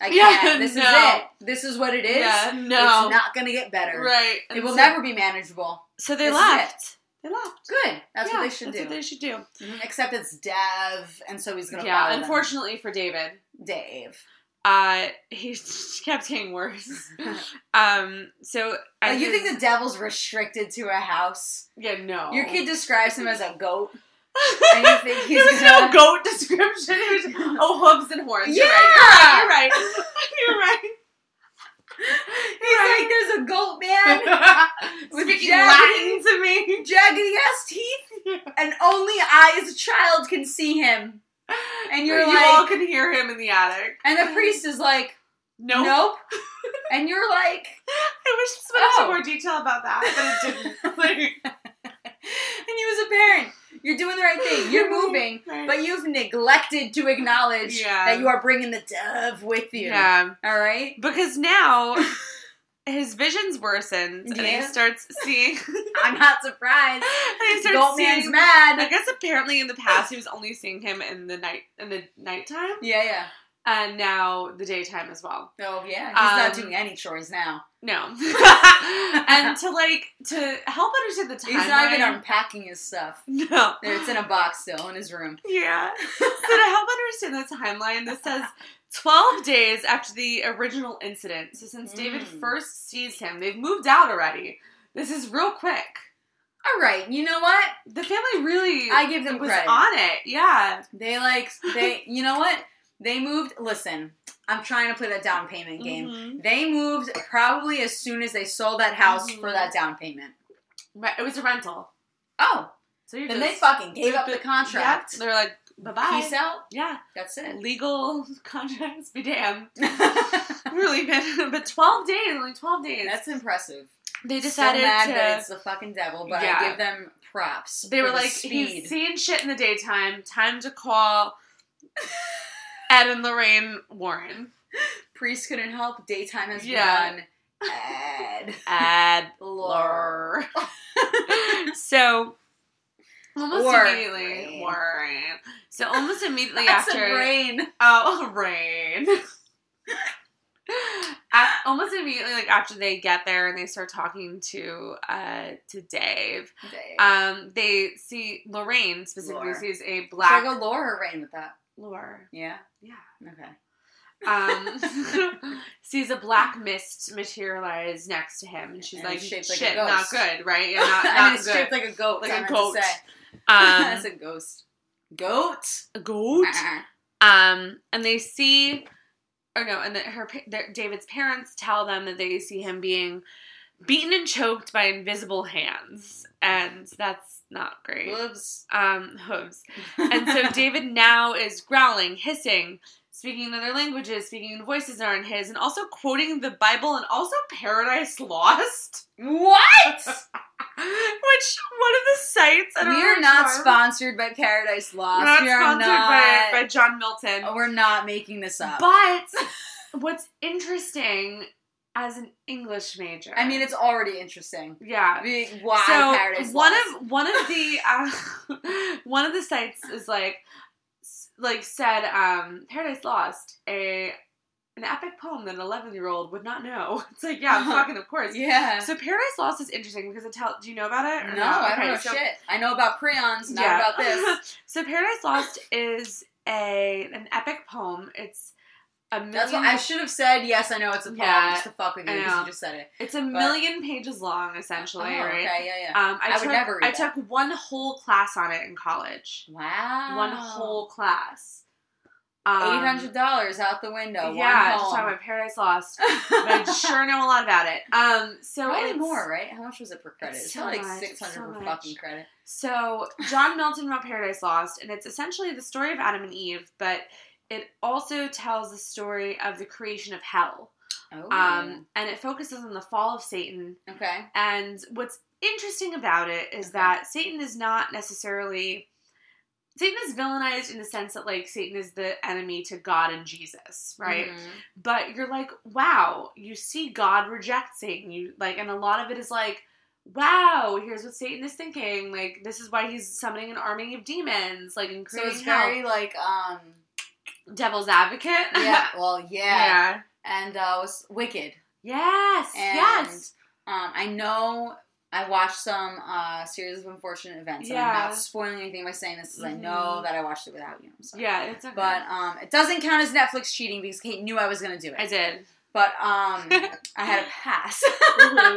Speaker 2: I
Speaker 1: Yeah,
Speaker 2: can't. this
Speaker 1: no.
Speaker 2: is it. This is what it is.
Speaker 1: yeah, no.
Speaker 2: It's not gonna get better.
Speaker 1: right.
Speaker 2: It
Speaker 1: And
Speaker 2: will
Speaker 1: so-
Speaker 2: never be manageable."
Speaker 1: So they
Speaker 2: this is
Speaker 1: left. They left.
Speaker 2: Good. That's
Speaker 1: Yeah,
Speaker 2: what they should
Speaker 1: that's
Speaker 2: do.
Speaker 1: what they should do.
Speaker 2: Mhm. Except it's Dev, and so he's gonna follow
Speaker 1: Yeah,
Speaker 2: them.
Speaker 1: unfortunately for David,
Speaker 2: Dave.
Speaker 1: uh, he kept getting worse. Um, so
Speaker 2: Like, you
Speaker 1: his-
Speaker 2: think the devil's restricted to a house?
Speaker 1: Yeah, no.
Speaker 2: Your kid describes him as a goat.
Speaker 1: and
Speaker 2: you think he's
Speaker 1: there was no
Speaker 2: gonna-
Speaker 1: goat description. It was oh hooves and horns. You're
Speaker 2: Yeah!
Speaker 1: right. You're right. You're right.
Speaker 2: He's like, "There's a goat man."
Speaker 1: You're right. Speaking Latin
Speaker 2: Japanese-
Speaker 1: to me.
Speaker 2: jaggedy ass teeth, and only I, as a child, can see him. And you're
Speaker 1: you all
Speaker 2: like,
Speaker 1: can hear him in the attic.
Speaker 2: and the priest is like,
Speaker 1: No,
Speaker 2: nope. and you're like,
Speaker 1: I wish this went into
Speaker 2: Oh.
Speaker 1: more detail about that, but it didn't. Like,
Speaker 2: and you as a parent, you're doing the right thing. You're moving, but you've neglected to acknowledge
Speaker 1: Yeah.
Speaker 2: that you are bringing the dove with you.
Speaker 1: yeah,
Speaker 2: All right.
Speaker 1: because now his vision's worsened, and he
Speaker 2: Yeah.
Speaker 1: starts seeing.
Speaker 2: I'm not surprised.
Speaker 1: and he starts
Speaker 2: Goat man's
Speaker 1: seeing. I
Speaker 2: mad.
Speaker 1: guess apparently in the past he was only seeing him in the night in the nighttime,
Speaker 2: Yeah, yeah.
Speaker 1: and now the daytime as well.
Speaker 2: Oh, yeah. He's not
Speaker 1: Um,
Speaker 2: doing any chores now.
Speaker 1: No. and to like to help understand the time.
Speaker 2: He's not even unpacking his stuff.
Speaker 1: No.
Speaker 2: There, It's in a box still in his room.
Speaker 1: Yeah. so to help understand the timeline, this says 12 days after the original incident. So since David
Speaker 2: Mm.
Speaker 1: first sees him, they've moved out already. This is real quick.
Speaker 2: All right. You know what?
Speaker 1: The family really
Speaker 2: I give them
Speaker 1: was
Speaker 2: credit.
Speaker 1: on it. Yeah.
Speaker 2: They like they you know what? They moved listen, I'm trying to play that down payment game.
Speaker 1: Mhm.
Speaker 2: They moved probably as soon as they sold that house
Speaker 1: Mhm.
Speaker 2: for that down payment.
Speaker 1: Re- It was a rental.
Speaker 2: Oh,
Speaker 1: So you're
Speaker 2: then
Speaker 1: just,
Speaker 2: they fucking gave up the contract.
Speaker 1: Yep. They're like, bye bye.
Speaker 2: Peace out.
Speaker 1: Yeah.
Speaker 2: That's it.
Speaker 1: Legal contracts be damned. Mm-hmm.
Speaker 2: That's
Speaker 1: really been but 12 days only 12 days
Speaker 2: impressive.
Speaker 1: they
Speaker 2: so mad that
Speaker 1: decided
Speaker 2: it's the fucking devil, but
Speaker 1: Yeah.
Speaker 2: I give them props.
Speaker 1: to they
Speaker 2: for
Speaker 1: were
Speaker 2: the
Speaker 1: like
Speaker 2: speed.
Speaker 1: he's seeing shit in the daytime time to call ed and lorraine warren
Speaker 2: priest couldn't help. Daytime has
Speaker 1: Yeah.
Speaker 2: begun. Ed.
Speaker 1: ed
Speaker 2: Lord.
Speaker 1: lor so almost
Speaker 2: Warren.
Speaker 1: immediately warren so almost immediately
Speaker 2: That's a
Speaker 1: after
Speaker 2: brain.
Speaker 1: Oh, rain. At, almost immediately, like after they get there and they start talking to uh to Dave,
Speaker 2: Dang.
Speaker 1: um, they see Lorraine specifically
Speaker 2: Lore.
Speaker 1: sees a
Speaker 2: Should I
Speaker 1: black
Speaker 2: go lower or rain with that?
Speaker 1: lore.
Speaker 2: Yeah.
Speaker 1: Yeah.
Speaker 2: Okay.
Speaker 1: Um, sees a black mist materialize next to him, and she's
Speaker 2: And
Speaker 1: like,
Speaker 2: it's shaped
Speaker 1: "Shit,
Speaker 2: like a
Speaker 1: not
Speaker 2: ghost."
Speaker 1: good, right? Yeah, not,
Speaker 2: I mean,
Speaker 1: not
Speaker 2: it's
Speaker 1: good."
Speaker 2: shaped like a goat.
Speaker 1: Like
Speaker 2: I
Speaker 1: a
Speaker 2: meant to
Speaker 1: goat.
Speaker 2: say.
Speaker 1: Um,
Speaker 2: That's a ghost. Goat.
Speaker 1: a goat. Um, and they see, or no, and that her pa- their, David's parents tell them that they see him being beaten and choked by invisible hands, and that's not great.
Speaker 2: Gloves.
Speaker 1: Um, hooves. And so David now is growling, hissing, speaking in other languages, speaking in voices that aren't his, and also quoting the Bible and also Paradise Lost,
Speaker 2: what?
Speaker 1: which one of the sites I
Speaker 2: we
Speaker 1: don't know
Speaker 2: are not
Speaker 1: which one.
Speaker 2: sponsored by Paradise
Speaker 1: We're
Speaker 2: Lost.
Speaker 1: not
Speaker 2: we are
Speaker 1: sponsored
Speaker 2: not. Oh,
Speaker 1: By, by John Milton.
Speaker 2: we're not making this up.
Speaker 1: But what's interesting as an English major?
Speaker 2: I mean, it's already interesting. I
Speaker 1: yeah.
Speaker 2: mean, Why
Speaker 1: so
Speaker 2: Paradise
Speaker 1: one
Speaker 2: Lost?
Speaker 1: of one of the uh, one of the sites is like s- like said um, Paradise Lost a an epic poem that an eleven year old would not know. It's like yeah,
Speaker 2: Uh-huh.
Speaker 1: fucking of course.
Speaker 2: yeah.
Speaker 1: So Paradise Lost is interesting because it tell. Do you know about it?
Speaker 2: No,
Speaker 1: or
Speaker 2: I
Speaker 1: Okay,
Speaker 2: don't know
Speaker 1: so-
Speaker 2: shit. I know about prions, not about this.
Speaker 1: so Paradise Lost is a an epic poem. It's a million.
Speaker 2: That's what I should have said. Yes, I know it's a poem,
Speaker 1: Yeah,
Speaker 2: just to fuck with you
Speaker 1: I
Speaker 2: because
Speaker 1: know.
Speaker 2: you just said it.
Speaker 1: It's a million pages long, essentially,
Speaker 2: Oh,
Speaker 1: right?
Speaker 2: okay, yeah, yeah.
Speaker 1: Um, I,
Speaker 2: I would
Speaker 1: took,
Speaker 2: never read
Speaker 1: I
Speaker 2: that.
Speaker 1: took one whole class on it in college.
Speaker 2: Wow.
Speaker 1: Um, One whole class. Um,
Speaker 2: Oh. eight hundred dollars out the window.
Speaker 1: Yeah,
Speaker 2: one
Speaker 1: just
Speaker 2: home.
Speaker 1: talking about Paradise Lost. but I sure know a lot about it. Um, so
Speaker 2: Probably
Speaker 1: it's-
Speaker 2: more, right? How much was it per credit?
Speaker 1: it's
Speaker 2: It's
Speaker 1: so
Speaker 2: probably like
Speaker 1: much,
Speaker 2: six hundred
Speaker 1: so
Speaker 2: per
Speaker 1: much.
Speaker 2: fucking credit.
Speaker 1: So John Milton wrote Paradise Lost, and it's essentially the story of Adam and Eve, but it also tells the story of the creation of hell.
Speaker 2: Oh.
Speaker 1: Um, and it focuses on the fall of Satan
Speaker 2: okay.
Speaker 1: And what's interesting about it is
Speaker 2: Okay.
Speaker 1: that Satan is not necessarily Satan is villainized in the sense that like Satan is the enemy to God and Jesus, right?
Speaker 2: Mhm.
Speaker 1: But you're like, wow, you see God reject Satan. You like and a lot of it is like, wow, here's what Satan is thinking. Like this is why he's summoning an army of demons, like and
Speaker 2: So
Speaker 1: creating
Speaker 2: it's
Speaker 1: hell.
Speaker 2: very like um.
Speaker 1: devil's advocate.
Speaker 2: Yeah. Well, yeah.
Speaker 1: yeah.
Speaker 2: And uh, it was Wicked.
Speaker 1: Yes.
Speaker 2: And,
Speaker 1: yes.
Speaker 2: Um, I know I watched some uh, series of unfortunate events. And I'm
Speaker 1: Yeah.
Speaker 2: not spoiling anything by saying this, because
Speaker 1: Mhm.
Speaker 2: I know that I watched it without you. I'm sorry.
Speaker 1: Yeah, it's okay.
Speaker 2: But um, it doesn't count as Netflix cheating because Kate knew I was gonna do
Speaker 1: I
Speaker 2: it.
Speaker 1: did.
Speaker 2: But um, I had a pass. Mhm.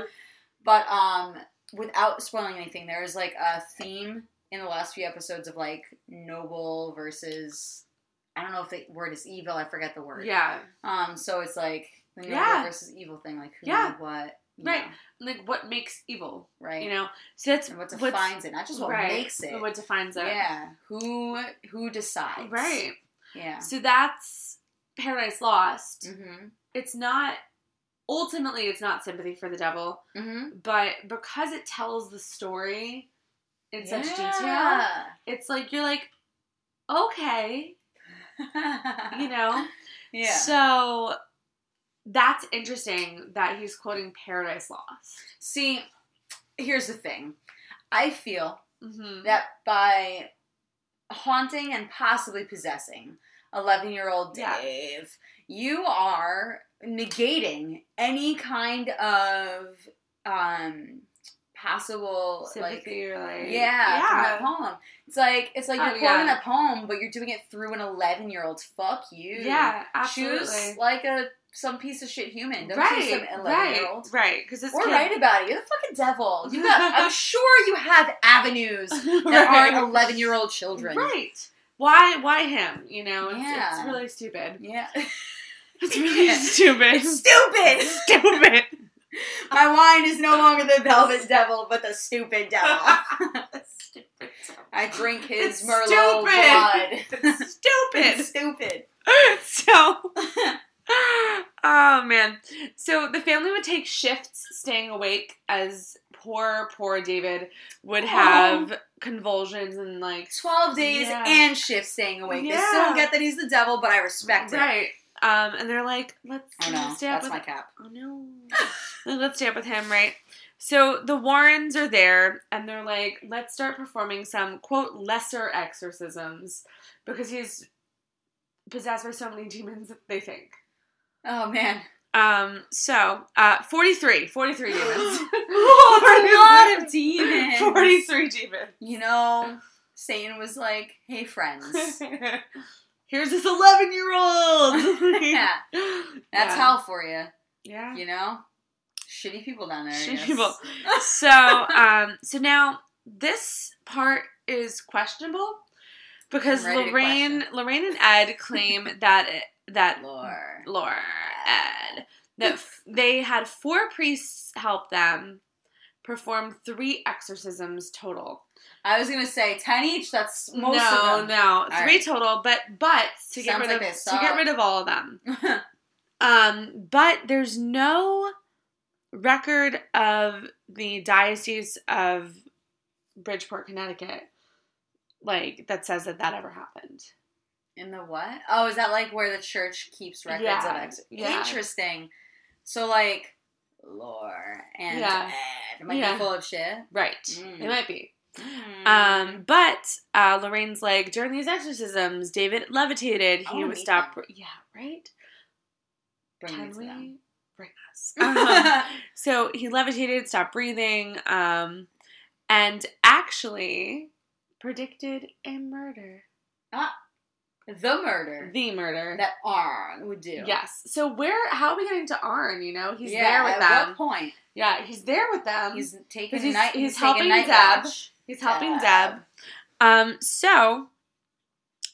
Speaker 2: but um, without spoiling anything, there is like a theme in the last few episodes of like noble versus I don't know if the word is evil. I forget the word.
Speaker 1: Yeah.
Speaker 2: Um. So it's like the noble
Speaker 1: Yeah.
Speaker 2: versus evil thing. Like who
Speaker 1: Yeah.
Speaker 2: did what. you
Speaker 1: Right.
Speaker 2: know,
Speaker 1: like what makes evil,
Speaker 2: right.
Speaker 1: you know. So that's
Speaker 2: and what
Speaker 1: what's-
Speaker 2: defines it, not just what makes it.
Speaker 1: what defines it,
Speaker 2: yeah. Who who decides?
Speaker 1: right.
Speaker 2: Yeah.
Speaker 1: So that's Paradise Lost.
Speaker 2: Mhm.
Speaker 1: It's not ultimately it's not sympathy for the devil,
Speaker 2: Mhm.
Speaker 1: but because it tells the story in such detail,
Speaker 2: Yeah.
Speaker 1: it's like you're like, okay, you know.
Speaker 2: Yeah.
Speaker 1: So that's interesting that he's quoting Paradise Lost.
Speaker 2: See, here's the thing. I feel
Speaker 1: Mm-hmm.
Speaker 2: that by haunting and possibly possessing 11 year old
Speaker 1: Yeah.
Speaker 2: Dave, you are negating any kind of um, possible like
Speaker 1: Sympathy or like
Speaker 2: yeah, from that poem. It's like it's like you're
Speaker 1: Oh,
Speaker 2: quoting
Speaker 1: yeah.
Speaker 2: that poem, but you're doing it through an 11 year old. Fuck you.
Speaker 1: Yeah, absolutely.
Speaker 2: Choose like a some piece of shit human. Don't choose
Speaker 1: right,
Speaker 2: some 11 year
Speaker 1: right,
Speaker 2: old.
Speaker 1: right. Because it's
Speaker 2: Or write about it. You're the fucking devil. You got, I'm sure you have avenues
Speaker 1: right.
Speaker 2: that aren't 11 year old children.
Speaker 1: Right. Why? Why him? You know, it's,
Speaker 2: Yeah.
Speaker 1: it's really stupid.
Speaker 2: Yeah.
Speaker 1: It's really stupid.
Speaker 2: Stupid!
Speaker 1: stupid.
Speaker 2: My wine is no longer the velvet devil, but the stupid devil.
Speaker 1: stupid.
Speaker 2: I drink his
Speaker 1: It's
Speaker 2: Merlot
Speaker 1: stupid.
Speaker 2: blood.
Speaker 1: It's stupid.
Speaker 2: It's stupid.
Speaker 1: so. Oh man. So the family would take shifts staying awake as poor, poor David would
Speaker 2: Oh.
Speaker 1: have convulsions and like
Speaker 2: 12 days
Speaker 1: Yeah.
Speaker 2: and shift staying awake. They still
Speaker 1: Yeah.
Speaker 2: don't get that he's the devil, but I respect it.
Speaker 1: Right. Um, and they're like, let's
Speaker 2: I know.
Speaker 1: let's stay up
Speaker 2: That's
Speaker 1: with
Speaker 2: my cap.
Speaker 1: Oh no. Let's stay up with him, right? So the Warrens are there and they're like, let's start performing some quote lesser exorcisms because he's possessed by so many demons they think.
Speaker 2: Oh, man.
Speaker 1: Um so uh 43, 43 demons.
Speaker 2: It's a lot of demons.
Speaker 1: 43 demons.
Speaker 2: You know, Satan was like, hey, friends.
Speaker 1: Here's this 11 year old.
Speaker 2: yeah. That's hell for you.
Speaker 1: Yeah.
Speaker 2: You know? Shitty people down there. I
Speaker 1: Shitty
Speaker 2: guess.
Speaker 1: people. so um so now this part is questionable because
Speaker 2: ready to
Speaker 1: Lorraine, Lorraine and Ed claim that it, that
Speaker 2: Lore.
Speaker 1: Lore Ed that f- they had four priests help them perform three exorcisms total.
Speaker 2: I was gonna say ten each. That's most
Speaker 1: no,
Speaker 2: of them.
Speaker 1: no, three
Speaker 2: right.
Speaker 1: total. But but to get
Speaker 2: Sounds
Speaker 1: rid of
Speaker 2: like they
Speaker 1: to get
Speaker 2: suck.
Speaker 1: rid of all of them. Um, but there's no record of the diocese of Bridgeport, Connecticut, like that says that that ever happened.
Speaker 2: In the what? Oh, is that like where the church keeps records
Speaker 1: Yeah,
Speaker 2: of ex?
Speaker 1: yeah.
Speaker 2: Interesting. So like lore and
Speaker 1: Yeah.
Speaker 2: Ed might
Speaker 1: Yeah.
Speaker 2: be full of shit. Hmm,
Speaker 1: Right,
Speaker 2: Mm. Mm-hmm.
Speaker 1: it might be. Um, but uh, Lorraine's like during these exorcisms, David levitated. He
Speaker 2: Oh,
Speaker 1: would
Speaker 2: meet
Speaker 1: stop. Yeah, right.
Speaker 2: Bring
Speaker 1: Can
Speaker 2: it to
Speaker 1: we
Speaker 2: them.
Speaker 1: bring us? Um, So he levitated, stopped breathing, um, and actually predicted a murder.
Speaker 2: the murder
Speaker 1: The murder.
Speaker 2: that Arn would do.
Speaker 1: yes. So where? How are we getting to Arn? You know, he's there
Speaker 2: Yeah,
Speaker 1: with
Speaker 2: at
Speaker 1: them.
Speaker 2: what point?
Speaker 1: Yeah, he's there with them. He's
Speaker 2: He's taking
Speaker 1: 'Cause he's-
Speaker 2: night.
Speaker 1: he's
Speaker 2: He's,
Speaker 1: helping
Speaker 2: taking night
Speaker 1: Deb.
Speaker 2: watch.
Speaker 1: he's helping Deb. Um. So,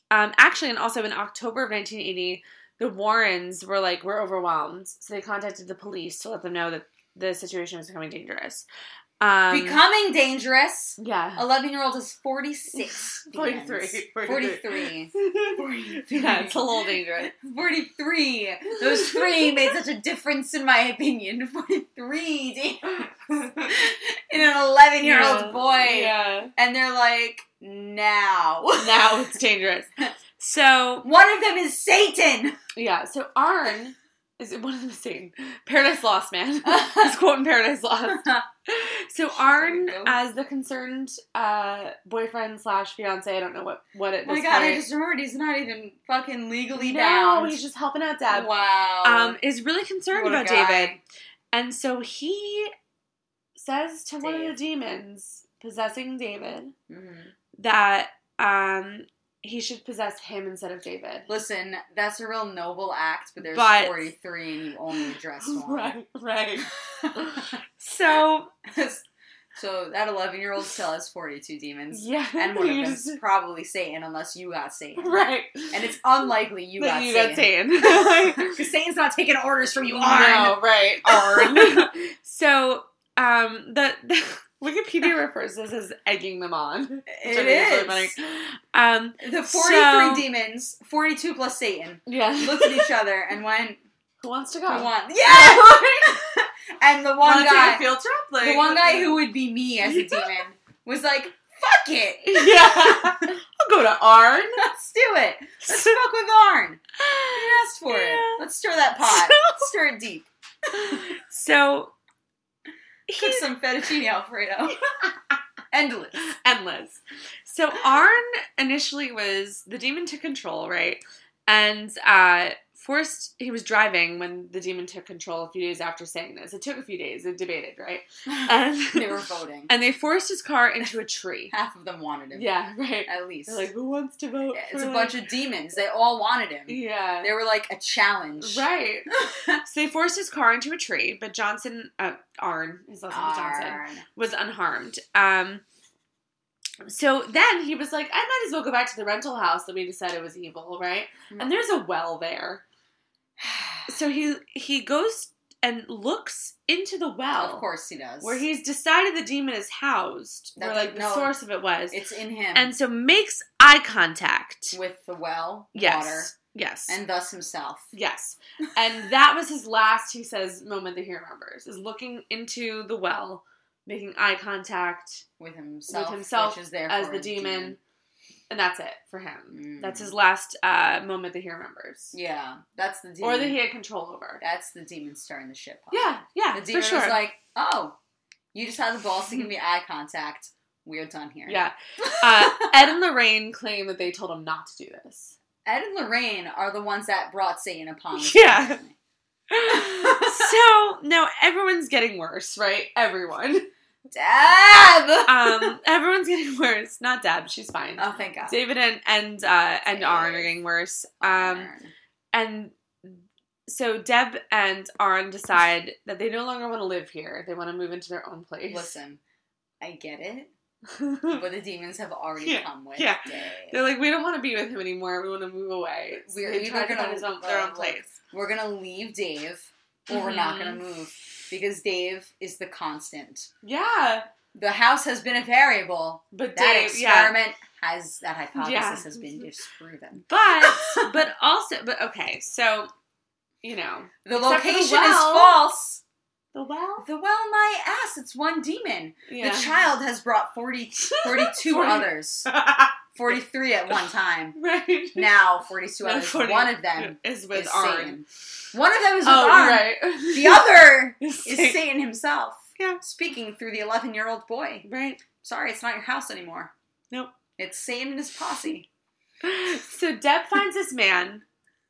Speaker 1: um. Actually, and also in October of 1980, the Warrens were like, "We're overwhelmed," so they contacted the police to let them know that the situation was becoming dangerous. Um,
Speaker 2: Becoming dangerous.
Speaker 1: yeah.
Speaker 2: Eleven year old is forty six.
Speaker 1: 43, 43.
Speaker 2: Forty three.
Speaker 1: yeah, it's a little dangerous.
Speaker 2: 43. Those three made such a difference in my opinion. 43 damn. in an 11 year
Speaker 1: Yeah.
Speaker 2: old boy.
Speaker 1: Yeah.
Speaker 2: And they're like, now.
Speaker 1: Now it's dangerous. So
Speaker 2: One of them is Satan.
Speaker 1: yeah, so Arn is one of the same. Paradise Lost man. He's quoting Paradise
Speaker 2: Oh
Speaker 1: Lost. So Arn,
Speaker 2: There we go.
Speaker 1: as the concerned uh, boyfriend slash fiance, I don't know what what it.
Speaker 2: Oh my god, I just remembered he's not even fucking legally
Speaker 1: no,
Speaker 2: bound.
Speaker 1: he's just helping out Deb.
Speaker 2: Wow.
Speaker 1: Um, is really concerned
Speaker 2: What a
Speaker 1: about
Speaker 2: guy.
Speaker 1: David, and so he says to one of the
Speaker 2: Dave.
Speaker 1: demons possessing David
Speaker 2: Mhm.
Speaker 1: that um he should possess him instead of David.
Speaker 2: Listen, that's a real noble act, but there's
Speaker 1: But-
Speaker 2: 43 and you only addressed one.
Speaker 1: Right, right. so
Speaker 2: so that 11 year old still has 42 demons.
Speaker 1: yeah,
Speaker 2: And one of
Speaker 1: you
Speaker 2: them's
Speaker 1: just-
Speaker 2: probably Satan, unless you got Satan.
Speaker 1: right.
Speaker 2: And it's unlikely you
Speaker 1: That
Speaker 2: got
Speaker 1: you got
Speaker 2: Satan.
Speaker 1: Satan.
Speaker 2: Because Satan's not taking orders from you, Arn.
Speaker 1: No, right, Arn. so um, the, the Wikipedia refers to this as egging them on. which I
Speaker 2: It
Speaker 1: think
Speaker 2: is.
Speaker 1: really funny. Um,
Speaker 2: the 43
Speaker 1: So-
Speaker 2: demons, 42 plus Satan,
Speaker 1: yeah.
Speaker 2: looked at each other and went,
Speaker 1: Who wants to go?
Speaker 2: I want. Yeah! and the one
Speaker 1: Wanna take a
Speaker 2: guy,
Speaker 1: field trip? Like,
Speaker 2: the one guy who would be me as a demon, was like, fuck it!
Speaker 1: yeah, I'll go to Arn.
Speaker 2: Let's do it! Let's fuck with Arn! He asked for it.
Speaker 1: Yeah.
Speaker 2: Let's stir that pot. stir it deep.
Speaker 1: so
Speaker 2: Cook
Speaker 1: he's
Speaker 2: some fettuccine alfredo. Endless.
Speaker 1: endless. So Arn initially was the demon took control, right? And uh forced he was driving when the demon took control a few days after saying this. It took a few days, it debated, right?
Speaker 2: they
Speaker 1: And
Speaker 2: were voting.
Speaker 1: and they forced his car into a tree.
Speaker 2: Half of them wanted him.
Speaker 1: Yeah, right.
Speaker 2: At least.
Speaker 1: They're like, who wants to vote?
Speaker 2: it's
Speaker 1: for-
Speaker 2: a bunch of demons. They all wanted him.
Speaker 1: Yeah.
Speaker 2: They were like a challenge.
Speaker 1: Right. so they forced his car into a tree, but Johnson uh Arn, his last name was Johnson.
Speaker 2: Darn.
Speaker 1: was unharmed. Um, so then he was like, I might as well go back to the rental house that we decided was evil, right? And there's a well there. So he he goes and looks into the well,
Speaker 2: of course he does.
Speaker 1: where he's decided the demon is housed, where
Speaker 2: That's-
Speaker 1: like the
Speaker 2: no.
Speaker 1: source of it was,
Speaker 2: It's in him.
Speaker 1: and so makes eye contact.
Speaker 2: with the well,
Speaker 1: yes,
Speaker 2: water,
Speaker 1: yes,
Speaker 2: and thus himself.
Speaker 1: yes, and that was his last. He says moment that he remembers is looking into the well, making eye contact.
Speaker 2: With himself.
Speaker 1: himself
Speaker 2: which is there
Speaker 1: as
Speaker 2: for
Speaker 1: the
Speaker 2: his
Speaker 1: demon, and that's it for him.
Speaker 2: demon. Mm.
Speaker 1: That's his last uh, moment that he remembers,
Speaker 2: Yeah. That's the demon.
Speaker 1: or that he had control over.
Speaker 2: That's the demon starting the shit pot.
Speaker 1: Yeah, yeah,
Speaker 2: The demon
Speaker 1: for sure.
Speaker 2: was like, oh, you just had the balls to give me eye contact. We're done here.
Speaker 1: yeah, uh, Ed and Lorraine claim that they told him not to do this.
Speaker 2: Ed and Lorraine are the ones that brought Satan upon us.
Speaker 1: Yeah. so now everyone's getting worse, right? Everyone,
Speaker 2: Dab!
Speaker 1: um, everyone's getting worse. Not Deb, she's fine.
Speaker 2: Oh, thank God.
Speaker 1: David and and uh, and Arn are getting worse. Um, And so Deb and Arn decide that they no longer want to live here. They want to move into their own place.
Speaker 2: Listen, I get it. where the demons have already
Speaker 1: Yeah,
Speaker 2: come with
Speaker 1: yeah.
Speaker 2: day.
Speaker 1: They're like, we don't want to be with him anymore. We want to move away. So
Speaker 2: We're
Speaker 1: they
Speaker 2: either
Speaker 1: tried to
Speaker 2: gonna
Speaker 1: find his own, their own
Speaker 2: love-
Speaker 1: place.
Speaker 2: We're gonna leave Dave, or we're not
Speaker 1: Mhm.
Speaker 2: gonna move because Dave is the constant.
Speaker 1: Yeah,
Speaker 2: The house has been a variable.
Speaker 1: but
Speaker 2: That
Speaker 1: Dave, yeah,
Speaker 2: experiment has that hypothesis
Speaker 1: Yeah.
Speaker 2: has been disproven.
Speaker 1: but but also, but okay, so you know
Speaker 2: The
Speaker 1: Except for the
Speaker 2: location
Speaker 1: well.
Speaker 2: is false.
Speaker 1: the well,
Speaker 2: The well, my ass, it's one demon.
Speaker 1: yeah,
Speaker 2: The child has brought 40, 42
Speaker 1: Forty.
Speaker 2: others, 43 at one time.
Speaker 1: right.
Speaker 2: Now 42
Speaker 1: No,
Speaker 2: others.
Speaker 1: 40
Speaker 2: One of them
Speaker 1: is with
Speaker 2: is
Speaker 1: Arn.
Speaker 2: Satan. One of them is with
Speaker 1: Oh,
Speaker 2: Arn.
Speaker 1: right.
Speaker 2: The other
Speaker 1: Is
Speaker 2: is
Speaker 1: Satan.
Speaker 2: Satan himself.
Speaker 1: Yeah.
Speaker 2: Speaking through the 11 year old boy.
Speaker 1: Right.
Speaker 2: Sorry, it's not your house anymore.
Speaker 1: Nope.
Speaker 2: It's Satan and his posse.
Speaker 1: So Deb finds this man,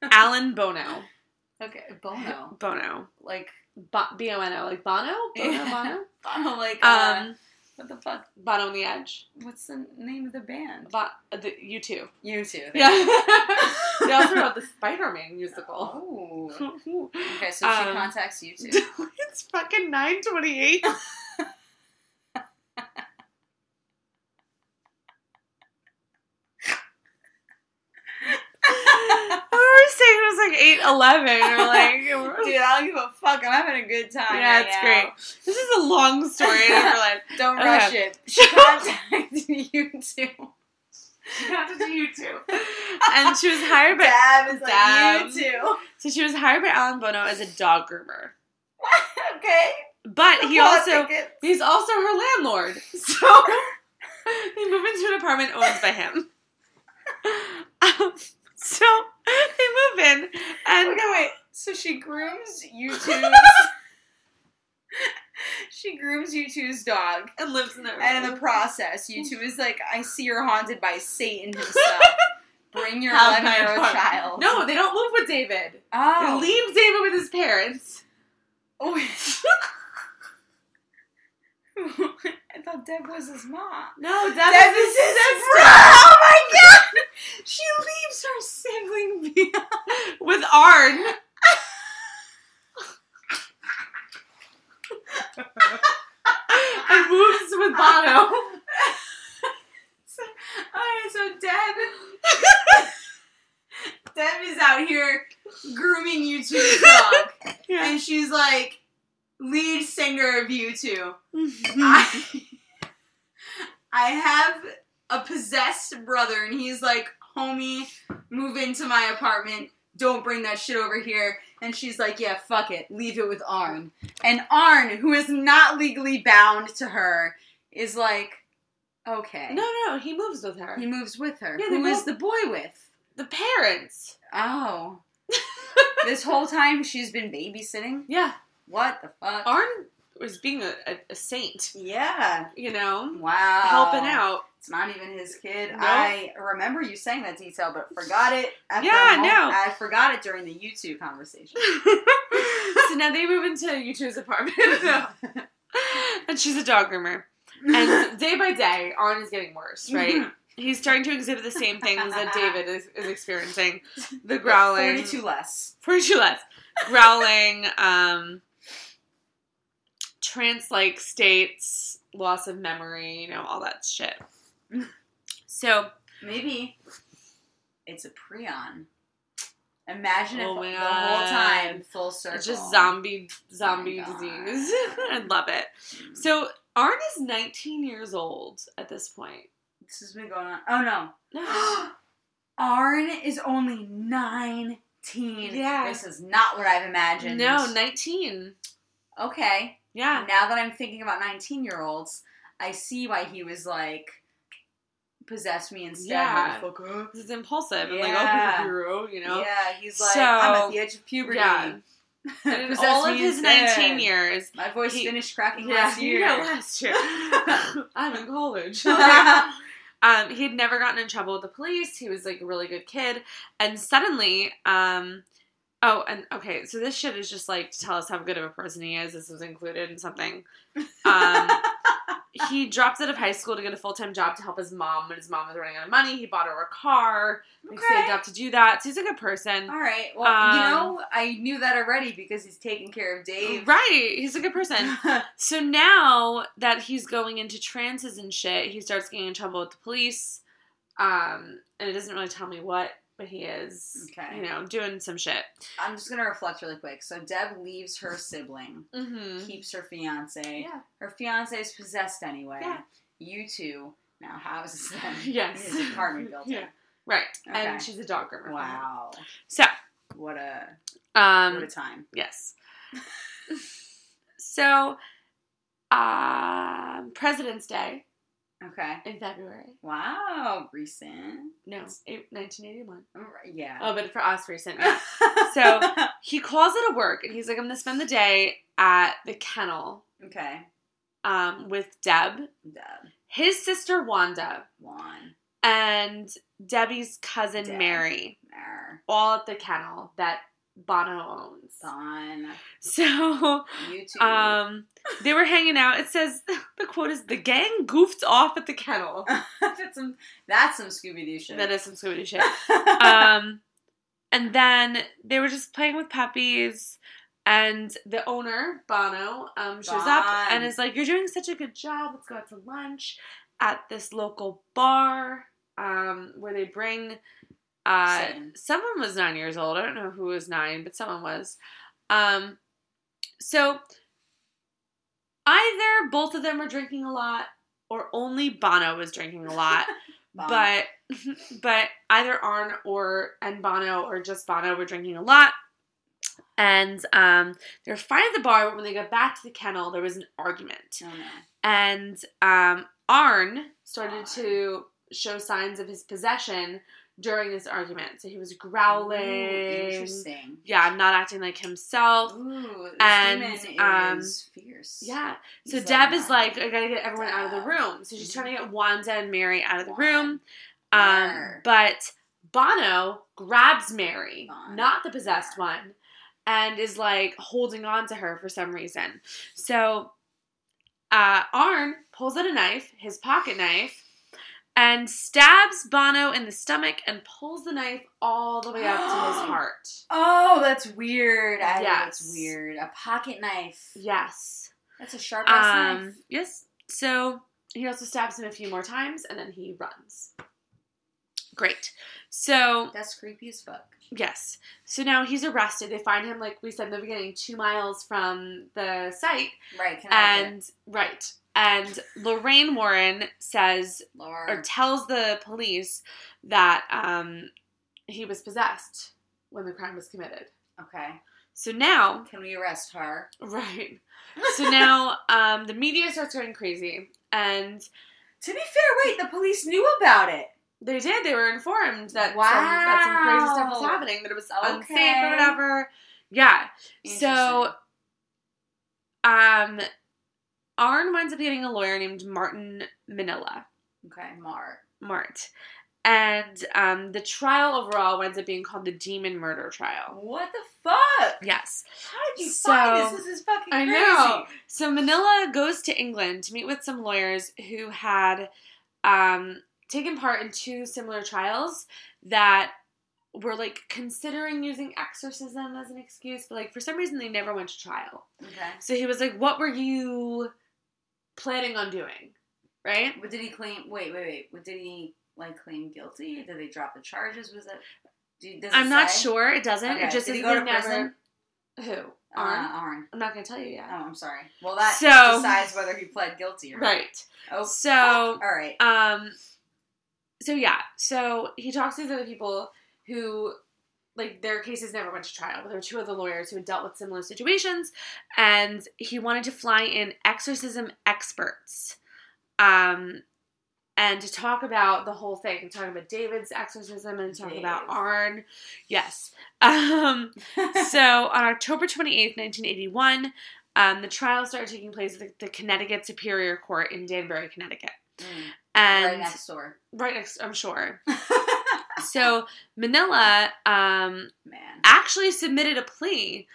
Speaker 1: Alan Bono.
Speaker 2: Okay, Bono.
Speaker 1: Bono.
Speaker 2: Like,
Speaker 1: Bo- B O N O. Like Bono? Bono,
Speaker 2: Yeah.
Speaker 1: Bono?
Speaker 2: Bono, like, uh,
Speaker 1: Um,
Speaker 2: what the fuck?
Speaker 1: Bono on the Edge.
Speaker 2: What's the name of the band?
Speaker 1: Bo- uh, the, you too.
Speaker 2: You two.
Speaker 1: Yeah. they also wrote the Spider Man musical.
Speaker 2: Oh.
Speaker 1: it's
Speaker 2: Okay, so she
Speaker 1: Um,
Speaker 2: contacts you two.
Speaker 1: fucking 928. I was saying it was like 811 or like.
Speaker 2: Dude, I don't give a fuck. I'm having a good time.
Speaker 1: Yeah,
Speaker 2: right
Speaker 1: it's
Speaker 2: now.
Speaker 1: great. This is a long story. I didn't realize.
Speaker 2: Don't
Speaker 1: Okay.
Speaker 2: rush it. She contacted you two.
Speaker 1: you too. And she was hired by
Speaker 2: Dab is like
Speaker 1: Dab.
Speaker 2: you two.
Speaker 1: so she was hired by Alan Bono as a dog groomer,
Speaker 2: Okay.
Speaker 1: but he
Speaker 2: I'll
Speaker 1: also
Speaker 2: take it.
Speaker 1: he's also her landlord. So they move into an apartment owned by him. Um, so they move in, and
Speaker 2: Okay, wait. So she grooms you two's. she grooms you two's dog,
Speaker 1: and lives in the
Speaker 2: and in the process, you two is like, "I see you're haunted by Satan himself. Bring your
Speaker 1: Have my
Speaker 2: eleven-year-old
Speaker 1: apartment."
Speaker 2: child."
Speaker 1: No, they don't move with David.
Speaker 2: Oh.
Speaker 1: They leave David with his parents.
Speaker 2: Oh. I thought Deb was his mom.
Speaker 1: No,
Speaker 2: Deb
Speaker 1: that
Speaker 2: is
Speaker 1: is his
Speaker 2: his bro. Oh my god! She leaves her sibling behind.
Speaker 1: with Arn. and moves with Bono.
Speaker 2: So, Alright, so Deb. Deb is out here grooming you two's dog. And she's like, lead singer of you two. I, I have a possessed brother, and he's like, homie, move into my apartment. Don't bring that shit over here. And she's like, yeah, fuck it. Leave it with Arn. And Arn, who is not legally bound to her, is like, okay.
Speaker 1: no, no, he moves with her.
Speaker 2: He moves with her.
Speaker 1: Yeah, they
Speaker 2: Who is
Speaker 1: both-
Speaker 2: the boy with?
Speaker 1: The parents.
Speaker 2: Oh. this whole time she's been babysitting?
Speaker 1: Yeah,
Speaker 2: What the fuck?
Speaker 1: Arn was being a, a, a saint,
Speaker 2: Yeah.
Speaker 1: you know,
Speaker 2: Wow.
Speaker 1: helping out.
Speaker 2: It's not even his kid.
Speaker 1: No.
Speaker 2: I remember you saying that detail, but forgot it. after
Speaker 1: Yeah,
Speaker 2: a mo-
Speaker 1: no.
Speaker 2: I forgot it during the YouTube conversation.
Speaker 1: so now they move into YouTube's apartment. and she's a dog groomer. And day by day, Arn is getting worse, right?
Speaker 2: Mhm.
Speaker 1: He's starting to exhibit the same things that David is, is experiencing. The growling.
Speaker 2: Forty-two less.
Speaker 1: 42 less. Growling, um, trance like states, loss of memory, you know, all that shit. So,
Speaker 2: Maybe it's a prion. Imagine
Speaker 1: Oh my
Speaker 2: if the whole
Speaker 1: God.
Speaker 2: time full circle.
Speaker 1: It's just zombie zombie
Speaker 2: Oh my God.
Speaker 1: disease. I love it. So Arn is 19 years old at this point.
Speaker 2: This has been going on. Oh no.
Speaker 1: No.
Speaker 2: Arn is only 19.
Speaker 1: Yeah.
Speaker 2: This is not what I've imagined.
Speaker 1: no, 19.
Speaker 2: okay.
Speaker 1: Yeah.
Speaker 2: Now that I'm thinking about 19 year olds, I see why he was like, possess me instead.
Speaker 1: Yeah.
Speaker 2: motherfucker.
Speaker 1: This is impulsive. And like,
Speaker 2: Yeah.
Speaker 1: oh, guru, you know?
Speaker 2: Yeah, he's like,
Speaker 1: So-
Speaker 2: I'm at the edge of puberty.
Speaker 1: Yeah. And in
Speaker 2: Possess
Speaker 1: all of
Speaker 2: me
Speaker 1: his
Speaker 2: instead.
Speaker 1: 19 years.
Speaker 2: My voice
Speaker 1: he-
Speaker 2: finished cracking
Speaker 1: Yeah,
Speaker 2: last year.
Speaker 1: yeah, last year. I'm in college. um, he had never gotten in trouble with the police. He was like a really good kid, and suddenly, um, oh, and okay, so this shit is just like to tell us how good of a person he is. This was included in something. Um, he drops out of high school to get a full time job to help his mom when his mom was running out of money. He bought her a car, makes
Speaker 2: Okay.
Speaker 1: a job to do that. So he's a good person.
Speaker 2: All right. Well, you
Speaker 1: Um,
Speaker 2: know, I knew that already because he's taking care of Dave.
Speaker 1: Right, he's a good person. So now that he's going into trances and shit, he starts getting in trouble with the police. Um, and it doesn't really tell me what, but he is,
Speaker 2: Okay.
Speaker 1: you know, doing some shit.
Speaker 2: I'm just gonna reflect really quick. So Deb leaves her sibling,
Speaker 1: Mm-hmm.
Speaker 2: keeps her fiance.
Speaker 1: Yeah.
Speaker 2: Her fiance is possessed anyway.
Speaker 1: Yeah.
Speaker 2: You two now houses them
Speaker 1: Yes.
Speaker 2: in an apartment building.
Speaker 1: Yeah. Right. And
Speaker 2: Okay.
Speaker 1: she's a dog groomer.
Speaker 2: Wow.
Speaker 1: So,
Speaker 2: What a what a
Speaker 1: um,
Speaker 2: time.
Speaker 1: yes. so, um, President's Day
Speaker 2: Okay.
Speaker 1: in February.
Speaker 2: Wow. Recent.
Speaker 1: No, it, 1981.
Speaker 2: Alright, Yeah.
Speaker 1: Oh, but for us recently. So he calls it a work and he's like, I'm gonna spend the day at the kennel
Speaker 2: okay.
Speaker 1: um, with Deb,
Speaker 2: Deb.
Speaker 1: his sister Wanda,
Speaker 2: Juan.
Speaker 1: and Debbie's cousin
Speaker 2: Deb.
Speaker 1: Mary,
Speaker 2: There.
Speaker 1: all at the kennel that Bono owns.
Speaker 2: Don.
Speaker 1: So
Speaker 2: You two.
Speaker 1: um, they were hanging out. It says the quote is the gang goofed off at the kennel.
Speaker 2: that's some. That's some Scooby Doo shit.
Speaker 1: That is some Scooby shit. um, and then they were just playing with puppies, and the owner Bono um, shows up
Speaker 2: Bon.
Speaker 1: and is like, "You're doing such a good job. Let's go out to lunch at this local bar um, where they bring." Uh,
Speaker 2: Seven.
Speaker 1: someone was nine years old. I don't know who was nine, but someone was. Um, so either both of them were drinking a lot, or only Bono was drinking a lot
Speaker 2: Bon.
Speaker 1: but but either Arn or and Bono or just Bono were drinking a lot. And um, they were fine at the bar, but when they got back to the kennel, there was an argument.
Speaker 2: Oh, no.
Speaker 1: And um, Arn started
Speaker 2: Arn.
Speaker 1: to show signs of his possession during this argument. So he was
Speaker 2: Ooh,
Speaker 1: growling.
Speaker 2: interesting.
Speaker 1: Yeah, not acting like himself.
Speaker 2: Ooh, this
Speaker 1: And,
Speaker 2: demon
Speaker 1: um,
Speaker 2: is fierce.
Speaker 1: Yeah. So
Speaker 2: He's
Speaker 1: Deb
Speaker 2: like,
Speaker 1: is like, I gotta get everyone out of the
Speaker 2: Deb.
Speaker 1: room. So she's
Speaker 2: Mhm.
Speaker 1: trying to get Wanda and Mary out of the
Speaker 2: Wanda.
Speaker 1: room. Um,
Speaker 2: Mer.
Speaker 1: but Bono grabs Mary,
Speaker 2: Bon.
Speaker 1: not the possessed
Speaker 2: Mer.
Speaker 1: one, and is like holding on to her for some reason. So uh, Arn pulls out a knife, his pocket knife, and stabs Bono in the stomach and pulls the knife all the way up to his heart.
Speaker 2: Oh, that's weird. I
Speaker 1: Yes.
Speaker 2: That's weird. A pocket knife.
Speaker 1: Yes.
Speaker 2: That's a sharp ass
Speaker 1: Um,
Speaker 2: knife.
Speaker 1: yes. So he also stabs him a few more times and then he runs. Great. So,
Speaker 2: That's creepy as fuck.
Speaker 1: yes. So now he's arrested. They find him, like we said in the beginning, two miles from the site.
Speaker 2: Right. Can I have it?
Speaker 1: And, right. And Lorraine Warren says, or
Speaker 2: Lord.
Speaker 1: tells the police that um, he was possessed when the crime was committed.
Speaker 2: okay.
Speaker 1: So now,
Speaker 2: Can we arrest her?
Speaker 1: right. So now um, the media starts going crazy. And
Speaker 2: To be fair, wait. The police knew about it.
Speaker 1: They did. They were informed that some, that some crazy stuff was
Speaker 2: Wow.
Speaker 1: happening, that it was unsafe
Speaker 2: Okay.
Speaker 1: or whatever. Yeah. So, um, Arn winds up getting a lawyer named Martin Manila,
Speaker 2: okay, Mar.
Speaker 1: Mart, and um, the trial overall winds up being called the Demon Murder Trial.
Speaker 2: What the fuck?
Speaker 1: Yes.
Speaker 2: How did you
Speaker 1: So-
Speaker 2: find this? This is fucking
Speaker 1: I
Speaker 2: crazy.
Speaker 1: know. So Manila goes to England to meet with some lawyers who had um, taken part in two similar trials that were like considering using exorcism as an excuse, but like for some reason they never went to trial.
Speaker 2: Okay.
Speaker 1: So he was like, "What were you planning on doing?" Right?
Speaker 2: What did he claim? Wait, wait, wait. What did he like claim guilty? Did they drop the charges? Was it? Do, does it
Speaker 1: I'm not
Speaker 2: say?
Speaker 1: sure. It doesn't.
Speaker 2: Okay.
Speaker 1: It just
Speaker 2: Did he
Speaker 1: is
Speaker 2: go
Speaker 1: they
Speaker 2: to
Speaker 1: never. Who?
Speaker 2: Uh,
Speaker 1: Arn?
Speaker 2: Arn.
Speaker 1: I'm not gonna tell you yet.
Speaker 2: Oh, I'm sorry. Well, that
Speaker 1: So-
Speaker 2: decides whether he pled guilty or not.
Speaker 1: Right.
Speaker 2: Oh,
Speaker 1: So.
Speaker 2: fuck. all right.
Speaker 1: Um. So yeah, so he talks to these other people who, like, their cases never went to trial, but there were two other lawyers who had dealt with similar situations, and he wanted to fly in exorcism experts, um, and to talk about the whole thing, and talking about David's exorcism, and talking about
Speaker 2: Dave.
Speaker 1: Arn, yes. Um, so on October twenty eighth, nineteen eighty one. Um, the trial started taking place at the, the Connecticut Superior Court in Danbury, Connecticut.
Speaker 2: Mm,
Speaker 1: And
Speaker 2: right next door.
Speaker 1: right next i'm sure so manila um,
Speaker 2: Man.
Speaker 1: actually submitted a plea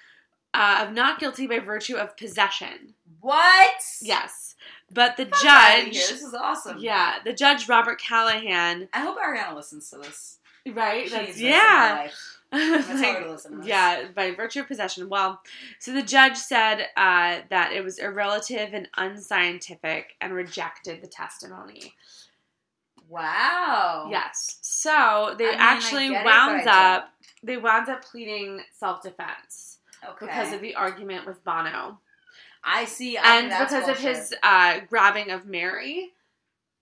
Speaker 1: uh, of not guilty by virtue of possession
Speaker 2: What?
Speaker 1: Yes. But the
Speaker 2: Fuck outta here.
Speaker 1: judge.
Speaker 2: This is awesome.
Speaker 1: Yeah, the judge Robert Callahan.
Speaker 2: I hope Ariana listens to this.
Speaker 1: Right?
Speaker 2: She needs
Speaker 1: That's,
Speaker 2: this in
Speaker 1: yeah.
Speaker 2: her life. That's
Speaker 1: Like,
Speaker 2: how to listen to this.
Speaker 1: yeah, by virtue of possession. Well, so the judge said uh, that it was irrelative and unscientific and rejected the testimony.
Speaker 2: Wow.
Speaker 1: Yes. So they
Speaker 2: Oh. I mean, I
Speaker 1: actually
Speaker 2: get it,
Speaker 1: wound
Speaker 2: but I
Speaker 1: up they wound up pleading self defense
Speaker 2: Okay.
Speaker 1: because of the argument with Bono
Speaker 2: I see. I
Speaker 1: and
Speaker 2: mean, that's
Speaker 1: because of
Speaker 2: bullshit.
Speaker 1: his uh, grabbing of Mary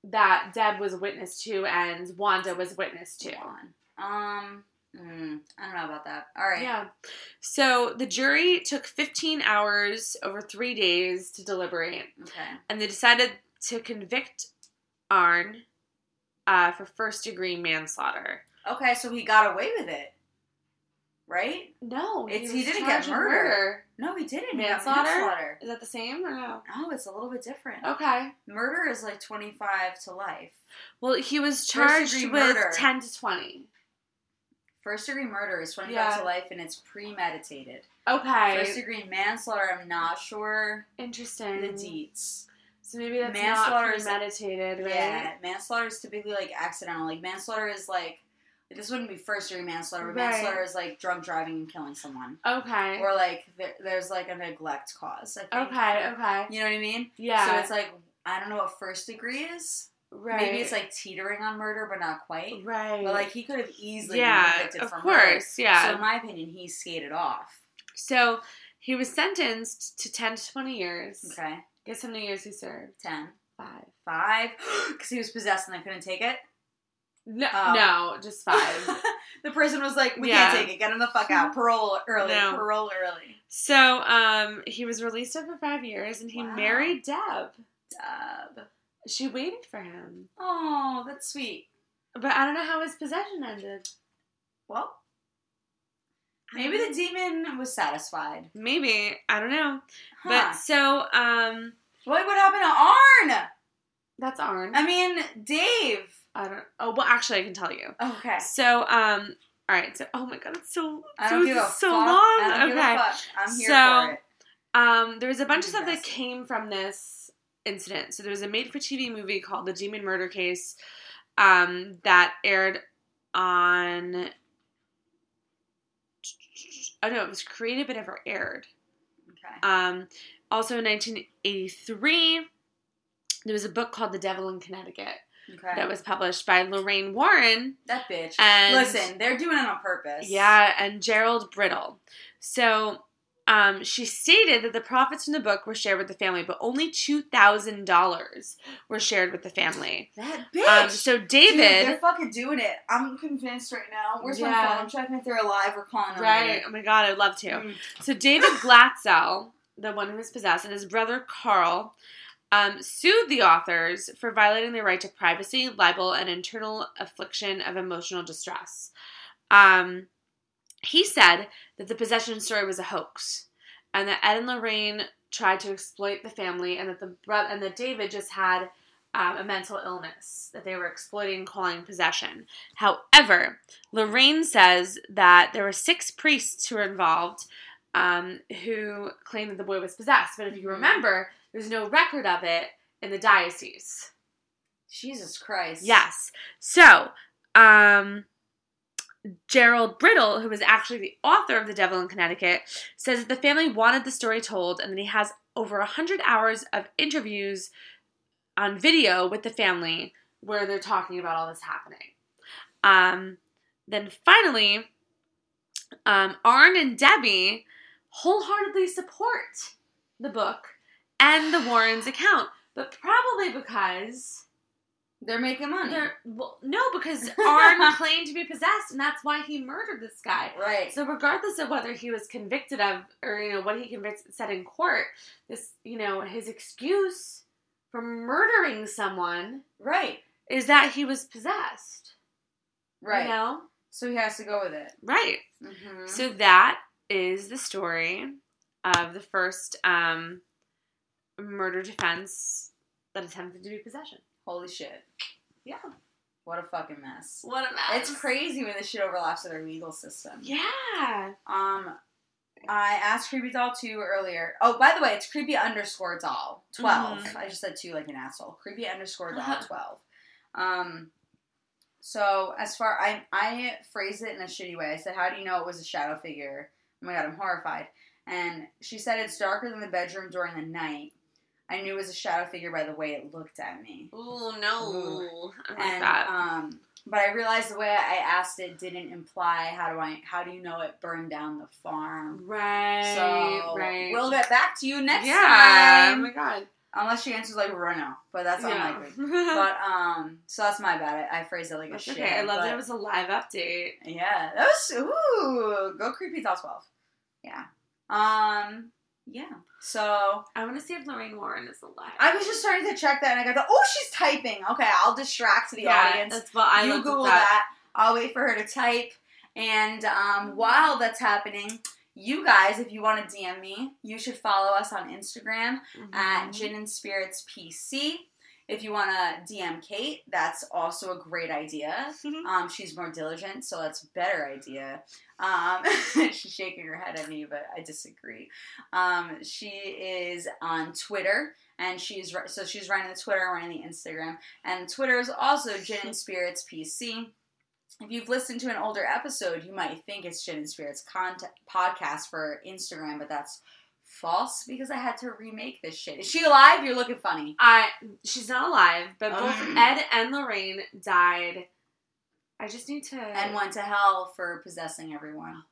Speaker 1: that Deb was a witness to and Wanda was witness to.
Speaker 2: Yawn. Um. mm, I don't know about that. All right.
Speaker 1: Yeah. So the jury took 15 hours over three days to deliberate,
Speaker 2: Okay.
Speaker 1: and they decided to convict Arn uh, for first degree manslaughter.
Speaker 2: Okay. So he got away with it, right?
Speaker 1: No,
Speaker 2: It's-
Speaker 1: was
Speaker 2: he didn't
Speaker 1: charged with
Speaker 2: get murder. No, he didn't. He got
Speaker 1: Manslaughter? Oh.
Speaker 2: manslaughter.
Speaker 1: Is that the same or no?
Speaker 2: No, it's a little bit different.
Speaker 1: Okay.
Speaker 2: Murder is like twenty-five to life.
Speaker 1: Well, he was charged
Speaker 2: First-degree
Speaker 1: with
Speaker 2: murder.
Speaker 1: 10 to 20.
Speaker 2: First degree murder is 25
Speaker 1: Yeah.
Speaker 2: to life and it's premeditated.
Speaker 1: Okay.
Speaker 2: First degree manslaughter, I'm not sure the
Speaker 1: Interesting.
Speaker 2: deets.
Speaker 1: So maybe that's
Speaker 2: Manslaughter
Speaker 1: not
Speaker 2: is-
Speaker 1: premeditated, right?
Speaker 2: Yeah, manslaughter is typically like accidental. Like manslaughter is like this wouldn't be first degree manslaughter, but
Speaker 1: Right.
Speaker 2: manslaughter is like drunk driving and killing someone,
Speaker 1: Okay.
Speaker 2: or like there, there's like a neglect cause. I think.
Speaker 1: okay, okay.
Speaker 2: you know what I mean?
Speaker 1: Yeah.
Speaker 2: So it's like I don't know what first degree is.
Speaker 1: right.
Speaker 2: Maybe it's like teetering on murder, but not quite.
Speaker 1: Right.
Speaker 2: But like he could have easily been
Speaker 1: yeah,
Speaker 2: convicted
Speaker 1: of
Speaker 2: for murder.
Speaker 1: course, yeah.
Speaker 2: So in my opinion, he skated off.
Speaker 1: So he was sentenced to 10 to 20 years.
Speaker 2: Okay,
Speaker 1: Guess how many years he served?
Speaker 2: ten.
Speaker 1: Five.
Speaker 2: five because he was possessed and they couldn't take it.
Speaker 1: No,
Speaker 2: Oh.
Speaker 1: no just five.
Speaker 2: the prison was like, "We
Speaker 1: Yeah.
Speaker 2: can't take it. Get him the fuck out. Parole early.
Speaker 1: No.
Speaker 2: Parole early."
Speaker 1: so um, he was released after five years and he
Speaker 2: Wow.
Speaker 1: married Deb.
Speaker 2: Dub.
Speaker 1: She waited for him.
Speaker 2: Oh, that's sweet.
Speaker 1: But I don't know how his possession ended.
Speaker 2: Well, maybe the demon was satisfied.
Speaker 1: Maybe. I don't know.
Speaker 2: Huh.
Speaker 1: But so um,
Speaker 2: But what would happen to Arn?
Speaker 1: that's Arn.
Speaker 2: I mean, Dave.
Speaker 1: I don't. Oh well, actually, I can tell you.
Speaker 2: Okay.
Speaker 1: So um, all right. So oh my god, it's so
Speaker 2: I don't
Speaker 1: so,
Speaker 2: give a
Speaker 1: so
Speaker 2: fuck.
Speaker 1: long.
Speaker 2: I don't
Speaker 1: okay.
Speaker 2: give a fuck. I'm here
Speaker 1: So-
Speaker 2: for it.
Speaker 1: Um, there was a bunch of stuff that
Speaker 2: Invested.
Speaker 1: came from this incident. So there was a made-for-TV movie called The Demon Murder Case um, that aired on. Oh no, it was created but never aired.
Speaker 2: Okay.
Speaker 1: Um, also in 1983, there was a book called The Devil in Connecticut
Speaker 2: Okay.
Speaker 1: that was published by Lorraine Warren.
Speaker 2: that bitch.
Speaker 1: And-
Speaker 2: Listen, they're doing it on purpose.
Speaker 1: Yeah, and Gerald Brittle. So um, she stated that the profits from the book were shared with the family, but only $2,000 were shared with the family.
Speaker 2: That bitch.
Speaker 1: Um, so
Speaker 2: Dude, they're
Speaker 1: David.
Speaker 2: fucking doing it. I'm convinced right now. Where's my
Speaker 1: Yeah.
Speaker 2: phone? I'm checking if they're alive or calling them.
Speaker 1: Right.
Speaker 2: later.
Speaker 1: Oh my God, I'd love to.
Speaker 2: Mm.
Speaker 1: So David Glatzel, the one who was possessed, and his brother Carl um, sued the authors for violating their right to privacy, libel, and internal affliction of emotional distress. Um, he said that the possession story was a hoax, and that Ed and Lorraine tried to exploit the family, and that the bro- and that David just had um, a mental illness that they were exploiting, calling possession. However, Lorraine says that there were six priests who were involved um, who claimed that the boy was possessed. But if you
Speaker 2: Mhm.
Speaker 1: remember, there's no record of it in the diocese.
Speaker 2: Jesus Christ.
Speaker 1: Yes. So, um, Gerald Brittle, who was actually the author of The Devil in Connecticut, says that the family wanted the story told and that he has over 100 hours of interviews on video with the family where they're talking about all this happening. Um, then finally, um, Arn and Debbie wholeheartedly support the book and the Warrens account, but probably because.
Speaker 2: They're making money.
Speaker 1: They're- well, no, because Arn claimed to be possessed, and that's why he murdered this guy.
Speaker 2: right.
Speaker 1: So, regardless of whether he was convicted of, or you know what he convicted said in court, this you know his excuse for murdering someone
Speaker 2: right.
Speaker 1: is that he was possessed.
Speaker 2: Right.
Speaker 1: You know.
Speaker 2: So he has to go with it.
Speaker 1: Right.
Speaker 2: Mm-hmm.
Speaker 1: So that is the story of the first um, murder defense that attempted to be possession.
Speaker 2: Holy shit.
Speaker 1: Yeah.
Speaker 2: What a fucking mess.
Speaker 1: What a
Speaker 2: It's crazy when this shit overlaps with our legal system.
Speaker 1: Yeah.
Speaker 2: Um, I asked Creepy Doll 2 earlier. Oh, by the way, it's Creepy underscore Doll 12.
Speaker 1: Mhm.
Speaker 2: I just said 2 like an asshole. Creepy underscore Doll
Speaker 1: Uh-huh.
Speaker 2: 12. Um, so, as far, I, I phrased it in a shitty way. I said, how do you know it was a shadow figure? Oh my god, I'm horrified. And she said, it's darker than the bedroom during the night. I knew it was a shadow figure by the way it looked at me.
Speaker 1: Ooh, no.
Speaker 2: Ooh.
Speaker 1: I don't like
Speaker 2: And,
Speaker 1: that.
Speaker 2: um, but I realized the way I asked it didn't imply how do I how do you know it burned down the farm?
Speaker 1: right.
Speaker 2: So
Speaker 1: right.
Speaker 2: we'll get back to you next
Speaker 1: yeah. Oh my
Speaker 2: time.
Speaker 1: god.
Speaker 2: Unless she answers like right now, but that's
Speaker 1: yeah.
Speaker 2: unlikely. But um, so that's my bad. I, I phrased it like a
Speaker 1: That's
Speaker 2: shit.
Speaker 1: okay. I love that
Speaker 2: but-
Speaker 1: it was a live update.
Speaker 2: Yeah, that was ooh, go creepy doll twelve. Yeah. Um. Yeah. So
Speaker 1: I want to see if Lorraine Warren is alive.
Speaker 2: I was just starting to check that, and I got the oh, she's typing. Okay, I'll distract the
Speaker 1: yeah,
Speaker 2: audience.
Speaker 1: That's what I
Speaker 2: you
Speaker 1: looked at
Speaker 2: Google
Speaker 1: that.
Speaker 2: that. I'll wait for her to type. And um, while that's happening, you guys, if you want to DM me, you should follow us on Instagram at
Speaker 1: Mhm.
Speaker 2: Gin and Spirits PC. If you want to DM Kate, that's also a great idea. Um, she's more diligent, so that's a better idea. Um, she's shaking her head at me, but I disagree. Um, she is on Twitter, and she's ru- so she's running the Twitter, running the Instagram, and Twitter is also Gin and Spirits PC. If you've listened to an older episode, you might think it's Gin and Spirits cont- podcast for Instagram, but that's false because I had to remake this shit. Is she alive? You're looking funny.
Speaker 1: I she's not alive, but both
Speaker 2: Oh.
Speaker 1: Ed and Lorraine died. I just need to
Speaker 2: And went to hell for possessing everyone.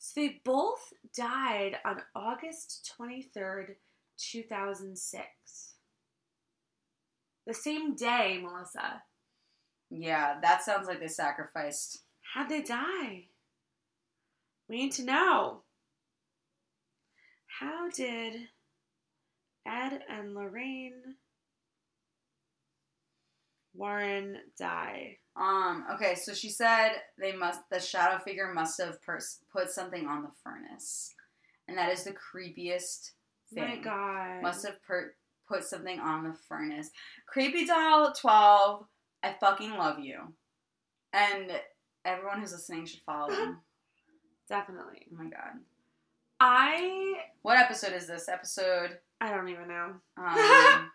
Speaker 1: So they both died on August 23rd, 2006. The same day, Melissa.
Speaker 2: Yeah, that sounds like they sacrificed.
Speaker 1: How'd they die? We need to know. How did Ed and Lorraine Warren die?
Speaker 2: Um, okay, so she said they must the shadow figure must have pers- put something on the furnace. And that is the creepiest thing.
Speaker 1: My God.
Speaker 2: Must have per- put something on the furnace. Creepy doll 12, I fucking love you. And everyone who's listening should follow them.
Speaker 1: Definitely.
Speaker 2: oh my god.
Speaker 1: I
Speaker 2: What episode is this? Episode
Speaker 1: I don't even know.
Speaker 2: um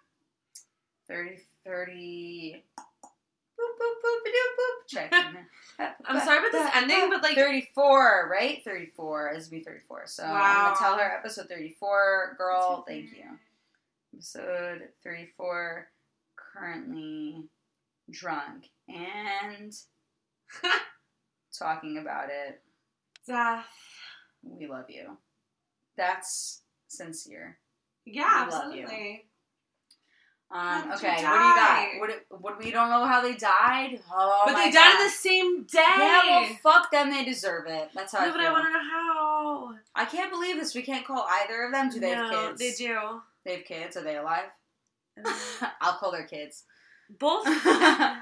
Speaker 2: 30 30 Boop, boop, boop, doop, boop. Check.
Speaker 1: I'm sorry about this
Speaker 2: oh,
Speaker 1: ending, but like
Speaker 2: 34, uh, right? 34 is be 34. So I'm
Speaker 1: Wow.
Speaker 2: gonna tell her episode 34, girl. Thank you. Episode 34, currently drunk and talking about it.
Speaker 1: Death.
Speaker 2: We love you. That's sincere.
Speaker 1: Yeah,
Speaker 2: We love you.
Speaker 1: absolutely. How
Speaker 2: Um,
Speaker 1: did
Speaker 2: okay,
Speaker 1: you
Speaker 2: what do you got?
Speaker 1: die?
Speaker 2: What, what we don't know how they died. Oh
Speaker 1: but
Speaker 2: my
Speaker 1: they died
Speaker 2: God.
Speaker 1: on the same day.
Speaker 2: Yeah, well, fuck them. They deserve it. That's how
Speaker 1: no,
Speaker 2: I
Speaker 1: but
Speaker 2: feel.
Speaker 1: I want to know how.
Speaker 2: I can't believe this. We can't call either of them. Do they
Speaker 1: No,
Speaker 2: have kids?
Speaker 1: They do.
Speaker 2: They have kids. Are they alive?
Speaker 1: Um,
Speaker 2: I'll call their kids.
Speaker 1: Both.
Speaker 2: that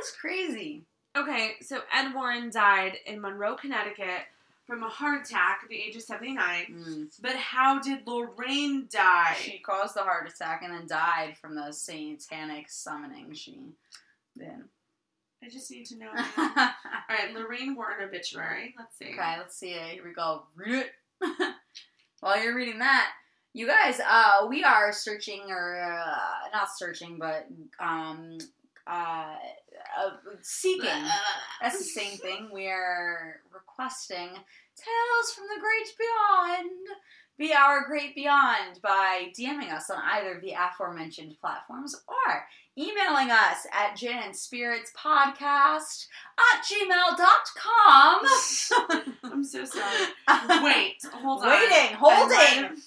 Speaker 2: is crazy.
Speaker 1: Okay, so Ed Warren died in Monroe, Connecticut from a heart attack at the age of 79. But how did Lorraine die?
Speaker 2: Mm. She caused the heart attack and then died from the satanic summoning she did.
Speaker 1: I just need to know. All
Speaker 2: okay,
Speaker 1: right, Lorraine Warren obituary. Let's see.
Speaker 2: let's see it. Here we go. Read it. While you're reading that, you guys, uh, we are searching or uh, not searching, but um, uh, uh, seeking. That's the same thing. We are requesting Tales from the Great Beyond be our Great Beyond by DMing us on either of the aforementioned platforms or emailing us at gin and spirits podcast at gmail.com.
Speaker 1: I'm so sorry. Wait, hold on.
Speaker 2: Waiting,
Speaker 1: I might
Speaker 2: holding.
Speaker 1: have-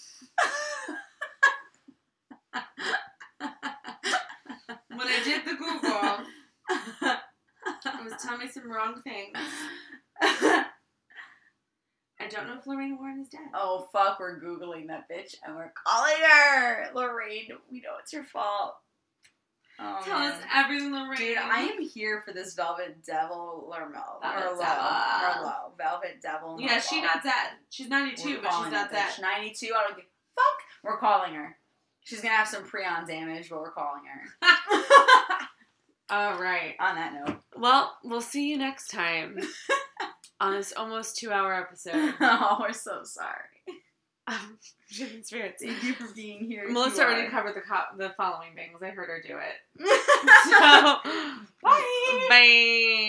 Speaker 1: When I did the Google, it was telling me some wrong things. I don't know if Lorraine Warren is dead.
Speaker 2: oh fuck, we're Googling that bitch and we're calling her. Lorraine, we know it's your fault. Oh,
Speaker 1: Tell us
Speaker 2: man.
Speaker 1: everything, Lorraine.
Speaker 2: Dude, I am here for this Velvet Devil Lermo.
Speaker 1: Velvet
Speaker 2: Merlot.
Speaker 1: Devil.
Speaker 2: Merlot. Velvet Devil.
Speaker 1: Yeah,
Speaker 2: Merlot.
Speaker 1: she's not dead. She's 92,
Speaker 2: We're
Speaker 1: but
Speaker 2: calling
Speaker 1: she's not
Speaker 2: that bitch.
Speaker 1: dead.
Speaker 2: 92, I don't give a fuck. We're calling her. She's gonna have some prion damage, but we're calling her.
Speaker 1: All right.
Speaker 2: On that note.
Speaker 1: Well, we'll see you next time on this almost two hour episode.
Speaker 2: oh, we're so sorry.
Speaker 1: Um, Shipping spirits.
Speaker 2: Thank you for being here.
Speaker 1: Melissa
Speaker 2: You
Speaker 1: already
Speaker 2: are-
Speaker 1: covered the co- the following things. I heard her do it. So,
Speaker 2: Bye.
Speaker 1: bye.